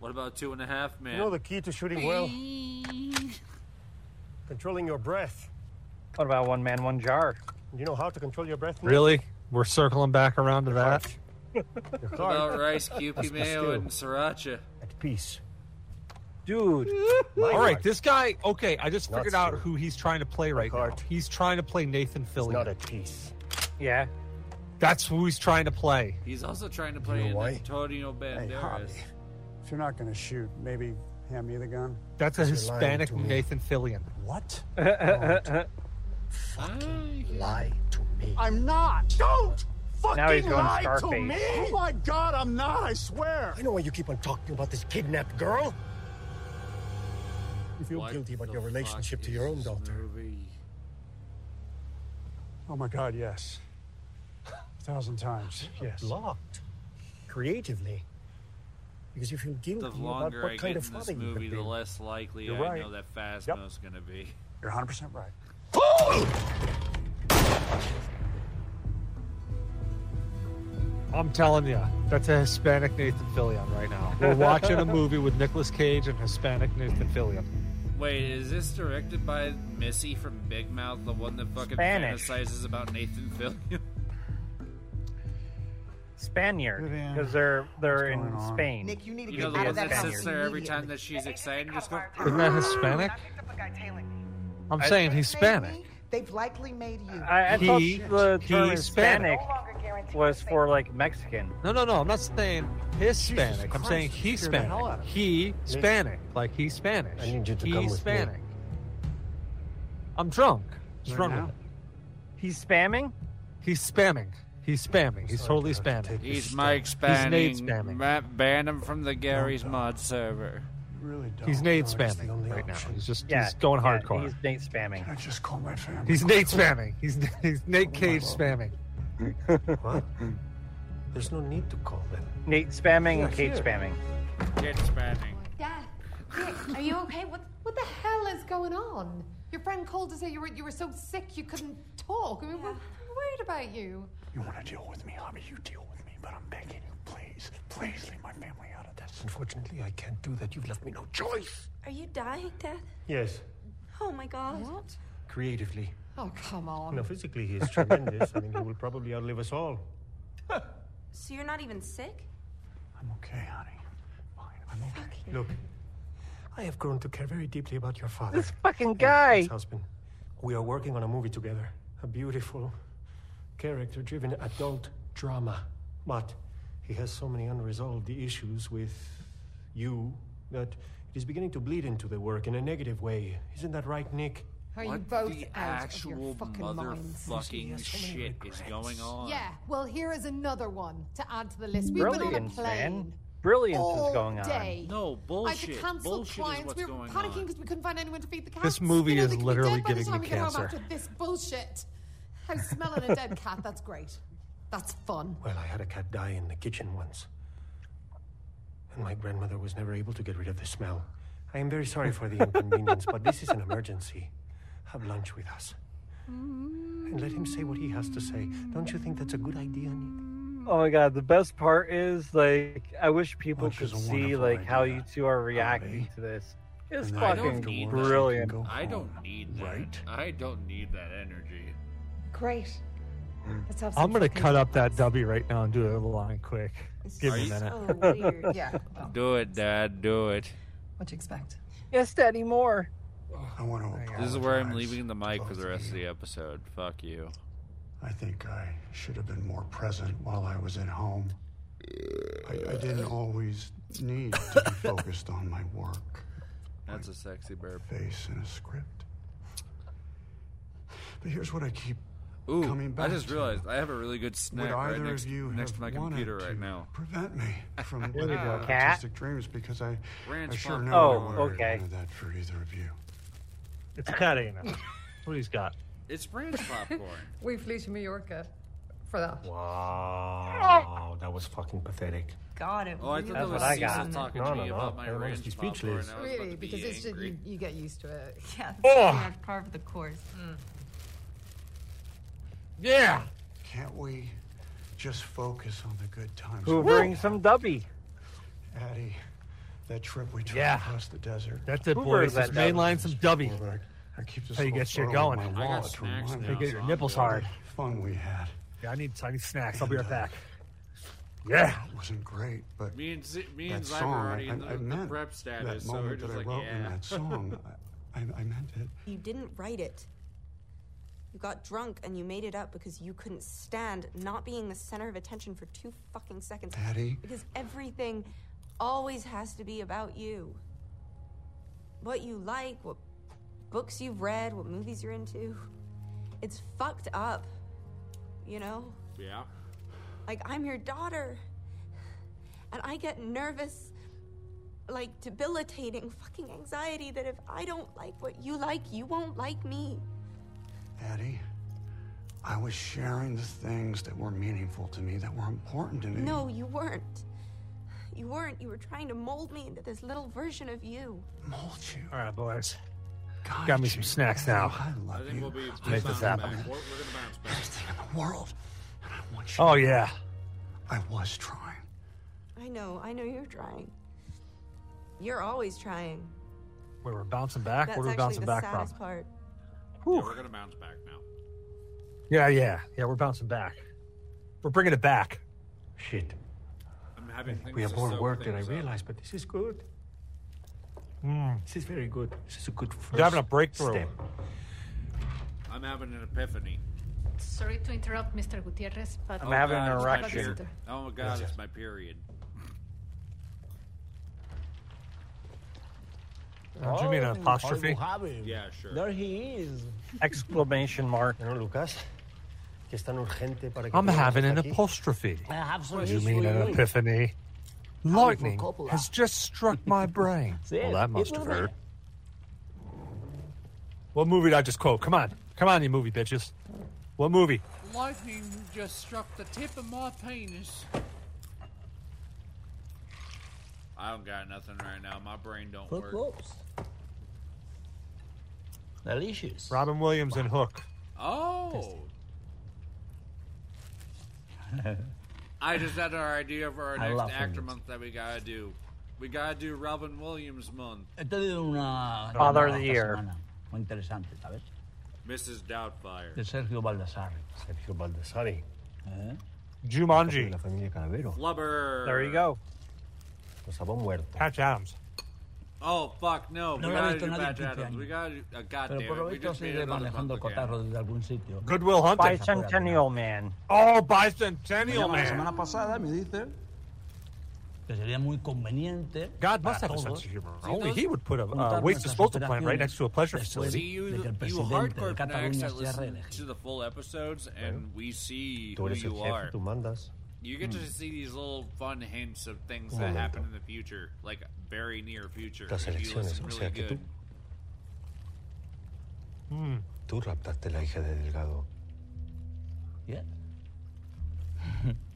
[SPEAKER 2] What about two and a half man?
[SPEAKER 13] You know the key to shooting well? Controlling your breath.
[SPEAKER 3] What about one man, one jar?
[SPEAKER 13] You know how to control your breath? Nick?
[SPEAKER 4] Really, we're circling back around to that.
[SPEAKER 2] what about rice,
[SPEAKER 13] Must
[SPEAKER 2] kewpie
[SPEAKER 13] be
[SPEAKER 2] mayo,
[SPEAKER 13] still
[SPEAKER 2] and sriracha?
[SPEAKER 13] At peace.
[SPEAKER 3] Dude.
[SPEAKER 4] All right, this guy. Okay, I just
[SPEAKER 13] Not
[SPEAKER 4] figured out
[SPEAKER 13] sure.
[SPEAKER 4] who he's trying to play right now. He's trying to play Nathan Fillion.
[SPEAKER 13] Not at peace.
[SPEAKER 3] Yeah.
[SPEAKER 4] That's who he's trying to play.
[SPEAKER 2] He's also trying to play
[SPEAKER 4] know
[SPEAKER 2] an
[SPEAKER 4] why?
[SPEAKER 2] Antonio Banderas.
[SPEAKER 8] If you're not going to shoot, maybe hand me the gun.
[SPEAKER 4] That's a
[SPEAKER 8] You're lying
[SPEAKER 4] Hispanic
[SPEAKER 8] to me.
[SPEAKER 4] Nathan Fillion.
[SPEAKER 8] What?
[SPEAKER 2] fucking
[SPEAKER 13] lie to me.
[SPEAKER 8] I'm not. Don't fucking
[SPEAKER 13] Now he's going
[SPEAKER 8] lie to
[SPEAKER 13] Scarface.
[SPEAKER 8] me. Oh my God, I'm not. I swear.
[SPEAKER 13] I know why you keep on talking about this kidnapped girl. You feel guilty about your relationship to your own daughter.
[SPEAKER 8] Oh my God, yes. A thousand times, yes.
[SPEAKER 13] Blocked. Creatively. Because you feel guilty
[SPEAKER 2] The
[SPEAKER 13] about
[SPEAKER 2] longer
[SPEAKER 13] what
[SPEAKER 2] I
[SPEAKER 13] kind
[SPEAKER 2] get
[SPEAKER 13] of
[SPEAKER 2] in this
[SPEAKER 13] father you
[SPEAKER 2] movie,
[SPEAKER 13] could
[SPEAKER 2] the
[SPEAKER 13] be.
[SPEAKER 2] less likely
[SPEAKER 13] You're
[SPEAKER 2] I
[SPEAKER 13] right.
[SPEAKER 2] know that Phasmo's going to be.
[SPEAKER 8] You're 100% right.
[SPEAKER 4] I'm telling you, that's a Hispanic Nathan Fillion right now. We're watching a movie with Nicolas Cage and Hispanic Nathan Fillion.
[SPEAKER 2] Wait, is this directed by Missy from Big Mouth, the one that fucking
[SPEAKER 3] Spanish.
[SPEAKER 2] fantasizes about Nathan Fillion?
[SPEAKER 3] Spaniard. Because they're they're in
[SPEAKER 2] on?
[SPEAKER 3] Spain.
[SPEAKER 15] Nick, you need to
[SPEAKER 2] You
[SPEAKER 15] get
[SPEAKER 2] know the
[SPEAKER 15] out
[SPEAKER 2] one
[SPEAKER 15] of that
[SPEAKER 2] that
[SPEAKER 15] house
[SPEAKER 2] sits there every time that she's excited, just go.
[SPEAKER 4] Isn't that Hispanic? I'm
[SPEAKER 2] I-
[SPEAKER 4] saying he's Hispanic.
[SPEAKER 15] Maybe They've likely made you.
[SPEAKER 3] I, I thought
[SPEAKER 4] He-
[SPEAKER 3] the term
[SPEAKER 4] he's
[SPEAKER 3] Hispanic
[SPEAKER 4] Spanish.
[SPEAKER 3] was for like Mexican.
[SPEAKER 4] No, no, no. I'm not saying Hispanic. I'm saying
[SPEAKER 3] Christ,
[SPEAKER 4] he's
[SPEAKER 3] you scared the hell out of
[SPEAKER 4] Spanic.
[SPEAKER 3] me.
[SPEAKER 4] He Spanic. Like he's Spanish.
[SPEAKER 13] I need you to
[SPEAKER 4] he's
[SPEAKER 13] come with me.
[SPEAKER 4] Spanic. I'm drunk. Just
[SPEAKER 3] Right
[SPEAKER 4] run
[SPEAKER 3] now?
[SPEAKER 4] with it.
[SPEAKER 3] He's spamming?
[SPEAKER 4] He's spamming. He's spamming. He's totally spamming.
[SPEAKER 2] He's Mike
[SPEAKER 4] He's Nate
[SPEAKER 2] Spanning.
[SPEAKER 4] spamming.
[SPEAKER 2] Matt Bannum from the Gary's Mod server.
[SPEAKER 8] really don't.
[SPEAKER 4] He's Nate
[SPEAKER 8] know it's the
[SPEAKER 4] spamming
[SPEAKER 8] only
[SPEAKER 4] right now.
[SPEAKER 8] option.
[SPEAKER 4] He's just he's going
[SPEAKER 3] yeah,
[SPEAKER 4] hardcore.
[SPEAKER 3] He's Nate spamming.
[SPEAKER 8] I just call my family.
[SPEAKER 4] He's Nate spamming. He's he's
[SPEAKER 13] Oh
[SPEAKER 2] Oh,
[SPEAKER 4] Nate Cage spamming.
[SPEAKER 13] What? There's no need to call them.
[SPEAKER 3] Nate spamming
[SPEAKER 13] Yeah,
[SPEAKER 3] and Kate
[SPEAKER 13] here.
[SPEAKER 3] spamming.
[SPEAKER 2] Kate spamming.
[SPEAKER 10] Dad, Dick, are you okay? What what the hell is going on? Your friend called to say you were you were so sick you couldn't talk. I mean, we're worried about you.
[SPEAKER 8] You want to deal with me, Javi? You deal with me, but I'm begging you, please, please leave my family out of this.
[SPEAKER 13] Unfortunately, I can't do that. You've left me no choice.
[SPEAKER 11] Are you dying, Dad?
[SPEAKER 13] Yes,
[SPEAKER 11] Oh my god.
[SPEAKER 10] What?
[SPEAKER 13] creatively.
[SPEAKER 10] Oh come on.
[SPEAKER 13] No, physically, he is tremendous. I mean, he will probably outlive us all.
[SPEAKER 11] So you're not even sick?
[SPEAKER 8] Okay, honey.
[SPEAKER 13] Look, I have grown to care very deeply about your father.
[SPEAKER 24] This fucking
[SPEAKER 13] and
[SPEAKER 24] guy.
[SPEAKER 13] His husband. We are working on a movie together. A beautiful, character driven adult drama. But he has so many unresolved issues with you that it is beginning to bleed into the work in a negative way. Isn't that right, Nick?
[SPEAKER 10] Are you
[SPEAKER 13] What
[SPEAKER 10] both
[SPEAKER 13] the
[SPEAKER 10] out of your
[SPEAKER 13] actual
[SPEAKER 10] fucking minds?
[SPEAKER 2] Motherfucking shit is going on.
[SPEAKER 10] Yeah, well, here is another one to add to the list. We've been on a
[SPEAKER 3] Brilliance,
[SPEAKER 10] plane.
[SPEAKER 3] man. Brilliance
[SPEAKER 10] all
[SPEAKER 3] is going on.
[SPEAKER 10] day.
[SPEAKER 2] No
[SPEAKER 10] I had
[SPEAKER 2] bullshit.
[SPEAKER 10] to cancel
[SPEAKER 2] Bullshit is
[SPEAKER 10] clients.
[SPEAKER 2] what's
[SPEAKER 10] We were
[SPEAKER 2] going
[SPEAKER 10] panicking
[SPEAKER 2] on.
[SPEAKER 10] because we couldn't find anyone to feed the cats.
[SPEAKER 4] This movie
[SPEAKER 10] You know,
[SPEAKER 4] is
[SPEAKER 10] they could be
[SPEAKER 4] literally
[SPEAKER 10] dead by the
[SPEAKER 4] giving
[SPEAKER 10] time
[SPEAKER 4] me
[SPEAKER 10] we get home
[SPEAKER 4] cancer.
[SPEAKER 10] after this bullshit. I'm smelling a dead cat. That's great. That's fun.
[SPEAKER 13] Well, I had a cat die in the kitchen once. And my grandmother was never able to get rid of the smell. I am very sorry for the inconvenience, but this is an emergency. Have lunch with us. And let him say what he has to say. Don't you think that's a good idea, Nick?
[SPEAKER 3] Oh my god, the best part is like I wish people
[SPEAKER 13] Which
[SPEAKER 3] could
[SPEAKER 13] is a
[SPEAKER 3] see
[SPEAKER 13] wonderful
[SPEAKER 3] like how you two are reacting to this. It's fucking brilliant.
[SPEAKER 2] I don't need that. I don't need that energy.
[SPEAKER 25] Great. Let's have
[SPEAKER 4] I'm
[SPEAKER 25] some
[SPEAKER 4] gonna
[SPEAKER 25] fucking-
[SPEAKER 4] cut up that W right now and do it line quick. Give me a minute.
[SPEAKER 25] yeah.
[SPEAKER 2] Do it, Dad. Do it.
[SPEAKER 25] What you expect?
[SPEAKER 3] Yes, Daddy Moore.
[SPEAKER 8] I want to
[SPEAKER 2] This is where I'm leaving the mic for the rest of the episode. Fuck you.
[SPEAKER 8] I think I should have been more present while I was at home. I, I didn't always need to be focused on my work,
[SPEAKER 2] That's a sexy burp.
[SPEAKER 8] face, and a script. But here's what I keep
[SPEAKER 2] Ooh,
[SPEAKER 8] coming
[SPEAKER 2] I
[SPEAKER 8] back
[SPEAKER 2] just
[SPEAKER 8] to.
[SPEAKER 2] realized I have a really good snack right
[SPEAKER 8] either of
[SPEAKER 2] next,
[SPEAKER 8] you
[SPEAKER 2] next
[SPEAKER 8] have
[SPEAKER 2] to my
[SPEAKER 8] wanted
[SPEAKER 2] computer
[SPEAKER 8] to
[SPEAKER 2] right now.
[SPEAKER 8] Prevent me from
[SPEAKER 2] There we
[SPEAKER 8] living
[SPEAKER 2] go,
[SPEAKER 8] out
[SPEAKER 2] cat.
[SPEAKER 8] artistic dreams because I, I
[SPEAKER 2] Ranch
[SPEAKER 8] sure
[SPEAKER 2] Pop-
[SPEAKER 8] know
[SPEAKER 2] Oh,
[SPEAKER 8] I wanted
[SPEAKER 2] okay.
[SPEAKER 8] none of that for either of you.
[SPEAKER 4] It's cat anus. That's what he's got.
[SPEAKER 2] It's ranch popcorn.
[SPEAKER 10] We flew to Mallorca for that.
[SPEAKER 13] Wow, that was fucking pathetic.
[SPEAKER 10] God, it
[SPEAKER 2] Oh, I thought that was Cecil talking
[SPEAKER 13] No,
[SPEAKER 2] to
[SPEAKER 13] no,
[SPEAKER 2] me
[SPEAKER 13] no.
[SPEAKER 2] about my
[SPEAKER 13] I'm
[SPEAKER 2] ranch
[SPEAKER 13] honestly
[SPEAKER 2] popcorn.
[SPEAKER 13] speechless.
[SPEAKER 2] I was about
[SPEAKER 10] Really,
[SPEAKER 2] to be
[SPEAKER 10] because it's just
[SPEAKER 2] angry.
[SPEAKER 10] you, you get used to it.
[SPEAKER 11] Yeah.
[SPEAKER 10] Oh.
[SPEAKER 11] That's part of the course.
[SPEAKER 10] Mm.
[SPEAKER 8] Yeah. Can't we just focus on the good times?
[SPEAKER 3] Hoovering some dubby.
[SPEAKER 8] Addie, that trip we took
[SPEAKER 4] Yeah.
[SPEAKER 8] across the desert.
[SPEAKER 4] That's it,
[SPEAKER 8] Hoover
[SPEAKER 4] boys.
[SPEAKER 8] is that
[SPEAKER 4] Just mainline some W.
[SPEAKER 8] I keep this
[SPEAKER 4] How you
[SPEAKER 8] little
[SPEAKER 4] get shit
[SPEAKER 8] photo in
[SPEAKER 4] going.
[SPEAKER 8] my
[SPEAKER 4] I got
[SPEAKER 8] wallet to
[SPEAKER 4] snacks
[SPEAKER 8] remind
[SPEAKER 4] now,
[SPEAKER 8] me
[SPEAKER 4] so
[SPEAKER 8] how
[SPEAKER 4] I'm good.
[SPEAKER 8] Fun we had.
[SPEAKER 4] Yeah, I need I need snacks. I'll be right back.
[SPEAKER 8] Yeah, it wasn't great, but
[SPEAKER 2] Me and Z- me and
[SPEAKER 8] that
[SPEAKER 2] Zyber
[SPEAKER 8] song,
[SPEAKER 2] are already
[SPEAKER 8] I,
[SPEAKER 2] in the,
[SPEAKER 8] I, I
[SPEAKER 2] the
[SPEAKER 8] meant
[SPEAKER 2] prep
[SPEAKER 8] that
[SPEAKER 2] status, so we're
[SPEAKER 8] moment
[SPEAKER 2] just
[SPEAKER 8] that
[SPEAKER 2] like,
[SPEAKER 8] I wrote
[SPEAKER 2] yeah.
[SPEAKER 8] in that song. I, I, I meant it.
[SPEAKER 11] You didn't write it. You got drunk and you made it up because you couldn't stand not being the center of attention for two fucking seconds.
[SPEAKER 8] Daddy.
[SPEAKER 11] Because everything always has to be about you. What you like, what books you've read, what movies you're into. It's fucked up. You know?
[SPEAKER 2] yeah.
[SPEAKER 11] Like, I'm your daughter. And I get nervous, like, debilitating fucking anxiety that if I don't like what you like, you won't like me.
[SPEAKER 8] Addie, I was sharing the things that were meaningful to me, that were important to me.
[SPEAKER 11] No, you weren't. You weren't. You were trying to mold me into this little version of you.
[SPEAKER 8] Mold you.
[SPEAKER 4] All right, boys. Got me some snacks now.
[SPEAKER 8] I
[SPEAKER 2] think we'll be
[SPEAKER 4] Make this happen.
[SPEAKER 2] We're, we're gonna bounce back.
[SPEAKER 8] Everything in the world. And I want you.
[SPEAKER 4] Oh yeah.
[SPEAKER 8] I was trying.
[SPEAKER 11] I know. I know you're trying. You're always trying.
[SPEAKER 4] Wait, we're bouncing back.
[SPEAKER 11] That's
[SPEAKER 4] Where are we
[SPEAKER 11] actually
[SPEAKER 4] bouncing
[SPEAKER 11] the
[SPEAKER 4] back from?
[SPEAKER 11] saddest part.
[SPEAKER 2] Yeah, we're gonna bounce back now.
[SPEAKER 4] Yeah, yeah, yeah. We're bouncing back. We're bringing it back.
[SPEAKER 13] Shit.
[SPEAKER 2] I'm having things
[SPEAKER 13] We have
[SPEAKER 2] to
[SPEAKER 13] more
[SPEAKER 2] soak
[SPEAKER 13] work than I
[SPEAKER 2] things up.
[SPEAKER 13] realized, but this is good. Mm, This is very good. This is a good first
[SPEAKER 4] having a breakthrough.
[SPEAKER 13] step.
[SPEAKER 2] I'm having an epiphany.
[SPEAKER 6] Sorry to interrupt, Mr. Gutierrez, but
[SPEAKER 2] Oh, God, it's my period. Oh god, it's my period.
[SPEAKER 4] Uh, do you mean an
[SPEAKER 6] Oh,
[SPEAKER 4] apostrophe?
[SPEAKER 2] Yeah, sure.
[SPEAKER 6] There he is.
[SPEAKER 4] Exclamation mark.
[SPEAKER 13] Lucas. que es tan urgente para que
[SPEAKER 4] I'm
[SPEAKER 13] tengamos
[SPEAKER 4] having an
[SPEAKER 13] aquí.
[SPEAKER 4] apostrophe.
[SPEAKER 6] I have some
[SPEAKER 4] You
[SPEAKER 6] news
[SPEAKER 4] mean
[SPEAKER 6] for
[SPEAKER 4] an
[SPEAKER 6] you.
[SPEAKER 4] epiphany? Lightning has just struck my brain. well, that must have hurt. What movie did I just quote? Come on. Come on, you movie bitches. What movie?
[SPEAKER 26] Lightning just struck the tip of my penis.
[SPEAKER 2] I don't got nothing right now. My brain don't
[SPEAKER 26] Flip
[SPEAKER 2] work.
[SPEAKER 26] flops.
[SPEAKER 13] Delicious.
[SPEAKER 4] Robin Williams and Hook.
[SPEAKER 2] Oh. I just had our idea for our
[SPEAKER 13] I love
[SPEAKER 2] next
[SPEAKER 13] him.
[SPEAKER 2] actor month that we gotta do. We gotta do Robin Williams month.
[SPEAKER 13] Esto es de una.
[SPEAKER 2] Father
[SPEAKER 13] de
[SPEAKER 2] of the Year.
[SPEAKER 13] Muy interesante, ¿sabes?
[SPEAKER 2] Mrs. Doubtfire.
[SPEAKER 13] De Sergio Baldassari. Sergio Baldassari. ¿Eh?
[SPEAKER 4] Jumanji.
[SPEAKER 13] La familia Calavero.
[SPEAKER 2] Flubber.
[SPEAKER 13] There you
[SPEAKER 3] go.
[SPEAKER 4] Patch Adams.
[SPEAKER 2] Oh fuck no!
[SPEAKER 13] No
[SPEAKER 2] we
[SPEAKER 13] lo ha
[SPEAKER 2] gotta
[SPEAKER 13] visto
[SPEAKER 2] do
[SPEAKER 13] nadie
[SPEAKER 2] Patch
[SPEAKER 13] este
[SPEAKER 2] Adams.
[SPEAKER 13] año.
[SPEAKER 2] We gotta do. Uh, God
[SPEAKER 13] Pero por
[SPEAKER 2] damn
[SPEAKER 13] lo
[SPEAKER 2] it! We
[SPEAKER 13] visto
[SPEAKER 2] just made
[SPEAKER 13] sigue
[SPEAKER 2] another
[SPEAKER 13] manejando
[SPEAKER 2] month again.
[SPEAKER 13] cotarros desde algún sitio.
[SPEAKER 4] Goodwill Hunting.
[SPEAKER 3] Bicentennial Man.
[SPEAKER 4] Oh, Bicentennial
[SPEAKER 13] Me llama la semana
[SPEAKER 4] Man.
[SPEAKER 13] pasada me dice que sería muy conveniente. para
[SPEAKER 4] God must have a
[SPEAKER 13] todos
[SPEAKER 4] sense of humor.
[SPEAKER 13] juntar
[SPEAKER 4] Only he would put a uh,
[SPEAKER 13] nuestras
[SPEAKER 4] waste disposal plant
[SPEAKER 13] operaciones
[SPEAKER 4] right next to a pleasure
[SPEAKER 13] después
[SPEAKER 4] facility.
[SPEAKER 13] de que el
[SPEAKER 2] You
[SPEAKER 13] presidente de
[SPEAKER 2] hardcore
[SPEAKER 13] Cataluña
[SPEAKER 2] connects that
[SPEAKER 13] sea
[SPEAKER 2] listen
[SPEAKER 13] reelegido.
[SPEAKER 2] to the full episodes, and we see
[SPEAKER 14] Tú
[SPEAKER 2] who
[SPEAKER 14] eres el
[SPEAKER 2] you
[SPEAKER 14] jefe,
[SPEAKER 2] are.
[SPEAKER 14] tú mandas.
[SPEAKER 2] You get
[SPEAKER 14] Mm.
[SPEAKER 2] to see these little fun hints of things
[SPEAKER 14] Un
[SPEAKER 2] that
[SPEAKER 14] momento.
[SPEAKER 2] happen in the future, like very near future.
[SPEAKER 14] Las
[SPEAKER 2] if you
[SPEAKER 14] elecciones,
[SPEAKER 2] listen
[SPEAKER 14] o
[SPEAKER 2] really
[SPEAKER 14] sea que
[SPEAKER 2] good.
[SPEAKER 14] tú.
[SPEAKER 4] Hmm.
[SPEAKER 14] Tú raptaste la hija de Delgado.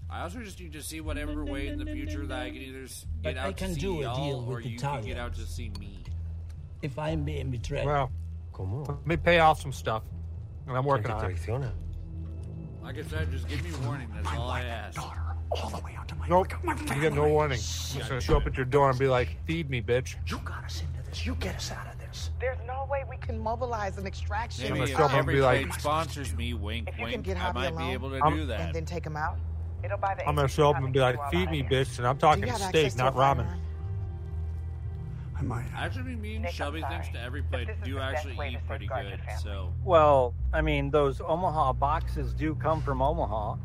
[SPEAKER 2] I also just need to see whatever way in the future that I can either s-
[SPEAKER 13] But
[SPEAKER 2] get
[SPEAKER 13] I
[SPEAKER 2] out
[SPEAKER 13] can
[SPEAKER 2] to see
[SPEAKER 13] do a deal
[SPEAKER 2] y'all,
[SPEAKER 13] with
[SPEAKER 2] or you can get out to see me.
[SPEAKER 13] If I'm being betrayed.
[SPEAKER 4] Well, let me pay off some stuff, and I'm working on it.
[SPEAKER 2] Like I said, just give me warning. That's all I ask.
[SPEAKER 4] Nope, you get no warning. He's gonna show up at your door and be like, "Feed me, bitch."
[SPEAKER 15] You got us into this. You get us out of this. There's no way we can mobilize an extraction.
[SPEAKER 2] Maybe if
[SPEAKER 4] show up and
[SPEAKER 2] every
[SPEAKER 4] be like-
[SPEAKER 2] trade sponsors me, wink,
[SPEAKER 15] If you can
[SPEAKER 2] wink,
[SPEAKER 15] get
[SPEAKER 2] I
[SPEAKER 15] Javi
[SPEAKER 2] might
[SPEAKER 15] alone
[SPEAKER 2] be able to
[SPEAKER 4] I'm-
[SPEAKER 2] do
[SPEAKER 15] and
[SPEAKER 2] that.
[SPEAKER 15] then take him out, it'll buy the.
[SPEAKER 4] I'm gonna show up and be like, "Feed me, bitch," and I'm talking
[SPEAKER 15] Do you have
[SPEAKER 4] steak,
[SPEAKER 15] access to
[SPEAKER 4] not
[SPEAKER 15] a
[SPEAKER 4] ramen.
[SPEAKER 2] I might. Actually, me and Shelby thinks to every plate do actually eat pretty good. So
[SPEAKER 3] Well, I mean, those Omaha boxes do come from Omaha.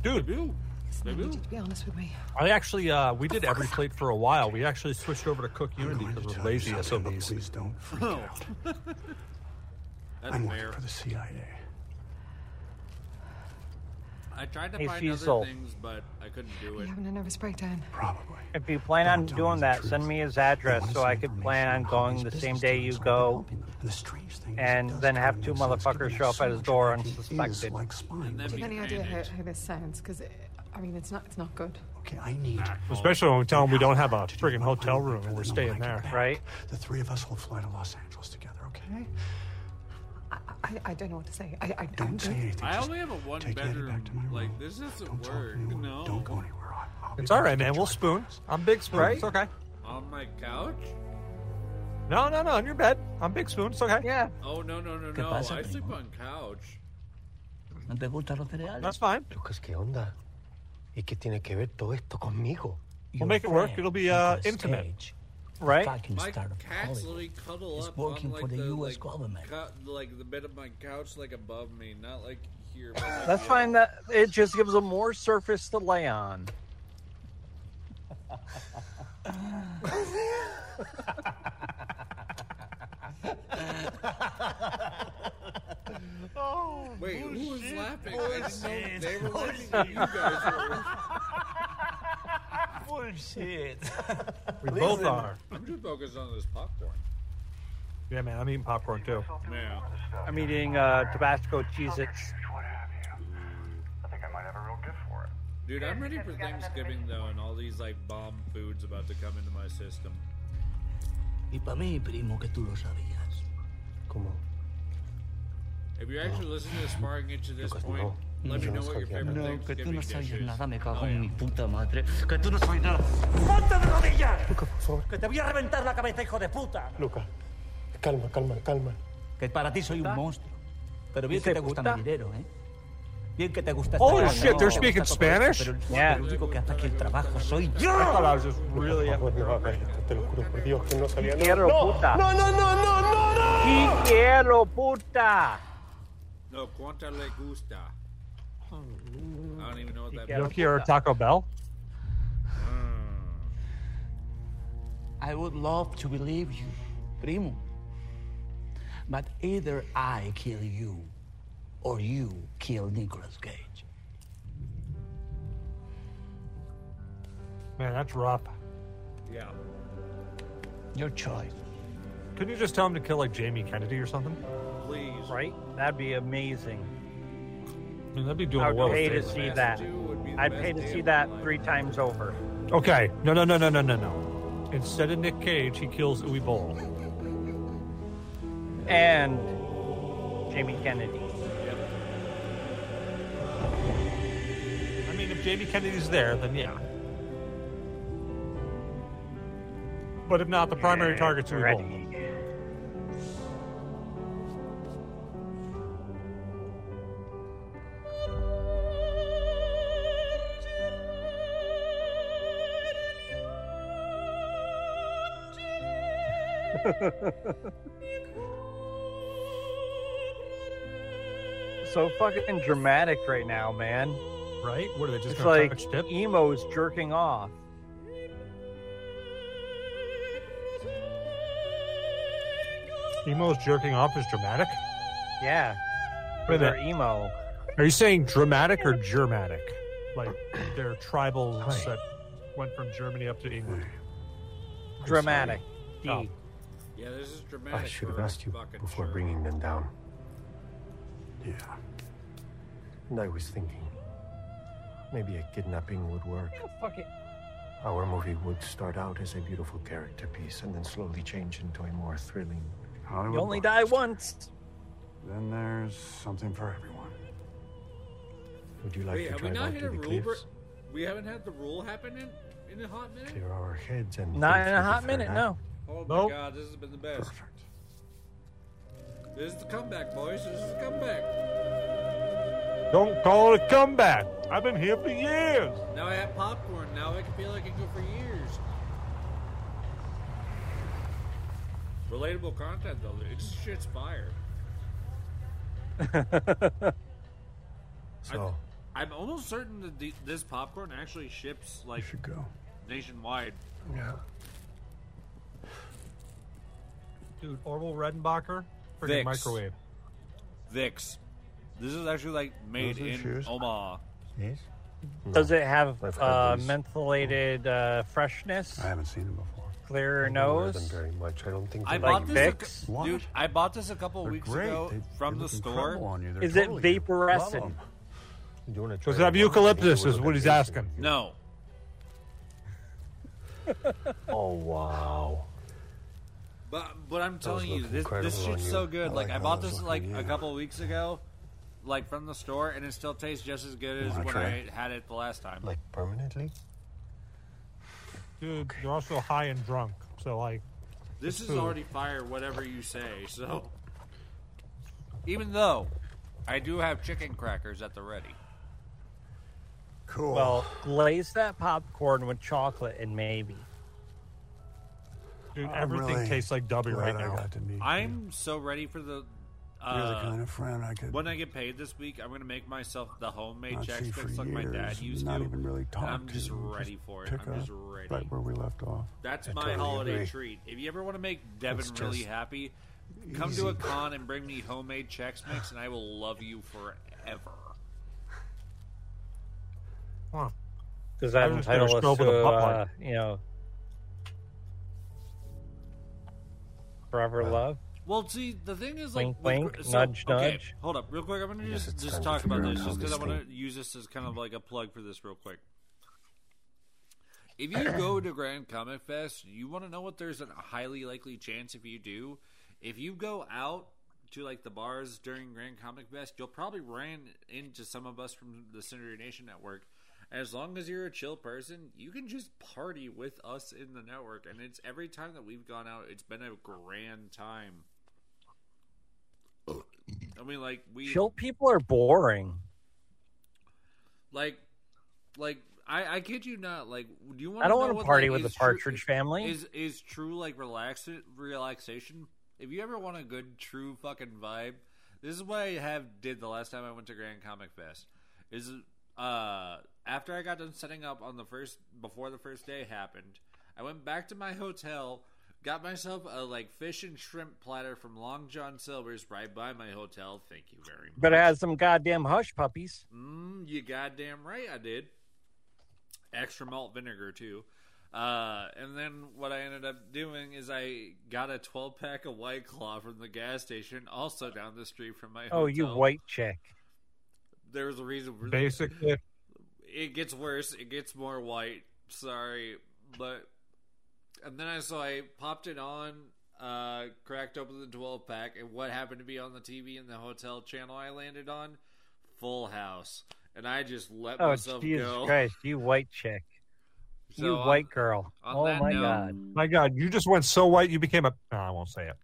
[SPEAKER 4] Dude,
[SPEAKER 27] to be honest with me.
[SPEAKER 4] I actually, uh, we did every plate for a while. We actually switched over to Cook Unity because we're lazy SOBs. Please
[SPEAKER 8] don't.
[SPEAKER 2] Oh. I'm working
[SPEAKER 8] for the CIA.
[SPEAKER 2] I tried to
[SPEAKER 3] Hey,
[SPEAKER 2] find
[SPEAKER 3] Cecil.
[SPEAKER 2] other things, but I couldn't do it.
[SPEAKER 10] having a nervous breakdown.
[SPEAKER 3] If you plan on doing that, send me his address so I could plan on going the same day you go. And then have two motherfuckers show up at his door unsuspected.
[SPEAKER 10] Do you have any idea how, how this sounds? Because I mean, it's not it's not good.
[SPEAKER 8] Okay, I need.
[SPEAKER 4] Especially when we tell them we don't have a friggin' hotel room and we're staying there.
[SPEAKER 3] Right?
[SPEAKER 8] The three of us will fly to Los Angeles together, okay?
[SPEAKER 10] I, I don't know what to say. I, I
[SPEAKER 8] Don't say anything.
[SPEAKER 2] I
[SPEAKER 8] Just
[SPEAKER 2] only have a one
[SPEAKER 8] take Eddie
[SPEAKER 2] bedroom.
[SPEAKER 8] back to my room.
[SPEAKER 2] Like this doesn't work. No. Don't go anywhere.
[SPEAKER 4] It's all right, man. We'll spoon. I'm Big Spoon.
[SPEAKER 3] Right?
[SPEAKER 4] It's okay.
[SPEAKER 2] On my couch?
[SPEAKER 4] No, no, no. On your bed. I'm Big Spoon. It's okay.
[SPEAKER 3] Yeah.
[SPEAKER 2] Oh no no no
[SPEAKER 4] ¿Qué
[SPEAKER 2] no!
[SPEAKER 4] pasa,
[SPEAKER 2] I
[SPEAKER 4] primo?
[SPEAKER 2] sleep on couch.
[SPEAKER 13] ¿No te gustan los cereales?
[SPEAKER 4] That's fine.
[SPEAKER 14] Lucas, ¿qué onda? ¿Y qué tiene que ver todo esto conmigo?
[SPEAKER 4] We'll make it work. It'll be uh, intimate.
[SPEAKER 3] Right?
[SPEAKER 2] My cats literally cuddle up
[SPEAKER 13] working
[SPEAKER 2] on like
[SPEAKER 13] for the US
[SPEAKER 2] like,
[SPEAKER 13] government.
[SPEAKER 2] cou- like the bed of my couch, like above me, not like here. but, like,
[SPEAKER 3] That's
[SPEAKER 2] yeah.
[SPEAKER 3] fine. That it just gives them more surface to lay on.
[SPEAKER 15] Oh,
[SPEAKER 2] Wait, who was
[SPEAKER 15] bullshit,
[SPEAKER 2] laughing? Oh, I didn't know
[SPEAKER 15] bullshit,
[SPEAKER 2] they were laughing.
[SPEAKER 15] bullshit.
[SPEAKER 2] You guys were.
[SPEAKER 13] Bullshit.
[SPEAKER 4] We both are.
[SPEAKER 2] I'm too focused on this popcorn.
[SPEAKER 4] Yeah, man. I'm eating popcorn too.
[SPEAKER 2] Yeah.
[SPEAKER 3] I'm eating uh, Tabasco Cheez Its.
[SPEAKER 2] Dude, I'm ready for Thanksgiving though, and all these like bomb foods about to come into my system.
[SPEAKER 13] Y para mí, primo, que tú lo sabías. ¿Cómo?
[SPEAKER 2] If you're actually listening to this far and get to this point, let me know what your favorite
[SPEAKER 13] No, que tú
[SPEAKER 2] Thanksgiving
[SPEAKER 13] no
[SPEAKER 2] dish
[SPEAKER 13] sabes
[SPEAKER 2] is.
[SPEAKER 13] nada, me cago en mi puta madre. Que tú no sabes nada.
[SPEAKER 28] ¡Ponte de rodillas!
[SPEAKER 13] Que te voy a reventar la cabeza, hijo de puta.
[SPEAKER 14] Luca, calma, calma, calma.
[SPEAKER 13] Que para ti soy un monstruo. Pero bien
[SPEAKER 14] ¿Dice
[SPEAKER 13] que te gusta Oh,
[SPEAKER 14] puta?
[SPEAKER 13] mi dinero, ¿eh? Bien que te gusta
[SPEAKER 4] Holy
[SPEAKER 13] grande,
[SPEAKER 4] shit,
[SPEAKER 13] ¿no?
[SPEAKER 4] they're
[SPEAKER 13] Te
[SPEAKER 4] speaking
[SPEAKER 13] gusta todo esto,
[SPEAKER 4] Spanish?
[SPEAKER 13] Pero el,
[SPEAKER 4] Yeah.
[SPEAKER 13] pero el único que hace aquí el trabajo soy yo.
[SPEAKER 14] Really por favor, no hagas esto, te lo juro por Dios que no salía nada.
[SPEAKER 3] Quiero
[SPEAKER 14] ¡No!
[SPEAKER 3] puta.
[SPEAKER 14] ¡No, no, no, no, no, no!
[SPEAKER 3] Quiero puta.
[SPEAKER 2] No, cuanta le gusta. I don't even know what that
[SPEAKER 4] You don't
[SPEAKER 2] means.
[SPEAKER 4] care Taco Bell?
[SPEAKER 13] Mm. I would love to believe you, primo. But either I kill you, or you kill Nicolas Cage.
[SPEAKER 4] Man, that's rough. Yeah.
[SPEAKER 29] Your choice.
[SPEAKER 4] Couldn't you just tell him to kill like Jamie Kennedy or something?
[SPEAKER 3] Please. Right? That'd be amazing.
[SPEAKER 4] I mean, that'd be doing
[SPEAKER 3] I
[SPEAKER 4] a well.
[SPEAKER 3] would pay to see that. I'd pay to see that three times over.
[SPEAKER 4] Okay. No, no, no, no, no, no, no. Instead of Nick Cage, he kills Uwe Boll.
[SPEAKER 3] And Jamie Kennedy.
[SPEAKER 4] I mean, if Jamie Kennedy's there, then yeah. But if not, the primary target's Uwe Boll.
[SPEAKER 3] So fucking dramatic right now, man.
[SPEAKER 4] Right? What are they just
[SPEAKER 3] It's
[SPEAKER 4] gonna
[SPEAKER 3] like emo's jerking off.
[SPEAKER 4] Emo's jerking off is dramatic.
[SPEAKER 3] Yeah.
[SPEAKER 4] Wait a
[SPEAKER 3] They're
[SPEAKER 4] minute.
[SPEAKER 3] emo.
[SPEAKER 4] Are you saying dramatic or Germanic? Like they're tribals that went from Germany up to England.
[SPEAKER 3] Dramatic.
[SPEAKER 4] Oh.
[SPEAKER 2] Yeah, this is dramatic.
[SPEAKER 30] I should have asked you before bringing them down. Yeah. And I was thinking, maybe a kidnapping would work.
[SPEAKER 3] Fuck it.
[SPEAKER 30] Our movie would start out as a beautiful character piece and then slowly change into a more thrilling.
[SPEAKER 3] You only die once.
[SPEAKER 30] Then there's something for everyone. Would you like
[SPEAKER 2] Wait,
[SPEAKER 30] to
[SPEAKER 2] have we
[SPEAKER 30] drive
[SPEAKER 2] not
[SPEAKER 30] out
[SPEAKER 2] had
[SPEAKER 30] to
[SPEAKER 2] a
[SPEAKER 30] the
[SPEAKER 2] rule?
[SPEAKER 30] cliffs,
[SPEAKER 2] br- we haven't had the rule happen in, in a hot minute.
[SPEAKER 30] clear our heads, and
[SPEAKER 3] Not
[SPEAKER 30] think
[SPEAKER 3] in
[SPEAKER 30] through
[SPEAKER 3] a
[SPEAKER 30] the
[SPEAKER 3] hot
[SPEAKER 30] third
[SPEAKER 3] minute,
[SPEAKER 30] act?
[SPEAKER 3] no.
[SPEAKER 2] Oh my
[SPEAKER 30] Nope.
[SPEAKER 2] god, this has been the best. This is the comeback, boys. This is the comeback.
[SPEAKER 4] Don't call it comeback. I've been here for years.
[SPEAKER 2] Now I have popcorn. Now I can feel like I can go for years. Relatable content, though. It's shit's fire.
[SPEAKER 30] So,
[SPEAKER 2] I'm almost certain that the, this popcorn actually ships like should
[SPEAKER 30] go.
[SPEAKER 2] nationwide.
[SPEAKER 30] yeah.
[SPEAKER 4] Dude, Orville Redenbacher, freaking
[SPEAKER 2] Vicks.
[SPEAKER 4] microwave.
[SPEAKER 2] Vicks. This is actually like made
[SPEAKER 4] Those are
[SPEAKER 2] in
[SPEAKER 4] shoes?
[SPEAKER 2] Omaha.
[SPEAKER 30] Yes.
[SPEAKER 3] Mm. Does it have
[SPEAKER 30] I've had
[SPEAKER 3] uh,
[SPEAKER 30] these.
[SPEAKER 3] mentholated uh, freshness? I
[SPEAKER 30] haven't seen them before.
[SPEAKER 3] Clearer
[SPEAKER 30] I don't wear them
[SPEAKER 3] nose?
[SPEAKER 30] very much. I don't think
[SPEAKER 2] I
[SPEAKER 30] they
[SPEAKER 2] bought
[SPEAKER 30] like
[SPEAKER 2] this, a
[SPEAKER 30] Vicks.
[SPEAKER 2] cou- dude. I bought this a couple
[SPEAKER 30] They're
[SPEAKER 2] weeks
[SPEAKER 30] great.
[SPEAKER 2] ago
[SPEAKER 30] They-
[SPEAKER 2] from
[SPEAKER 30] they
[SPEAKER 2] the
[SPEAKER 30] look
[SPEAKER 2] store.
[SPEAKER 30] incredible on you. They're
[SPEAKER 3] Is it
[SPEAKER 30] totally-
[SPEAKER 3] vaporescent?
[SPEAKER 30] Love 'em. You wanna
[SPEAKER 4] Does
[SPEAKER 30] try
[SPEAKER 4] it
[SPEAKER 30] them
[SPEAKER 4] have
[SPEAKER 30] on?
[SPEAKER 4] eucalyptus?
[SPEAKER 30] These
[SPEAKER 4] Is
[SPEAKER 30] are
[SPEAKER 4] what he's
[SPEAKER 30] amazing.
[SPEAKER 4] asking.
[SPEAKER 2] No.
[SPEAKER 30] Oh wow!
[SPEAKER 2] But but I'm telling you,
[SPEAKER 30] look
[SPEAKER 2] this
[SPEAKER 30] incredible
[SPEAKER 2] this
[SPEAKER 30] on
[SPEAKER 2] shit's
[SPEAKER 30] you.
[SPEAKER 2] so
[SPEAKER 30] I
[SPEAKER 2] good.
[SPEAKER 30] like
[SPEAKER 2] Like I
[SPEAKER 30] how
[SPEAKER 2] bought
[SPEAKER 30] those
[SPEAKER 2] this
[SPEAKER 30] look
[SPEAKER 2] like
[SPEAKER 30] on
[SPEAKER 2] a
[SPEAKER 30] you.
[SPEAKER 2] couple weeks ago, like from the store, and it still tastes just as good as
[SPEAKER 30] Wanna
[SPEAKER 2] when
[SPEAKER 30] try
[SPEAKER 2] I
[SPEAKER 30] it?
[SPEAKER 2] had it the last time.
[SPEAKER 30] Like permanently?
[SPEAKER 4] Dude, they're also high and drunk. So like,
[SPEAKER 2] This is
[SPEAKER 4] food.
[SPEAKER 2] already fire, whatever you say. So, even though I do have chicken crackers at the ready,
[SPEAKER 3] Cool. Well, glaze that popcorn with chocolate and maybe.
[SPEAKER 4] Dude,
[SPEAKER 3] I'm
[SPEAKER 4] everything
[SPEAKER 3] really
[SPEAKER 4] tastes like dubby
[SPEAKER 3] glad
[SPEAKER 4] right
[SPEAKER 3] I
[SPEAKER 4] now.
[SPEAKER 3] got to
[SPEAKER 2] I'm so ready for the. Uh,
[SPEAKER 4] You're the kind of friend I could-
[SPEAKER 2] When I get paid this week, I'm gonna make myself the homemade
[SPEAKER 14] Not see for
[SPEAKER 2] checkbooks like my dad
[SPEAKER 14] years,
[SPEAKER 2] used
[SPEAKER 14] not
[SPEAKER 2] to.
[SPEAKER 14] even really
[SPEAKER 2] and
[SPEAKER 14] talk
[SPEAKER 2] I'm
[SPEAKER 14] to
[SPEAKER 2] just
[SPEAKER 14] you, just
[SPEAKER 2] ready for it.
[SPEAKER 14] pick
[SPEAKER 2] I'm just
[SPEAKER 14] up
[SPEAKER 2] ready.
[SPEAKER 14] right where we left off.
[SPEAKER 2] That's
[SPEAKER 14] I
[SPEAKER 2] my
[SPEAKER 14] totally
[SPEAKER 2] holiday
[SPEAKER 14] agree.
[SPEAKER 2] treat. If you ever want to make Devin
[SPEAKER 14] It's
[SPEAKER 2] really
[SPEAKER 14] just
[SPEAKER 2] happy, come to a
[SPEAKER 14] easy.
[SPEAKER 2] con and bring me homemade Chex Mix, and I will love you forever.
[SPEAKER 3] Does that
[SPEAKER 4] I'm just gonna
[SPEAKER 3] entitle us
[SPEAKER 4] scroll
[SPEAKER 3] to,
[SPEAKER 4] for the butt
[SPEAKER 3] uh,
[SPEAKER 4] light.
[SPEAKER 3] you know, forever love?
[SPEAKER 2] Well, see, the thing is, like,
[SPEAKER 3] Wink,
[SPEAKER 2] with-
[SPEAKER 3] wink, nudge, nudge.
[SPEAKER 2] Hold up, real quick. I'm gonna
[SPEAKER 3] Yes,
[SPEAKER 2] just
[SPEAKER 3] it's time
[SPEAKER 2] just
[SPEAKER 3] to
[SPEAKER 2] talk about
[SPEAKER 3] figure out
[SPEAKER 2] this,
[SPEAKER 3] how
[SPEAKER 2] just because I
[SPEAKER 3] this
[SPEAKER 2] want to use this as kind of like a plug for this, real quick. If you go to Grand Comic Fest, you want to know what there's a highly likely chance if you do. If you go out to like the bars during Grand Comic Fest, you'll probably ran into some of us from the Synergy Nation Network. As long as you're a chill person, you can just party with us in the network, and it's every time that we've gone out, it's been a grand time. I mean, like we
[SPEAKER 3] Chill people are boring.
[SPEAKER 2] like, like I, I kid you not. Like, do you want?
[SPEAKER 3] I don't
[SPEAKER 2] want
[SPEAKER 3] wanna
[SPEAKER 2] to
[SPEAKER 3] party
[SPEAKER 2] like,
[SPEAKER 3] with
[SPEAKER 2] is
[SPEAKER 3] the
[SPEAKER 2] true-
[SPEAKER 3] Partridge Family.
[SPEAKER 2] Is is true like relax relaxation? If you ever want a good true fucking vibe, this is what I have did the last time I went to Grand Comic Fest. Is uh after I got done setting up on the first before the first day happened, I went back to my hotel. Got myself a like fish and shrimp platter from Long John Silver's right by my hotel. Thank you very much.
[SPEAKER 3] But it has some goddamn hush puppies.
[SPEAKER 2] Mm, you goddamn right I did. Extra malt vinegar too. Uh, and then what I ended up doing is I got a 12 pack of White Claw from the gas station, also down the street from my
[SPEAKER 3] Oh,
[SPEAKER 2] hotel.
[SPEAKER 3] you white chick.
[SPEAKER 2] There was a reason. for-
[SPEAKER 4] Basically,
[SPEAKER 2] it gets worse. It gets more white. Sorry, but and then I so I popped it on, uh, cracked open the twelve pack, and what happened to be on the TV in the hotel channel I landed on, Full House, and I just let
[SPEAKER 3] Oh,
[SPEAKER 2] myself
[SPEAKER 3] Jesus
[SPEAKER 2] go.
[SPEAKER 3] Christ, you white chick. you
[SPEAKER 2] So on-
[SPEAKER 3] white girl.
[SPEAKER 2] on
[SPEAKER 3] oh,
[SPEAKER 2] that
[SPEAKER 3] my
[SPEAKER 2] note-
[SPEAKER 3] God.
[SPEAKER 4] my God, you just went so white you became a. No, I won't say it.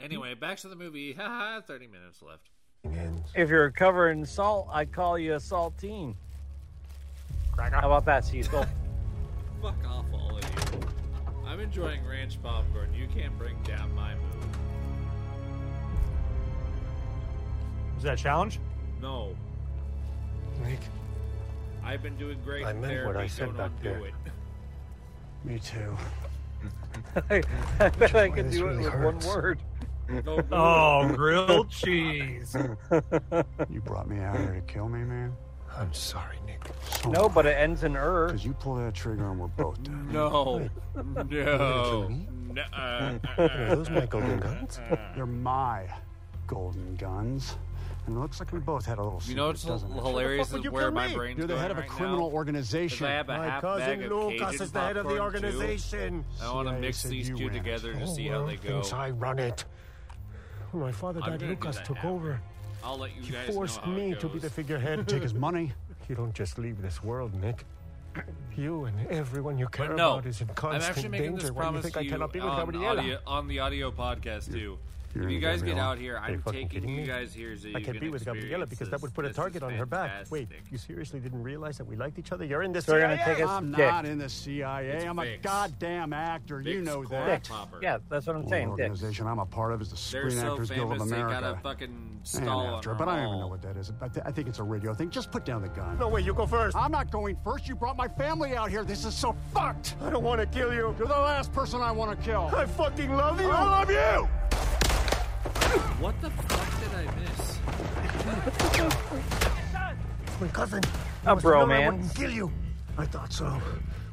[SPEAKER 2] Anyway, back to the movie. Haha, thirty minutes left.
[SPEAKER 3] If you're covering salt, I call you a saltine. How about that, Cecil?
[SPEAKER 2] Fuck off, all of you. I'm enjoying ranch popcorn. You can't bring down my mood.
[SPEAKER 4] Was that a challenge?
[SPEAKER 2] No,
[SPEAKER 4] Mike.
[SPEAKER 2] I've been doing great.
[SPEAKER 4] I
[SPEAKER 2] in
[SPEAKER 4] meant what
[SPEAKER 2] therapy,
[SPEAKER 4] I said
[SPEAKER 2] don't
[SPEAKER 4] back
[SPEAKER 2] undo
[SPEAKER 4] there.
[SPEAKER 2] it.
[SPEAKER 31] Me too.
[SPEAKER 3] I bet I could do it with one word.
[SPEAKER 4] Oh, grilled cheese.
[SPEAKER 8] you brought me out here to kill me, man. I'm sorry, Nick.
[SPEAKER 3] No, but it ends in er.
[SPEAKER 8] Because you pull that trigger and we're both dead.
[SPEAKER 2] No. No. No. uh, uh, uh,
[SPEAKER 8] They're my golden guns. And it looks like we both had a little.
[SPEAKER 2] You know
[SPEAKER 8] secret,
[SPEAKER 2] what's
[SPEAKER 8] doesn't it?
[SPEAKER 2] hilarious is where my brain's
[SPEAKER 8] You're the
[SPEAKER 2] going
[SPEAKER 8] head of a
[SPEAKER 2] right
[SPEAKER 8] criminal
[SPEAKER 2] now?
[SPEAKER 8] organization.
[SPEAKER 2] 'Cause I have a half bag of Cajun popcorn, too. I want to
[SPEAKER 8] CIA
[SPEAKER 2] mix
[SPEAKER 8] said
[SPEAKER 2] these
[SPEAKER 8] you
[SPEAKER 2] two
[SPEAKER 8] win.
[SPEAKER 2] together to
[SPEAKER 8] Whole
[SPEAKER 2] see how
[SPEAKER 8] world
[SPEAKER 2] they go.
[SPEAKER 8] thinks
[SPEAKER 13] I run it. When my father
[SPEAKER 2] I'm
[SPEAKER 13] died,
[SPEAKER 2] gonna do
[SPEAKER 13] Lucas
[SPEAKER 2] that
[SPEAKER 13] took
[SPEAKER 2] after.
[SPEAKER 13] over.
[SPEAKER 2] I'll let you
[SPEAKER 13] He
[SPEAKER 2] guys know
[SPEAKER 13] forced
[SPEAKER 2] how
[SPEAKER 13] me
[SPEAKER 2] it
[SPEAKER 13] to be the
[SPEAKER 2] goes.
[SPEAKER 13] figurehead.
[SPEAKER 8] Take his money.
[SPEAKER 13] You don't just leave this world, Nick. You and everyone you care
[SPEAKER 2] But no,
[SPEAKER 13] about is in
[SPEAKER 2] I'm
[SPEAKER 13] constant
[SPEAKER 2] actually making
[SPEAKER 13] danger.
[SPEAKER 2] this
[SPEAKER 13] Why do you
[SPEAKER 2] promise
[SPEAKER 13] think
[SPEAKER 2] to
[SPEAKER 13] I
[SPEAKER 2] you um,
[SPEAKER 13] cannot be with
[SPEAKER 2] on,
[SPEAKER 13] Gabriela?
[SPEAKER 2] audio, on the audio podcast too.
[SPEAKER 13] you're
[SPEAKER 2] if you
[SPEAKER 13] gonna
[SPEAKER 2] guys
[SPEAKER 13] get
[SPEAKER 2] get
[SPEAKER 13] me
[SPEAKER 2] out
[SPEAKER 13] on?
[SPEAKER 2] here,
[SPEAKER 13] Are you
[SPEAKER 2] I'm
[SPEAKER 13] fucking
[SPEAKER 2] taking
[SPEAKER 13] kidding
[SPEAKER 2] you
[SPEAKER 13] me?
[SPEAKER 2] guys here so you
[SPEAKER 13] I can't be with Gabriela because that would put a target on her back. Wait, you seriously didn't realize that we liked each other? You're in this.
[SPEAKER 8] So you're
[SPEAKER 13] CIA.
[SPEAKER 8] gonna take us I'm to not dick. in the CIA.
[SPEAKER 13] It's
[SPEAKER 8] I'm
[SPEAKER 13] Vicks.
[SPEAKER 8] a goddamn actor. you
[SPEAKER 13] Vicks
[SPEAKER 8] know
[SPEAKER 13] Corn
[SPEAKER 8] that.
[SPEAKER 2] Popper.
[SPEAKER 3] Yeah, that's what I'm
[SPEAKER 8] saying.
[SPEAKER 3] saying,
[SPEAKER 8] organization I'm a part of is the
[SPEAKER 2] They're
[SPEAKER 8] Screen
[SPEAKER 2] so
[SPEAKER 8] Actors Guild of
[SPEAKER 2] famous they
[SPEAKER 8] America.
[SPEAKER 2] got a fucking
[SPEAKER 8] And
[SPEAKER 2] stall on
[SPEAKER 8] after,
[SPEAKER 2] her
[SPEAKER 8] but I don't
[SPEAKER 2] wall.
[SPEAKER 8] even know what that is. I, th- I think it's a radio thing. Just put down the gun.
[SPEAKER 13] No way, you go first.
[SPEAKER 8] I'm not going first. You brought my family out here. This is so fucked.
[SPEAKER 13] I don't want to kill you.
[SPEAKER 8] You're the last person I want to kill.
[SPEAKER 13] I fucking love you.
[SPEAKER 8] I love you.
[SPEAKER 2] What the fuck did I miss?
[SPEAKER 31] It's my cousin.
[SPEAKER 3] A
[SPEAKER 31] You must have known I
[SPEAKER 3] bromance.
[SPEAKER 31] wouldn't kill you. I thought so,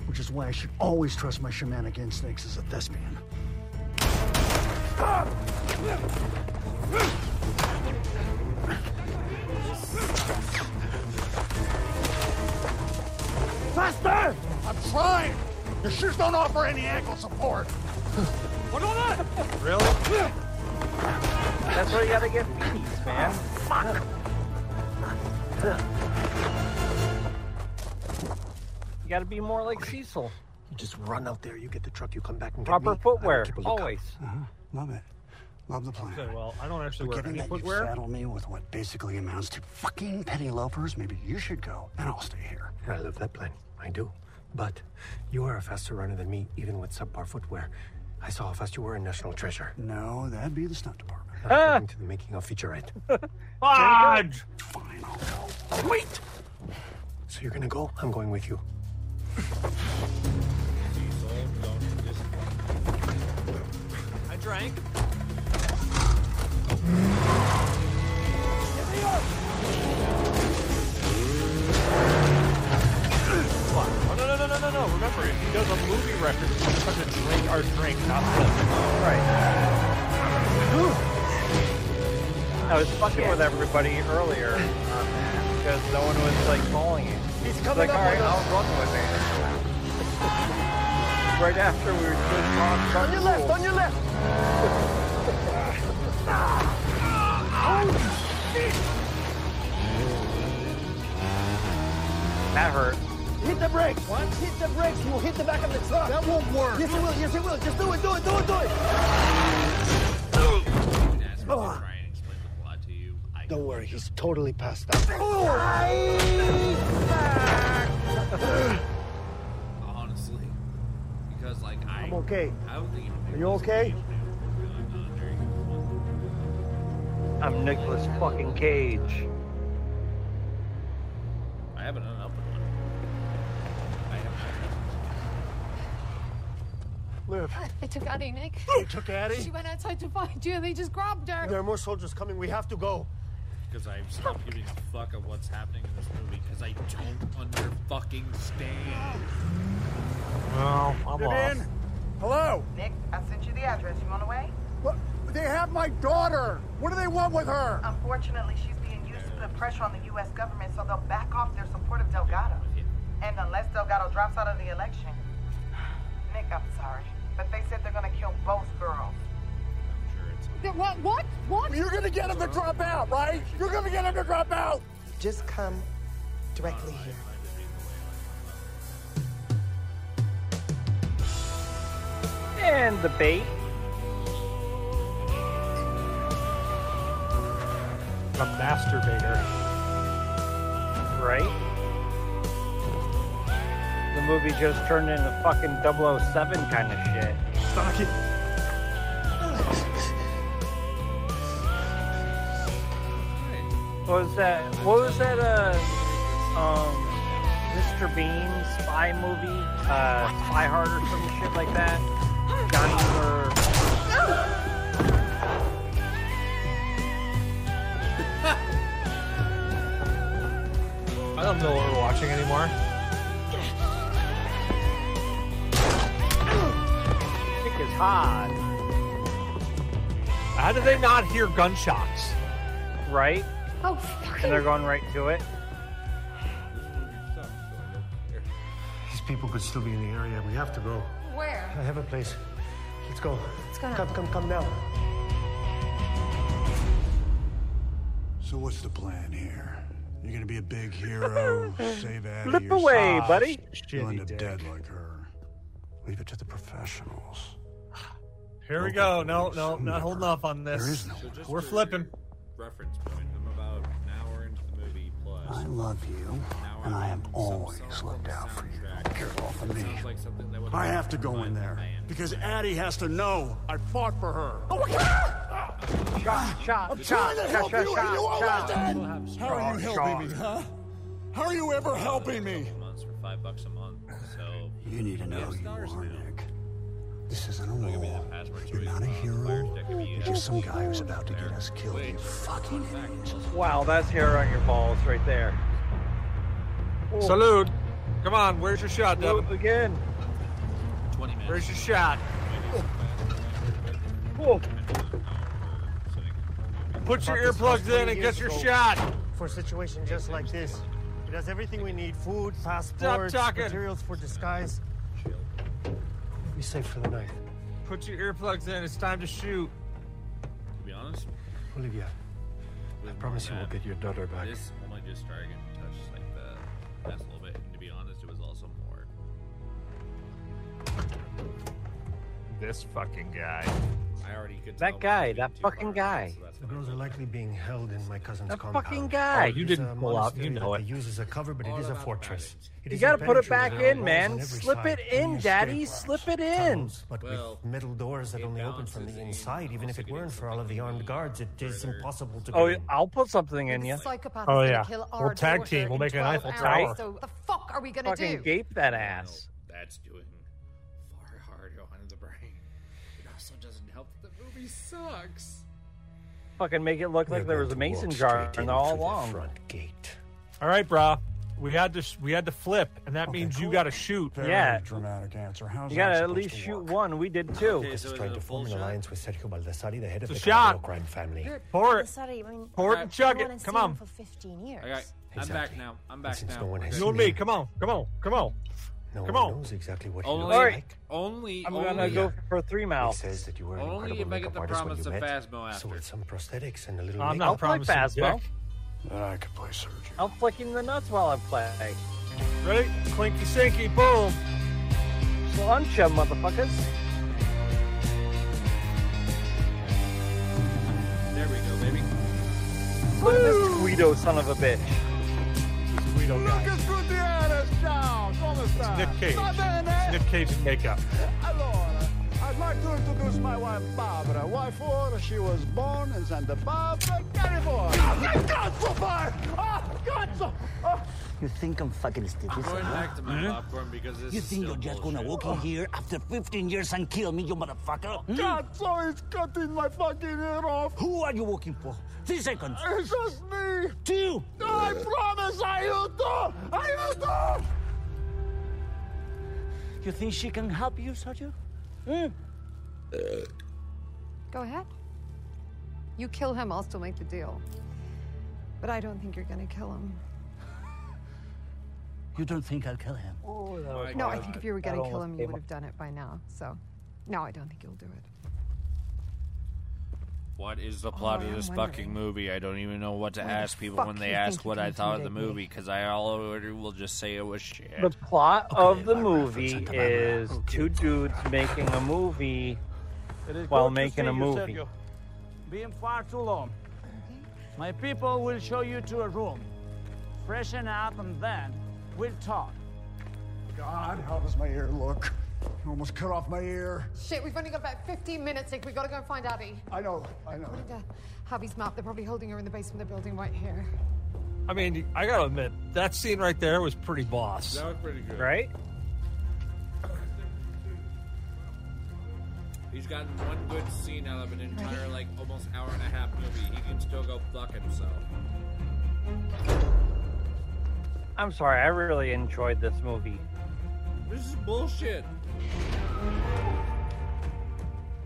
[SPEAKER 31] which is why I should always trust my shamanic instincts as a thespian.
[SPEAKER 32] Faster!
[SPEAKER 8] I'm trying! Your shoes don't offer any ankle support!
[SPEAKER 32] What on
[SPEAKER 3] Really? That's where you gotta get beanies, man.
[SPEAKER 32] Fuck!
[SPEAKER 3] You gotta be more like Cecil.
[SPEAKER 13] You just run out there. You get the truck. You come back and get
[SPEAKER 3] Proper
[SPEAKER 13] me.
[SPEAKER 3] footwear,
[SPEAKER 13] I will keep a lookout.
[SPEAKER 3] always.
[SPEAKER 31] Uh-huh. Love it. Love the plan.
[SPEAKER 4] Okay, well, I don't actually
[SPEAKER 31] But
[SPEAKER 4] wear
[SPEAKER 31] given
[SPEAKER 4] any
[SPEAKER 31] that
[SPEAKER 4] footwear.
[SPEAKER 31] you saddle me with what basically amounts to fucking petty loafers, maybe you should go, and I'll stay here.
[SPEAKER 13] I love that plan. I do. But you are a faster runner than me, even with subpar footwear. I saw how fast you were in National Treasure.
[SPEAKER 31] No, that'd be the stunt department.
[SPEAKER 13] I'm going to the making of featurette.
[SPEAKER 4] Fudge!
[SPEAKER 13] Wait! So you're gonna go? I'm going with you.
[SPEAKER 33] I drank.
[SPEAKER 4] Oh, no, no, no, no, no, no. Remember, if he does a movie record, we're supposed to drink our drink, not flip.
[SPEAKER 3] I was fucking with everybody earlier uh, because no one was like calling you. He's
[SPEAKER 32] coming
[SPEAKER 3] like,
[SPEAKER 32] up
[SPEAKER 3] all right,
[SPEAKER 32] on us."
[SPEAKER 3] I'll run with it. Right after we were just on
[SPEAKER 32] On your left, on your left!
[SPEAKER 3] That hurt.
[SPEAKER 32] Hit the brakes! What? Hit the brakes! You will hit the back of the truck! That won't work! Yes, it will! Yes, it will! Just do it! Do it! Do it! Oh. Do it!
[SPEAKER 31] Ugh. Don't worry, he's totally passed out.
[SPEAKER 2] Honestly, because like I,
[SPEAKER 13] I'm okay.
[SPEAKER 2] I don't think
[SPEAKER 13] Are you okay?
[SPEAKER 3] I'm Nicholas fucking Cage.
[SPEAKER 2] I have an unopened one. I have.
[SPEAKER 13] Liv,
[SPEAKER 10] They took Addie, Nick.
[SPEAKER 13] They took Addie?
[SPEAKER 10] She went outside to find you and they just grabbed her.
[SPEAKER 13] there are more soldiers coming. We have to go.
[SPEAKER 2] because I've stopped giving a fuck of what's happening in this movie because I don't under fucking stand.
[SPEAKER 4] Well, I'm off.
[SPEAKER 8] Vivian? Hello?
[SPEAKER 15] Nick, I sent you the address. You on the way?
[SPEAKER 8] What? They have my daughter. What do they want with her?
[SPEAKER 15] Unfortunately, she's being used to put pressure on the U.S. government, so they'll back off their support of Delgado. And unless Delgado drops out of the election, Nick, I'm sorry, but they said they're gonna kill both girls.
[SPEAKER 8] What? What? What? You're gonna get him to drop out, right? You're gonna get him to drop out.
[SPEAKER 15] Just come directly here.
[SPEAKER 3] And the bait.
[SPEAKER 4] A masturbator.
[SPEAKER 3] Right? The movie just turned into fucking 007 kind of shit.
[SPEAKER 8] Stock it.
[SPEAKER 3] What was that? What was that? Uh, um, Mr. Bean spy movie, uh, Spy Hard or some shit like that. Johnny or
[SPEAKER 4] I don't know what we're watching anymore.
[SPEAKER 3] Chick is hot.
[SPEAKER 4] How do they not hear gunshots?
[SPEAKER 3] Right?
[SPEAKER 10] Oh, fucking.
[SPEAKER 3] And they're going right to it.
[SPEAKER 30] These people could still be in the area. We have to go.
[SPEAKER 10] Where?
[SPEAKER 30] I have a place. Let's go.
[SPEAKER 10] It's gonna-
[SPEAKER 30] Come, come, come now.
[SPEAKER 8] So what's the plan here? You're gonna be a big hero, save Addie.
[SPEAKER 3] Flip
[SPEAKER 8] you're
[SPEAKER 3] away,
[SPEAKER 8] soft.
[SPEAKER 3] buddy.
[SPEAKER 8] You'll end
[SPEAKER 3] Shitty
[SPEAKER 8] up
[SPEAKER 3] dick.
[SPEAKER 8] dead like her. Leave it to the professionals.
[SPEAKER 4] Here we go. No, no, not holding up on this.
[SPEAKER 8] There is no
[SPEAKER 4] We're flipping.
[SPEAKER 2] Reference point. I'm about an hour into the movie plus.
[SPEAKER 8] I love you, and I have always looked out for you. Don't Get off of me.
[SPEAKER 2] Sounds like something that would
[SPEAKER 8] I have to go in there because Addie has to know I fought for her. Oh my God! Shot, shot,
[SPEAKER 15] shot,
[SPEAKER 8] I'm trying to
[SPEAKER 15] shot,
[SPEAKER 8] help
[SPEAKER 15] shot,
[SPEAKER 8] you,
[SPEAKER 15] shot,
[SPEAKER 8] and you won't
[SPEAKER 15] shot.
[SPEAKER 8] listen. How are you
[SPEAKER 2] Shot,
[SPEAKER 8] helping me,
[SPEAKER 2] shot.
[SPEAKER 8] huh? How are you ever helping me?
[SPEAKER 2] months for five bucks a month. So
[SPEAKER 8] You need to know who you are, Nick. This isn't a war. You're not a hero. You're just some guy who's about to get us killed. You fucking idiot.
[SPEAKER 3] Wow, that's hair on your balls right there.
[SPEAKER 4] Salute. Come on, where's your shot, Devin?
[SPEAKER 3] again.
[SPEAKER 2] 20 minutes.
[SPEAKER 4] Where's your shot? Put your earplugs in and get your shot.
[SPEAKER 13] For a situation just like this, it has everything we need: food, passports,
[SPEAKER 4] passports, talking.
[SPEAKER 13] materials for disguise. Be safe for the night.
[SPEAKER 4] Put your earplugs in. It's time to shoot.
[SPEAKER 2] To be honest,
[SPEAKER 30] Olivia, I
[SPEAKER 2] with
[SPEAKER 30] promise you
[SPEAKER 2] more
[SPEAKER 30] we'll
[SPEAKER 2] than
[SPEAKER 30] get your daughter back.
[SPEAKER 2] This only just started getting touched like the last little bit. And to be honest, it was also more.
[SPEAKER 4] This fucking guy.
[SPEAKER 2] I already could.
[SPEAKER 3] That guy, that fucking guy.
[SPEAKER 30] The girls are likely being held in my cousin's
[SPEAKER 3] That
[SPEAKER 30] compound.
[SPEAKER 3] fucking guy.
[SPEAKER 30] Oh,
[SPEAKER 3] You
[SPEAKER 30] it is
[SPEAKER 3] didn't
[SPEAKER 30] a
[SPEAKER 3] pull out, you
[SPEAKER 30] monastery
[SPEAKER 3] know
[SPEAKER 30] that
[SPEAKER 3] it.
[SPEAKER 30] They use as a cover, but it is a fortress. It
[SPEAKER 3] You
[SPEAKER 30] is
[SPEAKER 3] gotta put it
[SPEAKER 30] impenetrable
[SPEAKER 3] back
[SPEAKER 30] with
[SPEAKER 3] in,
[SPEAKER 30] walls on
[SPEAKER 3] man.
[SPEAKER 30] every
[SPEAKER 3] Slip
[SPEAKER 30] side
[SPEAKER 3] it in,
[SPEAKER 30] and escape
[SPEAKER 3] Daddy.
[SPEAKER 30] routes,
[SPEAKER 3] Slip it in.
[SPEAKER 30] tunnels, but with metal doors that only open from the inside. Even if it weren't for all of the armed guards, it is impossible to.
[SPEAKER 3] Oh,
[SPEAKER 30] get in.
[SPEAKER 3] I'll put something in you.
[SPEAKER 10] Psychopath oh, yeah. Kill our daughter in 12 hours,
[SPEAKER 3] Right?
[SPEAKER 10] So what the fuck are we gonna
[SPEAKER 3] Fucking
[SPEAKER 10] do?
[SPEAKER 3] gape that ass.
[SPEAKER 2] That's doing far harder on the brain. It also doesn't help that the movie sucks.
[SPEAKER 3] Fucking make it look like there was a mason jar and all along.
[SPEAKER 4] All right, brah. We had to sh- we had to flip, and that means you got to shoot.
[SPEAKER 8] Very dramatic answer. How's
[SPEAKER 3] You
[SPEAKER 8] that
[SPEAKER 3] gotta at
[SPEAKER 8] supposed
[SPEAKER 3] least
[SPEAKER 8] to
[SPEAKER 3] shoot one. We did two.
[SPEAKER 8] so is
[SPEAKER 30] Trying
[SPEAKER 8] it
[SPEAKER 30] to
[SPEAKER 8] a
[SPEAKER 30] form an alliance with Sergio Baldassari, the head of
[SPEAKER 4] It's a
[SPEAKER 30] the Caballero
[SPEAKER 4] shot.
[SPEAKER 30] crime family.
[SPEAKER 4] Pour it.
[SPEAKER 6] Sorry, I mean,
[SPEAKER 4] Pour it and chug
[SPEAKER 6] no one
[SPEAKER 4] it.
[SPEAKER 6] has
[SPEAKER 4] Come
[SPEAKER 6] seen
[SPEAKER 4] on.
[SPEAKER 6] him For 15 years.
[SPEAKER 2] Okay, I'm back now. I'm back
[SPEAKER 30] Since
[SPEAKER 2] now.
[SPEAKER 30] no one has
[SPEAKER 4] You and
[SPEAKER 30] seen
[SPEAKER 4] me. Come on. Come on. Come on.
[SPEAKER 30] No
[SPEAKER 4] Come
[SPEAKER 30] one
[SPEAKER 4] on.
[SPEAKER 30] knows exactly what he
[SPEAKER 2] Only,
[SPEAKER 30] looks
[SPEAKER 3] Alright.
[SPEAKER 30] like.
[SPEAKER 2] only,
[SPEAKER 3] I'm
[SPEAKER 2] only,
[SPEAKER 3] gonna go for three
[SPEAKER 30] He
[SPEAKER 3] mouths.
[SPEAKER 30] says that you were an
[SPEAKER 2] Only
[SPEAKER 30] incredible
[SPEAKER 2] if I get
[SPEAKER 30] makeup
[SPEAKER 2] the
[SPEAKER 30] artist when
[SPEAKER 2] promise
[SPEAKER 30] you
[SPEAKER 2] of
[SPEAKER 30] met.
[SPEAKER 2] Phasmo
[SPEAKER 30] So with some prosthetics and a little
[SPEAKER 3] I'm
[SPEAKER 30] makeup.
[SPEAKER 3] not I'll play promising Phasmo. dick.
[SPEAKER 8] I could play surgery.
[SPEAKER 3] I'm flicking the nuts while I play.
[SPEAKER 4] Ready? Clinky sinky. Boom.
[SPEAKER 3] Launch 'em, motherfuckers.
[SPEAKER 2] There we go, baby.
[SPEAKER 3] Look at this Guido son of a bitch.
[SPEAKER 4] Guido guy.
[SPEAKER 15] Lucas Gutierrez, ciao! Come sta?
[SPEAKER 4] Nick Cage.
[SPEAKER 15] Sta bene?
[SPEAKER 4] Nick Cage in makeup.
[SPEAKER 15] Allora, I'd like to introduce my wife, Barbara.
[SPEAKER 8] Why for? She was born in Santa Barbara, California. Oh, my God, so far! Oh, God, so... Oh,
[SPEAKER 34] You think I'm fucking stupid?
[SPEAKER 2] I'm going
[SPEAKER 34] huh?
[SPEAKER 2] back to my
[SPEAKER 4] Mm-hmm.
[SPEAKER 34] Huh?
[SPEAKER 2] popcorn because this
[SPEAKER 34] You
[SPEAKER 2] is
[SPEAKER 34] think
[SPEAKER 2] still
[SPEAKER 34] you're just
[SPEAKER 2] bullshit.
[SPEAKER 34] gonna walk in here after 15 years and kill me, you motherfucker? Hmm?
[SPEAKER 14] God, sorry's cutting my fucking head off. Uh,
[SPEAKER 34] Who are you working for? Three seconds.
[SPEAKER 14] It's just me.
[SPEAKER 34] Two.
[SPEAKER 14] I promise, Ayuto! Ayuto!
[SPEAKER 34] You think she can help you, Sergio? Hmm?
[SPEAKER 14] Uh,
[SPEAKER 10] Go ahead. You kill him, I'll still make the deal. But I don't think you're gonna kill him.
[SPEAKER 34] You don't think I'll kill him?
[SPEAKER 14] Oh,
[SPEAKER 3] Oh,
[SPEAKER 10] no, I think if you were gonna kill him, you would have done it by now. So, no, I don't think you'll do it.
[SPEAKER 2] What is the
[SPEAKER 10] Oh,
[SPEAKER 2] plot
[SPEAKER 10] I
[SPEAKER 2] of
[SPEAKER 10] am
[SPEAKER 2] this fucking
[SPEAKER 10] wondering.
[SPEAKER 2] movie? I don't even know what to
[SPEAKER 10] Why the
[SPEAKER 2] ask people
[SPEAKER 10] fuck
[SPEAKER 2] when
[SPEAKER 10] you
[SPEAKER 2] they
[SPEAKER 10] think
[SPEAKER 2] ask
[SPEAKER 10] you
[SPEAKER 2] what
[SPEAKER 10] can
[SPEAKER 2] I thought of the
[SPEAKER 10] intimidate me?
[SPEAKER 2] movie because I already will just say it was shit.
[SPEAKER 3] The plot of the movie is two dudes making a movie while
[SPEAKER 35] good to
[SPEAKER 3] making
[SPEAKER 35] see
[SPEAKER 3] a
[SPEAKER 35] you,
[SPEAKER 3] movie.
[SPEAKER 35] Sergio. Been far too long. My people will show you to a room. Freshen up and then we'll talk.
[SPEAKER 8] God, how does my ear look? You almost cut off my ear.
[SPEAKER 10] Shit, we've only got about 15 minutes, Nick. We gotta go and find Abby.
[SPEAKER 8] I know, I know.
[SPEAKER 10] Find uh, Abby's map. They're probably holding her in the basement of the building right here.
[SPEAKER 4] I mean, I gotta admit, that scene right there was pretty boss.
[SPEAKER 2] That was pretty good.
[SPEAKER 4] Right?
[SPEAKER 2] He's gotten one good scene out of an entire, like, almost hour and a half movie. He can still go fuck himself.
[SPEAKER 3] I'm sorry, I really enjoyed this movie.
[SPEAKER 2] This is bullshit.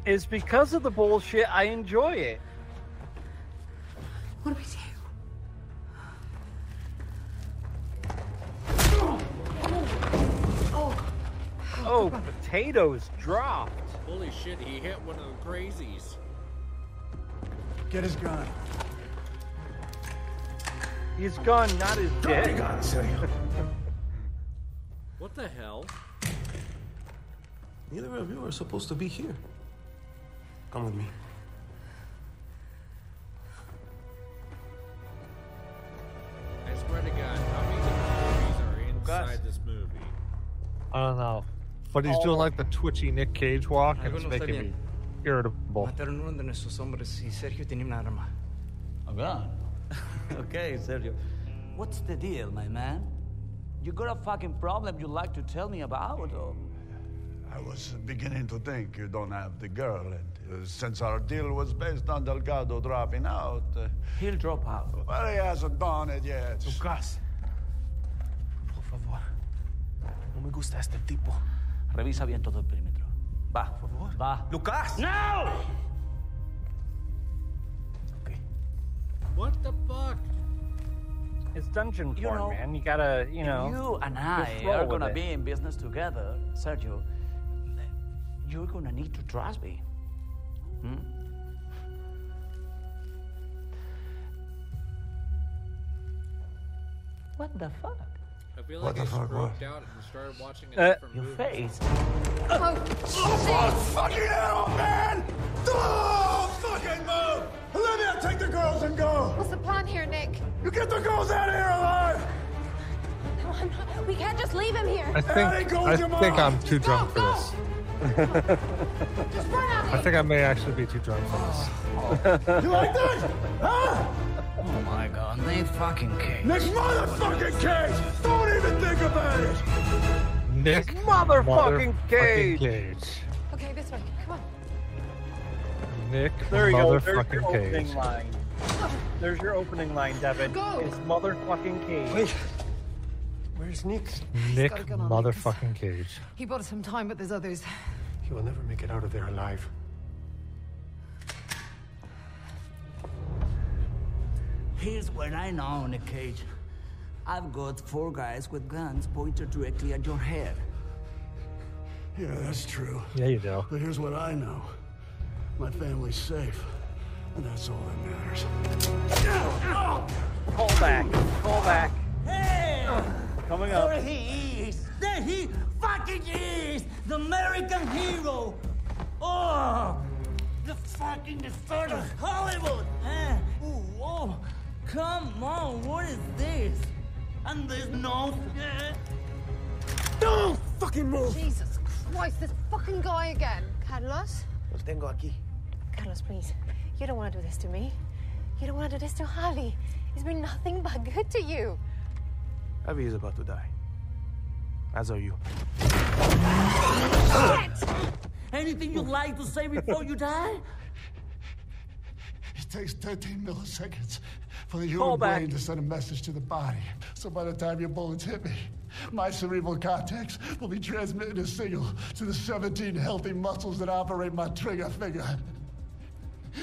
[SPEAKER 3] It's because of the bullshit I enjoy it.
[SPEAKER 10] What do we do?
[SPEAKER 3] Oh, oh potatoes dropped.
[SPEAKER 2] Holy shit, he hit one of the crazies.
[SPEAKER 8] Get his gun.
[SPEAKER 3] He's gone, not his
[SPEAKER 8] Drop your
[SPEAKER 3] dick.
[SPEAKER 8] gun, Sergio.
[SPEAKER 2] What the hell?
[SPEAKER 36] Neither of you are supposed to be here. Come with me.
[SPEAKER 2] I swear to God, how many different movies are inside this movie?
[SPEAKER 4] I don't know. But he's
[SPEAKER 2] Oh.
[SPEAKER 4] doing like the twitchy Nick Cage walk, and
[SPEAKER 13] Algo
[SPEAKER 4] it's
[SPEAKER 13] no está
[SPEAKER 4] making me
[SPEAKER 13] bien.
[SPEAKER 4] irritable.
[SPEAKER 13] Mataron uno de nuestros hombres y Sergio tenía un arma.
[SPEAKER 35] A gun?
[SPEAKER 13] okay, Sergio. What's the deal, my man? You got a fucking problem you'd like to tell me about? Or...
[SPEAKER 8] I was beginning to think you don't have the girl, and uh, since our deal was based on Delgado dropping out, uh,
[SPEAKER 13] he'll drop out.
[SPEAKER 8] Well, he hasn't done it yet.
[SPEAKER 35] Lucas.
[SPEAKER 13] Por favor. No me gusta este tipo. Revisa bien todo el perímetro. Va, por favor. Va. Lucas! No!
[SPEAKER 2] What the fuck?
[SPEAKER 3] It's dungeon
[SPEAKER 13] You
[SPEAKER 3] form,
[SPEAKER 13] know,
[SPEAKER 3] man. You gotta, you know.
[SPEAKER 13] If you and I
[SPEAKER 3] just roll
[SPEAKER 13] are
[SPEAKER 3] with
[SPEAKER 13] gonna
[SPEAKER 3] it.
[SPEAKER 13] be in business together, Sergio, you're gonna need to trust me. Hmm? What the fuck?
[SPEAKER 2] I feel
[SPEAKER 13] What
[SPEAKER 2] like
[SPEAKER 13] the
[SPEAKER 2] I
[SPEAKER 13] fuck, what?
[SPEAKER 2] scrubbed out and started watching a
[SPEAKER 13] Uh,
[SPEAKER 2] different
[SPEAKER 13] your
[SPEAKER 2] movie.
[SPEAKER 13] face.
[SPEAKER 14] Oh, fucking hell, man!
[SPEAKER 8] Oh, fucking move! Olivia, take the girls and go!
[SPEAKER 10] What's the plan here, Nick?
[SPEAKER 8] You get the girls out of here alive!
[SPEAKER 11] No, I'm not. We can't just leave him here.
[SPEAKER 4] I think I think I'm too drunk for this. I think I may actually be too drunk for this.
[SPEAKER 14] You like that? Huh?
[SPEAKER 13] Oh my god, they fucking came.
[SPEAKER 14] This motherfucking cage! Don't even think about it!
[SPEAKER 4] Nick
[SPEAKER 14] Motherfucking
[SPEAKER 4] motherfucking
[SPEAKER 14] Cage.
[SPEAKER 4] Cage.
[SPEAKER 10] Okay, this way. Come on.
[SPEAKER 4] Nick
[SPEAKER 3] There you go. There's your
[SPEAKER 4] motherfucking
[SPEAKER 3] opening
[SPEAKER 4] Cage.
[SPEAKER 3] line. There's your opening line, Devin.
[SPEAKER 10] Go.
[SPEAKER 3] It's motherfucking cage.
[SPEAKER 36] Where's Nick?
[SPEAKER 4] Nick
[SPEAKER 10] got a gun on Nick.
[SPEAKER 4] motherfucking Cage.
[SPEAKER 10] He bought us some time, but there's others.
[SPEAKER 36] He will never make it out of there alive.
[SPEAKER 13] Here's what I know, Nick Cage. I've got four guys with guns pointed directly at your head.
[SPEAKER 8] Yeah, that's true.
[SPEAKER 4] Yeah, you do.
[SPEAKER 8] But here's what I know my family's safe, and that's all that matters.
[SPEAKER 3] Call back. Call back.
[SPEAKER 13] Hey!
[SPEAKER 3] Coming up.
[SPEAKER 13] There he is! There he fucking is! The American hero! Oh! The fucking destroyer of Hollywood! Eh? Ooh, whoa! Come on, what is this? And there's no. eh?
[SPEAKER 14] Don't fucking move!
[SPEAKER 10] Jesus Christ, this fucking guy again. Carlos?
[SPEAKER 14] Los tengo aquí.
[SPEAKER 6] Carlos, please. You don't want to do this to me. You don't want to do this to Harvey. He's been nothing but good to you.
[SPEAKER 15] Evie is about to die. As are you.
[SPEAKER 37] Anything you'd like to say before you die?
[SPEAKER 8] It takes 13 milliseconds for the
[SPEAKER 37] Fall
[SPEAKER 8] human
[SPEAKER 37] back.
[SPEAKER 8] brain to send a message to the body. So by the time your bullets hit me, my cerebral cortex will be transmitting a signal to the 17 healthy muscles that operate my trigger finger.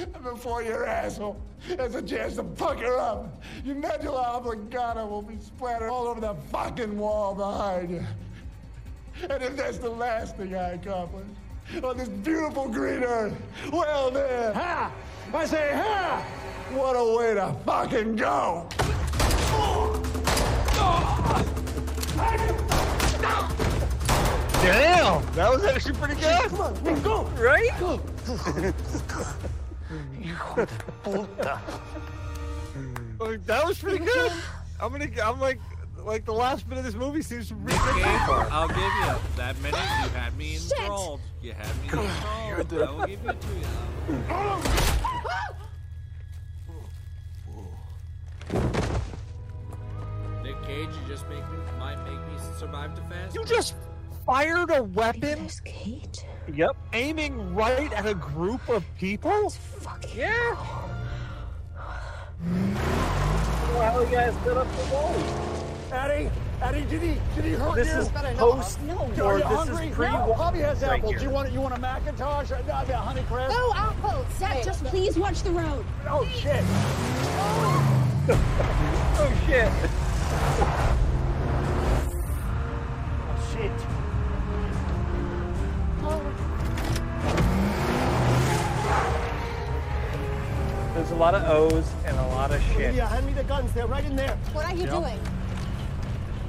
[SPEAKER 8] And before your asshole has a chance to pucker up, your medulla oblongata will be splattered all over the fucking wall behind you. And if that's the last thing I accomplish on this beautiful green earth, well then, ha! I say, ha! What a way to fucking go!
[SPEAKER 15] Damn! That was actually pretty good. Come on, man, go! Right? Go! Hijo de puta.
[SPEAKER 4] Like, uh, that was pretty good. I'm gonna. I'm like, like the last bit of this movie seems really good.
[SPEAKER 2] I'll give you that minute. You had me
[SPEAKER 4] Shit.
[SPEAKER 2] enthralled. You had me enthralled. I will give it to you. Nick Cage, you just make me might make me survive to fast.
[SPEAKER 4] You just fired a weapon. Yep. Aiming right at a group of people. Fucking yeah.
[SPEAKER 15] How you guys set up the wall? Eddie, Eddie, did he, did he hurt
[SPEAKER 8] This
[SPEAKER 15] you?
[SPEAKER 8] is post- No. or
[SPEAKER 15] Are you
[SPEAKER 8] this is
[SPEAKER 15] hungry?
[SPEAKER 8] pre-
[SPEAKER 15] No, Bobby has
[SPEAKER 8] right
[SPEAKER 15] apples.
[SPEAKER 8] here.
[SPEAKER 15] Do you want it? You want a Macintosh? Or, uh, the honey crisp?
[SPEAKER 10] No apples. Zach, just please watch the road.
[SPEAKER 15] Oh shit.
[SPEAKER 10] Oh shit.
[SPEAKER 15] Oh, shit.
[SPEAKER 3] There's a lot of O's and a lot of shit.
[SPEAKER 13] Olivia, hand me the guns. They're right in there.
[SPEAKER 10] What are you
[SPEAKER 3] Yeah.
[SPEAKER 10] doing?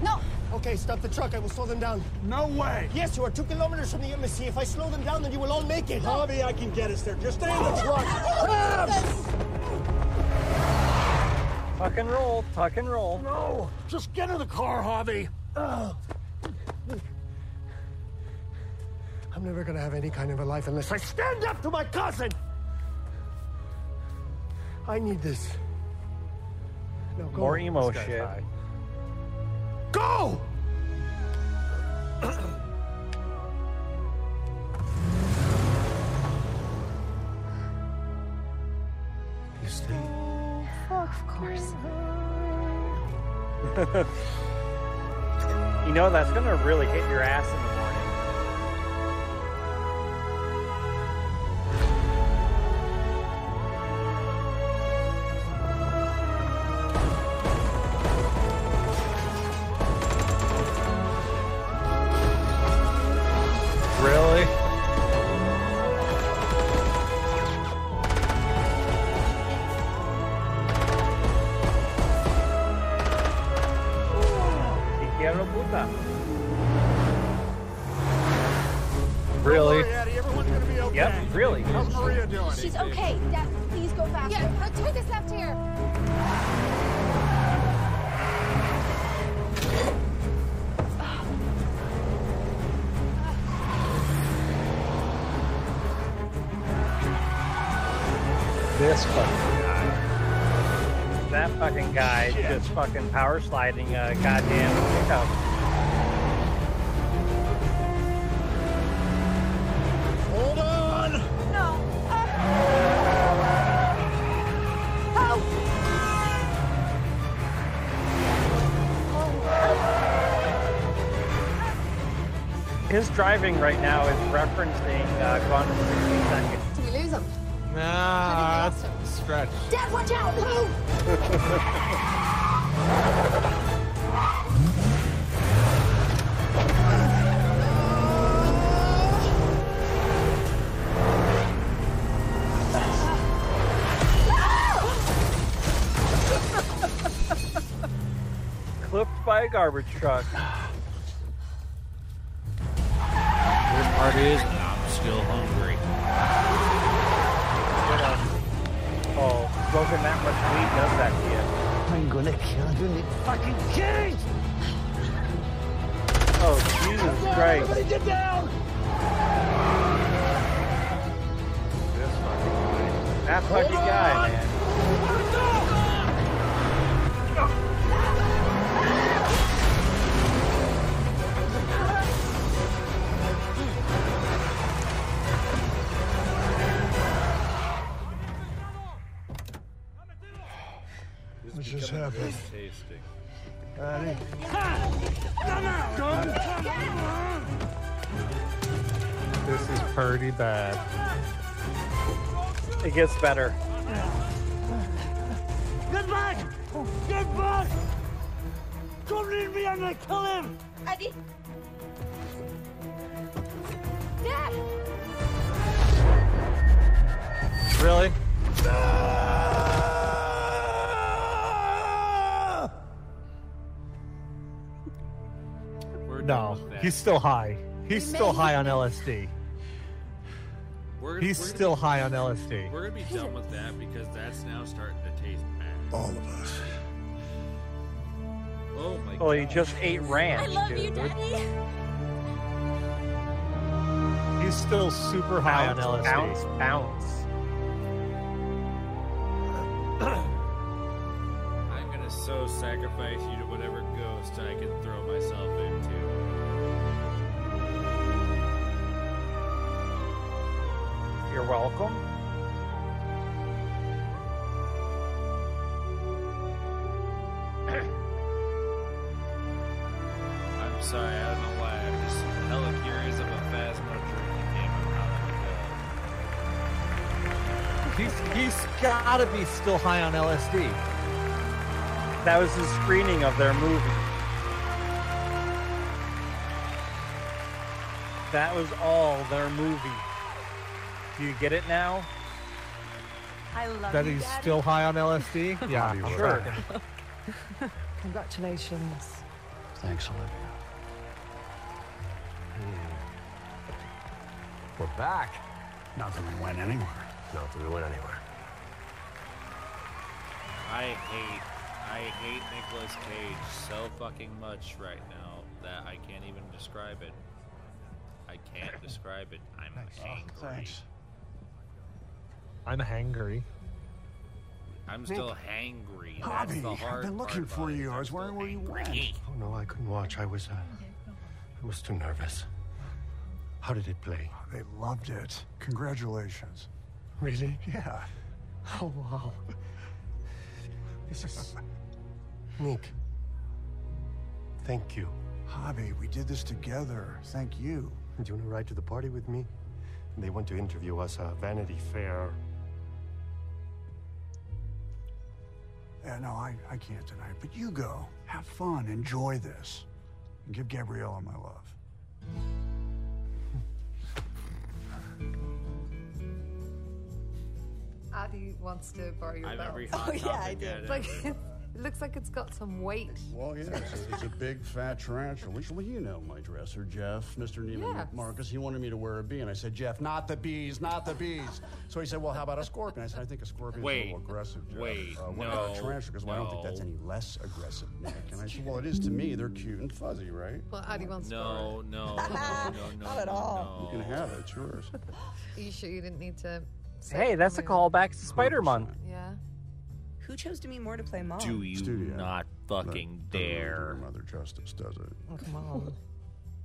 [SPEAKER 10] No.
[SPEAKER 13] Okay, stop the truck. I will slow them down. No way. Yes, you are two kilometers from the embassy. If I slow them down, then you will all make it. Harvey, I can get us there. Just stay in the truck.
[SPEAKER 3] Tuck and roll, tuck and roll.
[SPEAKER 13] No, just get in the car, Harvey. Ugh. I'm never gonna have any kind of a life unless I stand up to my cousin. I need this. No, go.
[SPEAKER 3] More emo
[SPEAKER 13] This guy's
[SPEAKER 3] shit.
[SPEAKER 13] high. Go! you stay.
[SPEAKER 10] Of course.
[SPEAKER 3] You know, that's gonna really hit your ass in the morning.
[SPEAKER 38] Really?
[SPEAKER 3] Te quiero, puta.
[SPEAKER 38] Really?
[SPEAKER 3] Yep, really.
[SPEAKER 8] How's Maria doing?
[SPEAKER 10] She's okay. Dad, please go faster. Yeah, now take this left here.
[SPEAKER 3] This fucking guy. That fucking guy just fucking power sliding a goddamn pickup.
[SPEAKER 15] Hold on!
[SPEAKER 10] No.
[SPEAKER 6] Ah.
[SPEAKER 3] His driving right now is referencing uh, Gone in 60 Seconds.
[SPEAKER 39] Did we lose him?
[SPEAKER 4] Nah, that's a stretch.
[SPEAKER 10] Dad, watch out! Move!
[SPEAKER 3] Clipped by a garbage truck.
[SPEAKER 2] Weird part is I'm still hungry.
[SPEAKER 3] Oh, smoking that much weed does that to you.
[SPEAKER 15] I'm gonna kill you, Nick fucking Cage!
[SPEAKER 3] Oh, Jesus Christ.
[SPEAKER 15] Everybody get down!
[SPEAKER 3] That fucking guy, man.
[SPEAKER 15] Go!
[SPEAKER 1] This
[SPEAKER 8] What just
[SPEAKER 1] becoming
[SPEAKER 8] happened?
[SPEAKER 1] very Tasty.
[SPEAKER 4] This is pretty bad.
[SPEAKER 3] It gets better.
[SPEAKER 40] Get back! Get back! Don't leave me, I'm gonna kill him! Adi!
[SPEAKER 12] Dad!
[SPEAKER 4] Really?
[SPEAKER 2] done
[SPEAKER 4] No,
[SPEAKER 2] with that.
[SPEAKER 4] he's still high. He's
[SPEAKER 2] We
[SPEAKER 4] still
[SPEAKER 2] made
[SPEAKER 4] high
[SPEAKER 2] it.
[SPEAKER 4] on LSD.
[SPEAKER 2] We're,
[SPEAKER 4] He's
[SPEAKER 2] we're
[SPEAKER 4] still
[SPEAKER 2] gonna,
[SPEAKER 4] high on LSD.
[SPEAKER 2] We're gonna be done with that because that's now starting to taste bad. All of us. Oh my
[SPEAKER 3] Well, he
[SPEAKER 2] God.
[SPEAKER 3] just ate ranch.
[SPEAKER 12] I love you,
[SPEAKER 3] dude.
[SPEAKER 12] Daddy.
[SPEAKER 4] He's still super high on LSD.
[SPEAKER 3] Bounce, bounce.
[SPEAKER 2] I'm gonna so sacrifice you to whatever ghost I can throw myself into.
[SPEAKER 3] You're welcome.
[SPEAKER 2] I'm sorry, I don't know why. I'm just hella curious of a fast country that came around
[SPEAKER 4] He's, he's gotta be still high on LSD.
[SPEAKER 3] That was his screening of their movie. That was all their movie. Do you get it now?
[SPEAKER 11] I love
[SPEAKER 4] That
[SPEAKER 11] you,
[SPEAKER 4] he's
[SPEAKER 11] Daddy.
[SPEAKER 4] still high on LSD? Yeah, I'm
[SPEAKER 11] Sure.
[SPEAKER 4] sure.
[SPEAKER 11] Congratulations.
[SPEAKER 8] Thanks, Olivia.
[SPEAKER 1] We're back.
[SPEAKER 8] Not that we went anywhere.
[SPEAKER 1] Not that we went anywhere.
[SPEAKER 2] I hate, I hate Nicolas Cage so fucking much right now that I can't even describe it. I can't describe it. I'm
[SPEAKER 8] Oh,
[SPEAKER 2] angry.
[SPEAKER 4] I'm hangry.
[SPEAKER 2] I'm
[SPEAKER 4] Nick.
[SPEAKER 2] still hangry. That's
[SPEAKER 8] Hobby,
[SPEAKER 2] the
[SPEAKER 8] I've
[SPEAKER 2] hard
[SPEAKER 8] been looking
[SPEAKER 2] part
[SPEAKER 8] for you. I was wondering where you went.
[SPEAKER 30] Oh no, I couldn't watch. I was, uh, I was too nervous. How did it play?
[SPEAKER 8] They loved it. Congratulations.
[SPEAKER 30] Really?
[SPEAKER 8] Yeah.
[SPEAKER 30] Oh wow. This is Nick. Thank you.
[SPEAKER 8] Hobby, we did this together. Thank you.
[SPEAKER 30] Do you want to ride to the party with me? They want to interview us
[SPEAKER 8] uh,
[SPEAKER 30] at Vanity Fair.
[SPEAKER 8] Yeah, no, I, I can't tonight, but you go. Have fun. Enjoy this. And give Gabriella my love.
[SPEAKER 10] Addy wants to borrow your
[SPEAKER 1] I'm
[SPEAKER 10] belt.
[SPEAKER 1] every hot Oh, yeah, I topic did. at
[SPEAKER 10] Like,
[SPEAKER 1] every-
[SPEAKER 10] it looks like it's got some weight.
[SPEAKER 8] Well, yeah, it's, it's a big fat tarantula. Which, well, you know my dresser, Jeff, Mr. Neiman
[SPEAKER 10] Yes.
[SPEAKER 8] Marcus. He wanted me to wear a bee, and I said, Jeff, not the bees, not the bees. So he said, Well, how about a scorpion? I said, I think a scorpion is a
[SPEAKER 2] Wait.
[SPEAKER 8] little aggressive, Jeff.
[SPEAKER 2] Wait,
[SPEAKER 8] uh, what about
[SPEAKER 2] no,
[SPEAKER 8] a tarantula? Because well, I don't think that's
[SPEAKER 2] no.
[SPEAKER 8] any less aggressive, Nick. And I said, Well, it is to me. They're cute and fuzzy, right?
[SPEAKER 10] Well, Addy wants to borrow
[SPEAKER 2] No, no, no, no, no.
[SPEAKER 10] Not at all.
[SPEAKER 8] You can have it. It's yours.
[SPEAKER 10] it. Are you sure you didn't need to? say
[SPEAKER 3] Hey,
[SPEAKER 10] it
[SPEAKER 3] that's a
[SPEAKER 10] when
[SPEAKER 3] callback to Spider Month.
[SPEAKER 10] we- Yeah.
[SPEAKER 11] Who chose to me more to play mom?
[SPEAKER 2] Do you not fucking dare?
[SPEAKER 8] Mother Justice does it.
[SPEAKER 11] Oh, come on.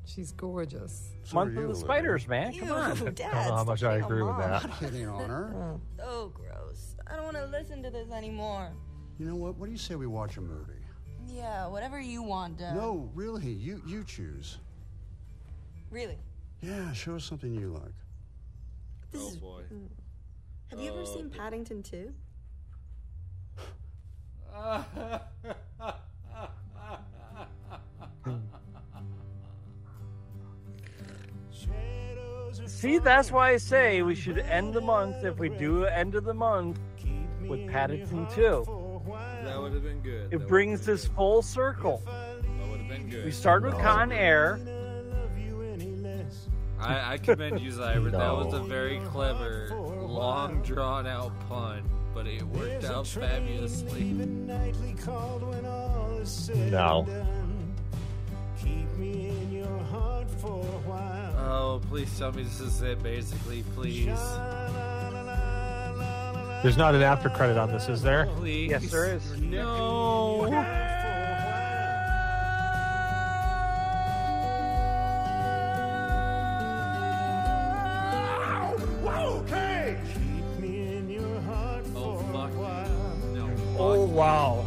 [SPEAKER 10] She's gorgeous.
[SPEAKER 3] Month of the Spiders, man.
[SPEAKER 11] Ew,
[SPEAKER 3] Come on.
[SPEAKER 11] Dad, stop being a mom. Oh, gross. I don't want to listen to this anymore.
[SPEAKER 8] You know what? What do you say we watch a movie?
[SPEAKER 11] Yeah, whatever you want, Dad.
[SPEAKER 8] No, really. You you choose.
[SPEAKER 11] Really.
[SPEAKER 8] Yeah, show us something you like.
[SPEAKER 2] Oh boy.
[SPEAKER 11] Mm. Have you ever
[SPEAKER 2] Oh,
[SPEAKER 11] seen Paddington 2?
[SPEAKER 3] See, that's why I say we should end the month if we do end of the month with Paddington 2.
[SPEAKER 2] That would have been good.
[SPEAKER 3] It brings this full circle.
[SPEAKER 2] That would have been good.
[SPEAKER 3] We started with Con Air.
[SPEAKER 2] I, I commend you, Zyber. That was a
[SPEAKER 3] No.
[SPEAKER 2] very clever, long drawn out pun, but it worked out fabulously.
[SPEAKER 4] No.
[SPEAKER 2] Oh, please tell me this is it, basically. Please.
[SPEAKER 4] There's not an after credit on this, is there?
[SPEAKER 2] Please.
[SPEAKER 4] Yes, there is.
[SPEAKER 2] No.
[SPEAKER 1] Okay.
[SPEAKER 2] Oh, fuck.
[SPEAKER 4] Oh, wow.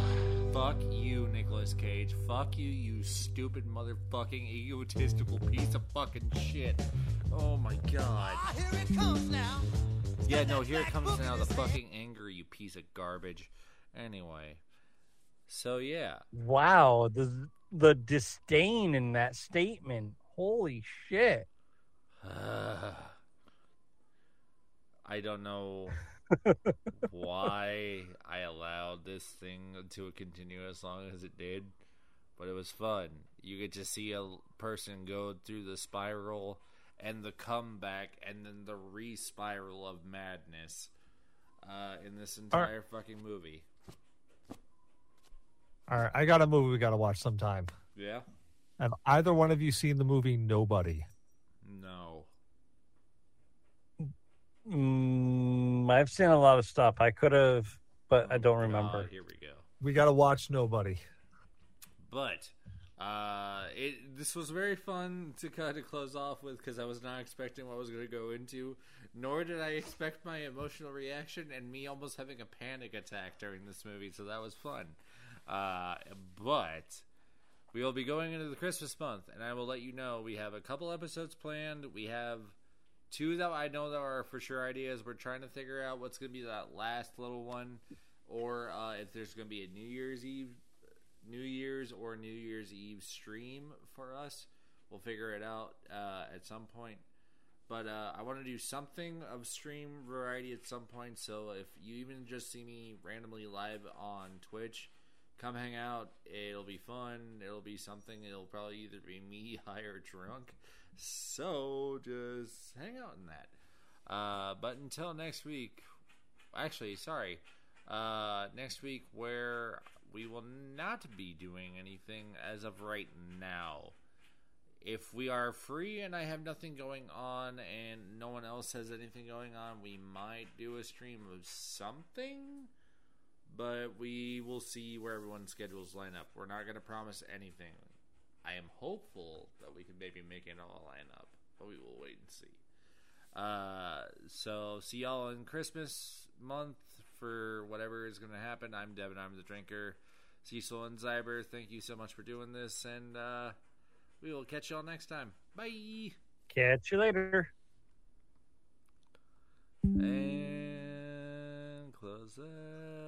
[SPEAKER 2] Fuck you, Nicolas Cage. Fuck you, you stupid motherfucking egotistical piece of fucking shit. Oh my god.
[SPEAKER 40] Ah, Here it comes now.
[SPEAKER 2] Yeah, no, here comes now the fucking anger, you piece of garbage. Anyway. So yeah.
[SPEAKER 3] Wow, the the disdain in that statement. Holy shit.
[SPEAKER 2] I don't know why I allowed this thing to continue as long as it did, but it was fun. You get to see a person go through the spiral and the comeback and then the re spiral of madness uh, in this entire fucking movie.
[SPEAKER 4] All right, I got a movie we got to watch sometime.
[SPEAKER 2] Yeah?
[SPEAKER 4] Have either one of you seen the movie Nobody?
[SPEAKER 2] No.
[SPEAKER 3] Mm, I've seen a lot of stuff. I could have, but I don't remember.
[SPEAKER 2] Oh Here we go.
[SPEAKER 4] We got to watch Nobody.
[SPEAKER 2] But uh, it this was very fun to kind of close off with because I was not expecting what I was going to go into, nor did I expect my emotional reaction and me almost having a panic attack during this movie. So that was fun. Uh, but we will be going into the Christmas month, and I will let you know we have a couple episodes planned. We have two that I know that are for sure ideas. We're trying to figure out what's going to be that last little one, or uh, if there's going to be a New Year's Eve, New Year's or New Year's Eve stream for us. We'll figure it out uh, at some point. But uh, I want to do something of stream variety at some point. So if you even just see me randomly live on Twitch, come hang out. It'll be fun. It'll be something. It'll probably either be me high or drunk. So just hang out in that. Uh, but until next week, actually, sorry, uh, next week where we will not be doing anything as of right now. If we are free and I have nothing going on and no one else has anything going on, we might do a stream of something but we will see where everyone's schedules line up. We're not going to promise anything. I am hopeful that we can maybe make it all line up, but we will wait and see. Uh, so see y'all in Christmas month for whatever is going to happen. I'm Devin. I'm the drinker. Cecil and Zyber, thank you so much for doing this, and uh, we will catch y'all next time. Bye.
[SPEAKER 3] Catch you later.
[SPEAKER 2] And close that.